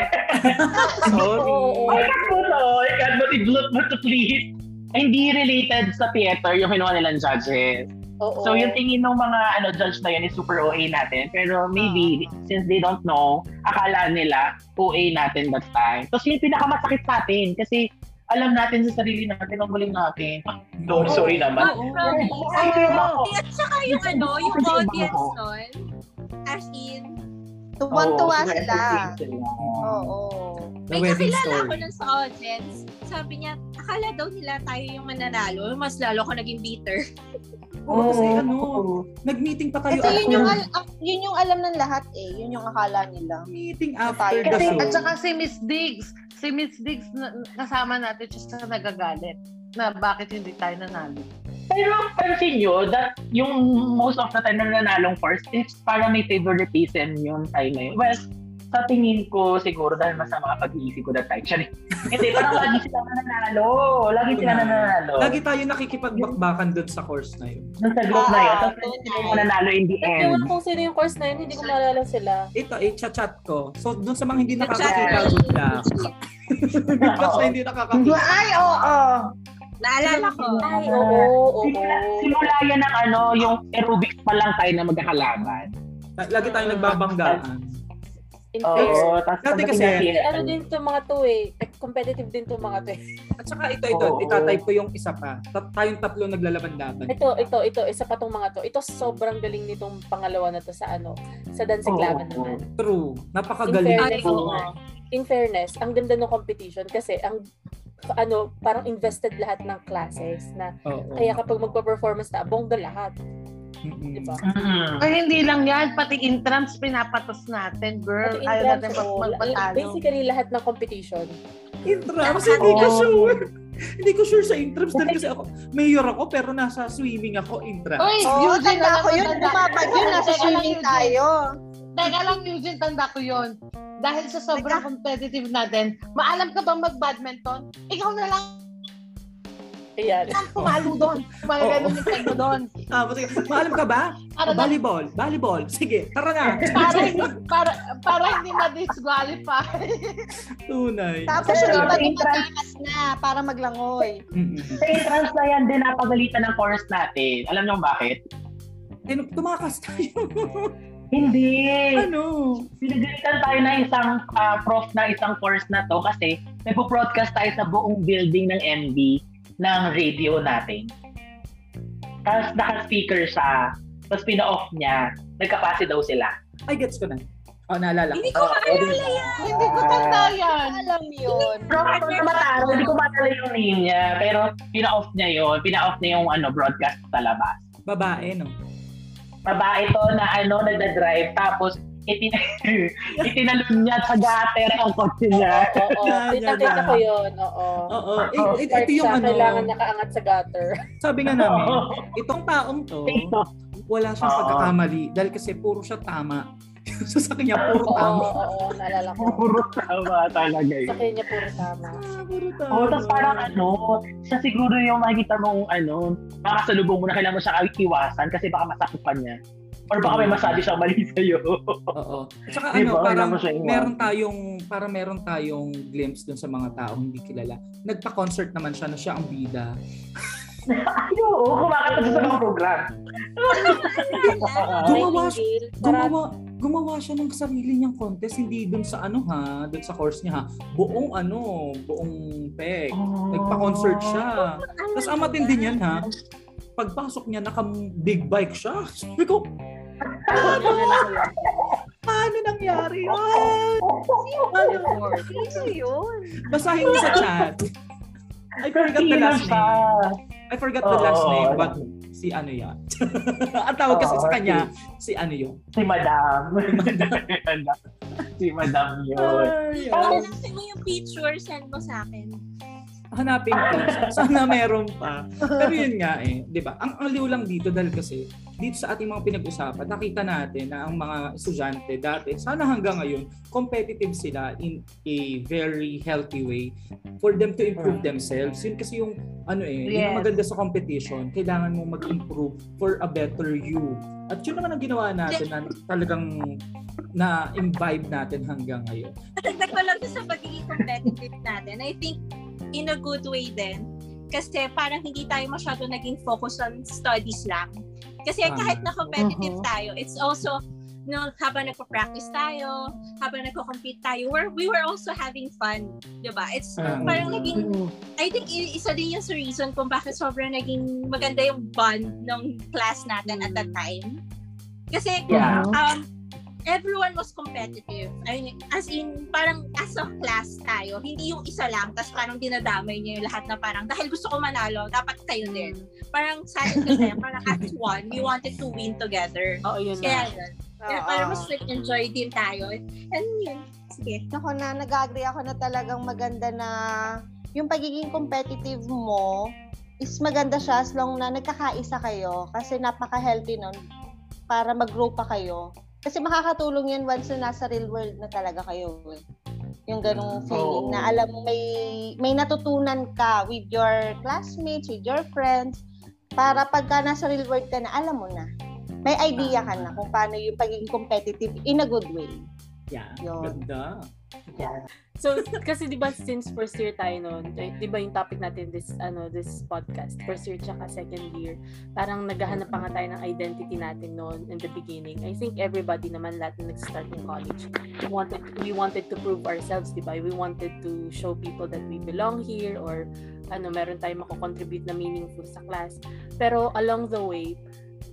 [SPEAKER 2] Oo.
[SPEAKER 3] Ay, cut mo to! Ay, cut mo, i-bloot mo to, please! Ay, Hindi related sa theater yung kinuha nilang judges.
[SPEAKER 2] Oo.
[SPEAKER 3] So, yung tingin ng mga ano judge na yun is super OA natin. Pero maybe, since they don't know, akala nila OA natin that time. Tapos yun yung pinakamasakit sa atin kasi alam natin sa sarili natin ang galing natin. Don't sorry naman.
[SPEAKER 6] Oo, promise.
[SPEAKER 3] Ay, kaya ako.
[SPEAKER 6] Ah, At saka yung ano, yung
[SPEAKER 3] Kasi iba
[SPEAKER 6] audience
[SPEAKER 3] ako.
[SPEAKER 6] noon, as in,
[SPEAKER 4] Tuwang-tuwa
[SPEAKER 3] Oo,
[SPEAKER 4] sila.
[SPEAKER 3] sila.
[SPEAKER 4] Oo.
[SPEAKER 1] The
[SPEAKER 6] may
[SPEAKER 1] wedding
[SPEAKER 6] kakilala
[SPEAKER 1] story.
[SPEAKER 6] ko nun sa audience. Sabi niya, akala daw nila tayo yung mananalo. Mas lalo ako naging bitter.
[SPEAKER 1] Oo, kasi ano, nag-meeting pa tayo
[SPEAKER 4] Ito yun yung,
[SPEAKER 1] after.
[SPEAKER 4] al- ah, yun yung alam ng lahat eh. Yun yung akala nila.
[SPEAKER 1] meeting after the
[SPEAKER 9] Kasi,
[SPEAKER 1] show.
[SPEAKER 9] at saka si Miss Diggs, si Miss Diggs na, kasama natin just na nagagalit na bakit hindi tayo nanalo.
[SPEAKER 3] Pero pansin nyo, that yung most of the time na nanalong first is para may favoritism yung time na yun. Well, sa tingin ko siguro dahil masama ang pag-iisip ko that time. Sorry. Hindi, parang lagi sila nananalo. Lagi sila nananalo.
[SPEAKER 1] Lagi tayo nakikipagbakbakan doon sa course na yun.
[SPEAKER 3] Nung sa group na yun,
[SPEAKER 4] Ah,
[SPEAKER 3] tapos sila yung nananalo in the
[SPEAKER 2] Hindi
[SPEAKER 3] end.
[SPEAKER 2] ko kung sino yung course na yun, hindi ko maalala sila.
[SPEAKER 1] Ito, eh, chat ko. So, doon sa mga hindi
[SPEAKER 6] Chat.
[SPEAKER 1] nakakakita, good luck. Doon sa hindi nakakakita.
[SPEAKER 9] Ay, oo!
[SPEAKER 6] Naalala ko.
[SPEAKER 2] Ay, oo, oo,
[SPEAKER 3] Simula, simula yan ang ano, yung aerobics pa lang tayo na magkakalaban.
[SPEAKER 1] Lagi tayong nagbabanggaan.
[SPEAKER 2] In fairness.
[SPEAKER 3] Oo, tapos
[SPEAKER 1] Dati kasi,
[SPEAKER 2] Ano din to mga to eh. Competitive din to mga to eh.
[SPEAKER 1] At saka ito, ito,
[SPEAKER 3] Oo.
[SPEAKER 1] itatype ko yung isa pa. Ta- tayong tatlo naglalaban-laban.
[SPEAKER 2] Ito, ito, ito. Isa pa tong mga to. Ito sobrang galing nitong pangalawa na to sa ano. Sa dansig
[SPEAKER 3] Oo.
[SPEAKER 2] laban naman.
[SPEAKER 1] True.
[SPEAKER 2] In
[SPEAKER 1] Napakagaling.
[SPEAKER 2] fairness,
[SPEAKER 6] Oo.
[SPEAKER 2] oo. in fairness, ang ganda ng competition kasi ang ano, parang invested lahat ng classes na
[SPEAKER 1] Oo.
[SPEAKER 2] kaya kapag magpa-performance na, bongga lahat.
[SPEAKER 1] Mm-mm.
[SPEAKER 2] Di ba?
[SPEAKER 4] Ah.
[SPEAKER 9] Ay, hindi lang yan. Pati entrance, pinapatas natin, girl.
[SPEAKER 2] Pati in
[SPEAKER 9] Ayaw
[SPEAKER 2] terms
[SPEAKER 9] natin
[SPEAKER 2] of-
[SPEAKER 9] mag- magpatalo.
[SPEAKER 2] Basically, lahat ng competition.
[SPEAKER 1] Intrams, hindi ko sure. hindi ko sure sa intrams dahil kasi ako, mayor ako pero nasa swimming ako intrams.
[SPEAKER 9] Uy,
[SPEAKER 4] Oo, oh,
[SPEAKER 9] Eugene,
[SPEAKER 4] tanda
[SPEAKER 9] alam
[SPEAKER 4] ko
[SPEAKER 9] mo,
[SPEAKER 4] yun.
[SPEAKER 9] tanda-
[SPEAKER 4] Lumapad yun. Nasa
[SPEAKER 9] Teka lang,
[SPEAKER 4] swimming
[SPEAKER 9] Eugene.
[SPEAKER 4] tayo.
[SPEAKER 9] Teka lang, Eugene, tanda ko yun. Dahil sa sobrang competitive natin, maalam ka bang mag-badminton? Ikaw na lang
[SPEAKER 2] Ayan.
[SPEAKER 9] ang pumalo doon. Mga
[SPEAKER 1] Oo.
[SPEAKER 9] ganun yung kayo doon.
[SPEAKER 1] Tapos, Ah, maalam ka ba?
[SPEAKER 9] Para, na,
[SPEAKER 1] Volleyball, volleyball. Sige, tara na.
[SPEAKER 9] para, hindi- para, para hindi ma-disqualify.
[SPEAKER 1] Tunay.
[SPEAKER 4] Tapos
[SPEAKER 3] Pero,
[SPEAKER 4] yung iba
[SPEAKER 3] in fact-
[SPEAKER 4] tumatakas na para maglangoy.
[SPEAKER 1] Mm-mm.
[SPEAKER 3] Sa entrance na yan din, napagalitan ng course natin. Alam niyo kung bakit?
[SPEAKER 1] Eh, nung tumakas tayo.
[SPEAKER 3] Hindi.
[SPEAKER 1] ano?
[SPEAKER 3] Pinagalitan tayo na isang ah, prof na isang course na to kasi nagpo-broadcast tayo sa buong building ng MB ng radio natin. Tapos naka-speaker siya. Tapos pina-off niya. Nagkapase daw sila.
[SPEAKER 1] Ay, gets ko na. Oh, naalala ko.
[SPEAKER 6] Hindi ko maalala yan.
[SPEAKER 9] Hindi ko tanda yan.
[SPEAKER 4] Alam yun.
[SPEAKER 3] Broadcast na matalo, hindi ko matalo yung name niya. Pero pina-off niya yun. Pina-off niya yung ano, broadcast sa labas.
[SPEAKER 1] Babae, no?
[SPEAKER 3] Babae to na ano, nagda-drive. Tapos itin itinalon niya sa gutter ang kotse niya.
[SPEAKER 2] Oo,
[SPEAKER 1] Yeah, yeah,
[SPEAKER 2] kita
[SPEAKER 1] yeah.
[SPEAKER 2] ko yun. Oo.
[SPEAKER 1] Oo.
[SPEAKER 3] Oo.
[SPEAKER 1] i- i- ito yung
[SPEAKER 2] Park siya, Kailangan
[SPEAKER 1] ano,
[SPEAKER 2] niya kaangat sa gutter.
[SPEAKER 1] sabi
[SPEAKER 3] Ano
[SPEAKER 1] nga
[SPEAKER 3] Oh,
[SPEAKER 1] namin, itong taong to, wala siyang
[SPEAKER 3] Oo.
[SPEAKER 1] pagkakamali dahil kasi puro siya tama. so sa kanya, puro
[SPEAKER 2] Oo,
[SPEAKER 1] tama.
[SPEAKER 2] oo, oo. Naalala ko.
[SPEAKER 3] Puro tama talaga
[SPEAKER 2] Sa
[SPEAKER 3] yun.
[SPEAKER 2] kanya puro tama.
[SPEAKER 1] Ah, puro tama.
[SPEAKER 3] Oo, tapos Oh, parang ano, siya siguro yung makikita mong ano, makasalubong mo na kailangan mo siya iwasan kasi baka masakupan niya. Or baka may masabi siyang mali sa'yo.
[SPEAKER 1] Oo. At saka
[SPEAKER 3] Di
[SPEAKER 1] ano,
[SPEAKER 3] ba?
[SPEAKER 1] parang
[SPEAKER 3] Kailangan mo siya iwan.
[SPEAKER 1] meron tayong, parang meron tayong glimpse dun sa mga taong hindi kilala. Nagpa-concert naman siya na siya ang bida.
[SPEAKER 3] Ay, oo, kumakanta siya sa mga program.
[SPEAKER 1] Gumawa siya,
[SPEAKER 2] Nightingale. Sarap.
[SPEAKER 1] gumawa, gumawa siya ng sarili niyang contest, hindi dun sa ano ha, dun sa course niya ha. Buong ano, buong peg. Nagpa-concert siya. Tapos ang matindi niyan ha, pagpasok niya, naka-big bike siya. Sabi ko, paano nangyari yun? Paano?
[SPEAKER 5] Sino yun?
[SPEAKER 1] Basahin niyo sa chat. I forgot the
[SPEAKER 3] Sino
[SPEAKER 1] last
[SPEAKER 3] siya?
[SPEAKER 1] name. I forgot the
[SPEAKER 3] Oo,
[SPEAKER 1] last name,
[SPEAKER 3] oo.
[SPEAKER 1] but si ano yan. Ang tawag kasi
[SPEAKER 3] Oo,
[SPEAKER 1] sa kanya, si ano yun.
[SPEAKER 3] Si Madam. si Madam yun.
[SPEAKER 1] Ay,
[SPEAKER 6] Ano
[SPEAKER 1] ay.
[SPEAKER 6] lang mo yung picture, send mo sa akin.
[SPEAKER 1] hanapin ko. Sana meron pa. Pero yun nga eh, 'di ba? Ang aliw lang dito dahil kasi dito sa ating mga pinag-usapan, nakita natin na ang mga estudyante dati, sana hanggang ngayon, competitive sila in a very healthy way for them to improve themselves. Yun kasi yung ano eh, yun yung
[SPEAKER 9] Yes.
[SPEAKER 1] maganda sa competition, kailangan mo mag-improve for a better you. At yun naman ang ginawa natin na talagang na-imbibe natin hanggang ngayon.
[SPEAKER 6] Dagdag ko lang sa pagiging competitive natin. I think in a good way din. Kasi parang hindi tayo masyado naging focus on studies lang. Kasi
[SPEAKER 1] Tama.
[SPEAKER 6] kahit na competitive tayo, it's also no, habang nagpa-practice tayo, habang nagko-compete tayo, we're, we were also having fun. 'di ba? It's
[SPEAKER 1] Tama.
[SPEAKER 6] parang naging, I think i- isa din yung sa reason kung bakit sobrang naging maganda yung bond ng class natin at that time. Kasi
[SPEAKER 3] Yeah.
[SPEAKER 6] um, everyone was competitive. I mean, as in, parang as a class tayo, hindi yung isa lang, tapos parang dinadamay niya yung lahat na parang, dahil gusto ko manalo, dapat kayo din. Parang sa atin kasi, parang as one, we wanted to win together.
[SPEAKER 2] Oo, yun na.
[SPEAKER 6] Kaya yun. Kaya parang
[SPEAKER 4] Ah.
[SPEAKER 6] mas nag-enjoy din tayo. And yun, sige.
[SPEAKER 4] Ako na, nag-agree ako na talagang maganda na yung pagiging competitive mo is maganda siya as long na nagkakaisa kayo kasi napaka-healthy nun para mag-grow pa kayo. Kasi makakatulong yan once na nasa real world na talaga kayo. eh. Yung ganong
[SPEAKER 3] Oo.
[SPEAKER 4] feeling na alam mo may, may natutunan ka with your classmates, with your friends, para pagka nasa real world ka na, alam mo na. May idea ka na kung paano yung pagiging competitive in a good way.
[SPEAKER 1] Yeah,
[SPEAKER 4] Yun.
[SPEAKER 1] ganda.
[SPEAKER 2] So, kasi di ba since first year tayo noon, eh, di ba yung topic natin this ano this podcast, first year tsaka second year, parang naghahanap pa nga tayo ng identity natin noon in the beginning. I think everybody naman lahat na nag-start in college, we wanted we wanted to prove ourselves, di ba? We wanted to show people that we belong here or ano, meron tayong mako-contribute na meaningful sa class. Pero along the way,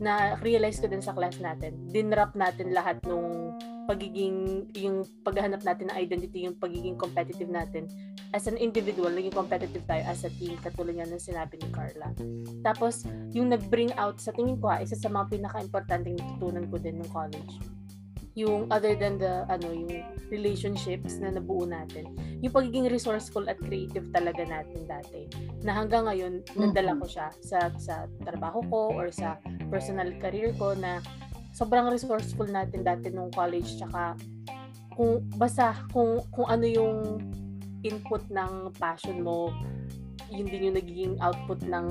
[SPEAKER 2] na realize ko din sa class natin, dinrap natin lahat nung pagiging yung paghahanap natin ng identity, yung pagiging competitive natin as an individual, naging competitive tayo as a team, katulad nga ng sinabi ni Carla. Tapos, yung nag-bring out, sa tingin ko ha, isa sa mga pinaka-importanting natutunan ko din ng college, yung other than the, ano, yung relationships na nabuo natin, yung pagiging resourceful at creative talaga natin dati, na hanggang ngayon, nadala ko siya sa, sa trabaho ko or sa personal career ko na sobrang resourceful natin dati nung college tsaka kung basta kung kung ano yung input ng passion mo yun din yung nagiging output ng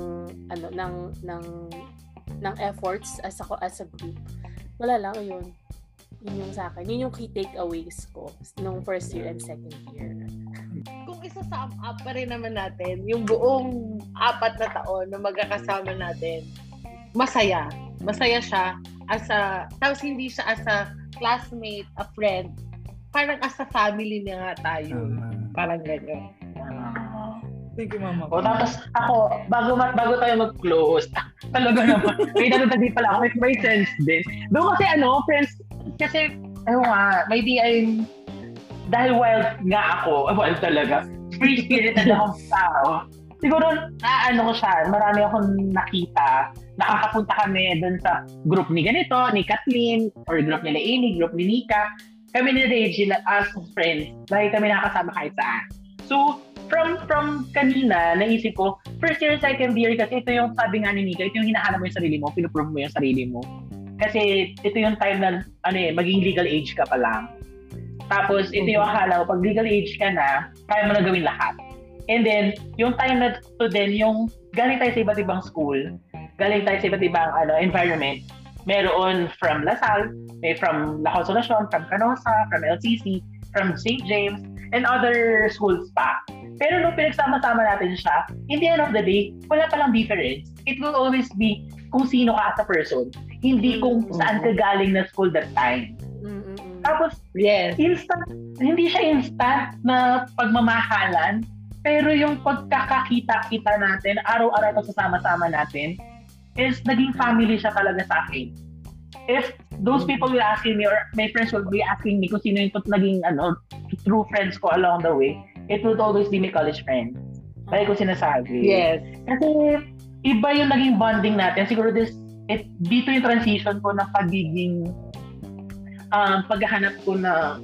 [SPEAKER 2] ano ng ng ng efforts as ako as a group wala lang yun yun yung sa akin yun yung key takeaways ko nung first year and second year
[SPEAKER 9] Kung isa sa up pa rin naman natin, yung buong apat na taon na magkakasama natin, masaya. Masaya siya as a, tapos hindi siya as a classmate, a friend, parang as a family na nga tayo.
[SPEAKER 1] Tama.
[SPEAKER 9] Parang ganyan.
[SPEAKER 1] Thank you, Mama.
[SPEAKER 3] O tapos ako, bago ma- bago tayo mag-close, talaga naman, may natutagay pala ako, may, may sense din. Doon kasi ano, friends, kasi Ewan nga, maybe I'm, dahil wild nga ako, eh, wild talaga, free spirited akong tao. Siguro, naano ko siya, marami akong nakita. Nakakapunta kami dun sa group ni ganito, ni Kathleen, or group nila Amy, group ni Nika. Kami ni Regina as friends, dahil kami nakakasama kahit saan. So, from from kanina, naisip ko, first year, second year, kasi ito yung sabi nga ni Nika, ito yung hinahanap mo yung sarili mo, pinuprove mo yung sarili mo. Kasi ito yung time na, ano eh, maging legal age ka pa lang. Tapos, ito yung akala ko, pag legal age ka na, kaya mo na gawin lahat. And then, yung time na to din, yung galing tayo sa iba't ibang school, galing tayo sa iba't ibang ano, environment, meron from Lasal, may from La Consolacion, from Canosa, from LCC, from St. James, and other schools pa. Pero nung pinagsama-sama natin siya, in the end of the day, wala palang difference. It will always be kung sino ka as a person, hindi kung saan ka galing na school that time.
[SPEAKER 2] Mm,
[SPEAKER 3] Tapos,
[SPEAKER 9] Yes.
[SPEAKER 3] instant, hindi siya instant na pagmamahalan, pero yung pagkakakita-kita natin, araw-araw pagsasama-sama natin, is naging family siya talaga sa akin. If those people will asking me or my friends will be asking me kung sino yung tot- naging ano, true friends ko along the way, it would always be my college friends. Kaya ko sinasabi.
[SPEAKER 9] Yes.
[SPEAKER 3] Kasi iba yung naging bonding natin. Siguro this, it, dito yung transition ko ng pagiging um, paghahanap ko na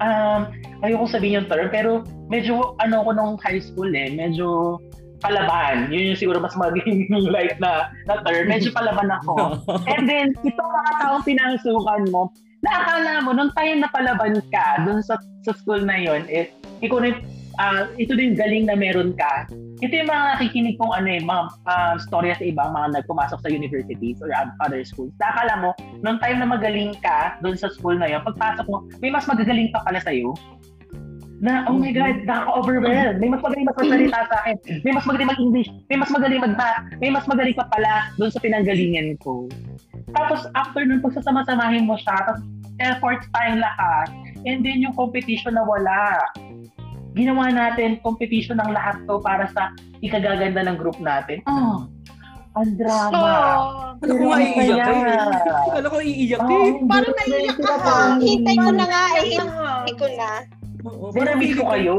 [SPEAKER 3] ah, um, ayoko sabihin yung term, pero medyo ano ko nung high school eh, medyo palaban. Yun yung siguro mas magiging light na, na term. Medyo palaban ako. And then, itong mga taong pinangasukan mo, naakala mo, nung time na palaban ka dun sa, sa school na yon is, ikaw na, yung- ah, ito din galing na meron ka. Ito yung mga nakikinig kong ano eh, mga ah, storya sa ibang mga nagpumasok sa universities or oth- other schools. Naakala mo, nung time na magaling ka dun sa school na yon pagpasok mo, may mas magagaling pa pala sa'yo. Na, oh my God, nakaka-overwhelm. May mas magaling magsasalita sa akin. May mas magaling mag-English. May mas magaling mag-math. May mas magaling pa pala dun sa pinanggalingan ko. Tapos after nun, pagsasama-samahin mo siya, tapos efforts tayong lahat, and then yung competition na wala. Ginawa natin competition ng lahat to para sa ikagaganda ng group natin. Oh, ang drama.
[SPEAKER 1] Alam ko nga iiyak eh. Alam ko iiyak
[SPEAKER 3] Ah,
[SPEAKER 1] eh.
[SPEAKER 9] Parang naiyak ako.
[SPEAKER 4] Hintay ko na nga eh.
[SPEAKER 9] Ay,
[SPEAKER 4] Hintay ko na.
[SPEAKER 1] Oo, parang
[SPEAKER 3] Dinamiss ko
[SPEAKER 1] feeling
[SPEAKER 3] kayo.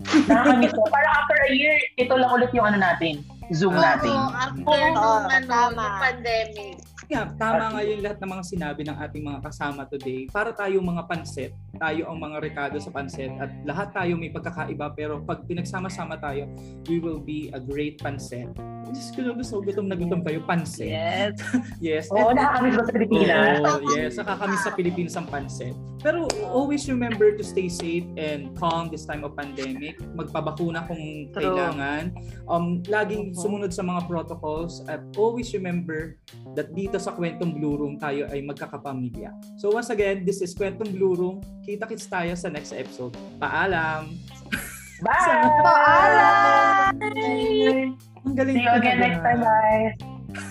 [SPEAKER 3] Nakakamiss ko. Para after a year, ito lang ulit yung ano natin, Zoom natin.
[SPEAKER 9] Oo, after nung ano,
[SPEAKER 4] tama.
[SPEAKER 9] nung pandemic.
[SPEAKER 1] Yeah, tama nga yung lahat ng mga sinabi ng ating mga kasama today. Para tayo mga panset, tayo ang mga rekado sa panset at lahat tayo may pagkakaiba pero pag pinagsama-sama tayo, we will be a great panset. Diyos ko, gusto, gutom na gutom kayo, panset.
[SPEAKER 9] Yes.
[SPEAKER 1] Yes.
[SPEAKER 4] Ah.
[SPEAKER 3] Oo, nakakamiss ko sa Pilipinas.
[SPEAKER 1] Oo, yes, nakakamiss sa Philippines ang pansit. Pero always remember to stay safe and calm this time of pandemic. Magpabakuna kung kailangan. Um, laging sumunod sa mga protocols at always remember that dito sa Kwentong Blue Room tayo ay magkakapamilya. So once again, this is Kwentong Blue Room. Kita-kits tayo sa next episode. Paalam!
[SPEAKER 3] Bye!
[SPEAKER 1] Ang galing
[SPEAKER 3] See you
[SPEAKER 1] talaga.
[SPEAKER 3] again next time, guys.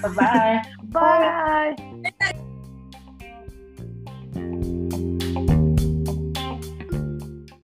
[SPEAKER 3] Bye-bye. Bye.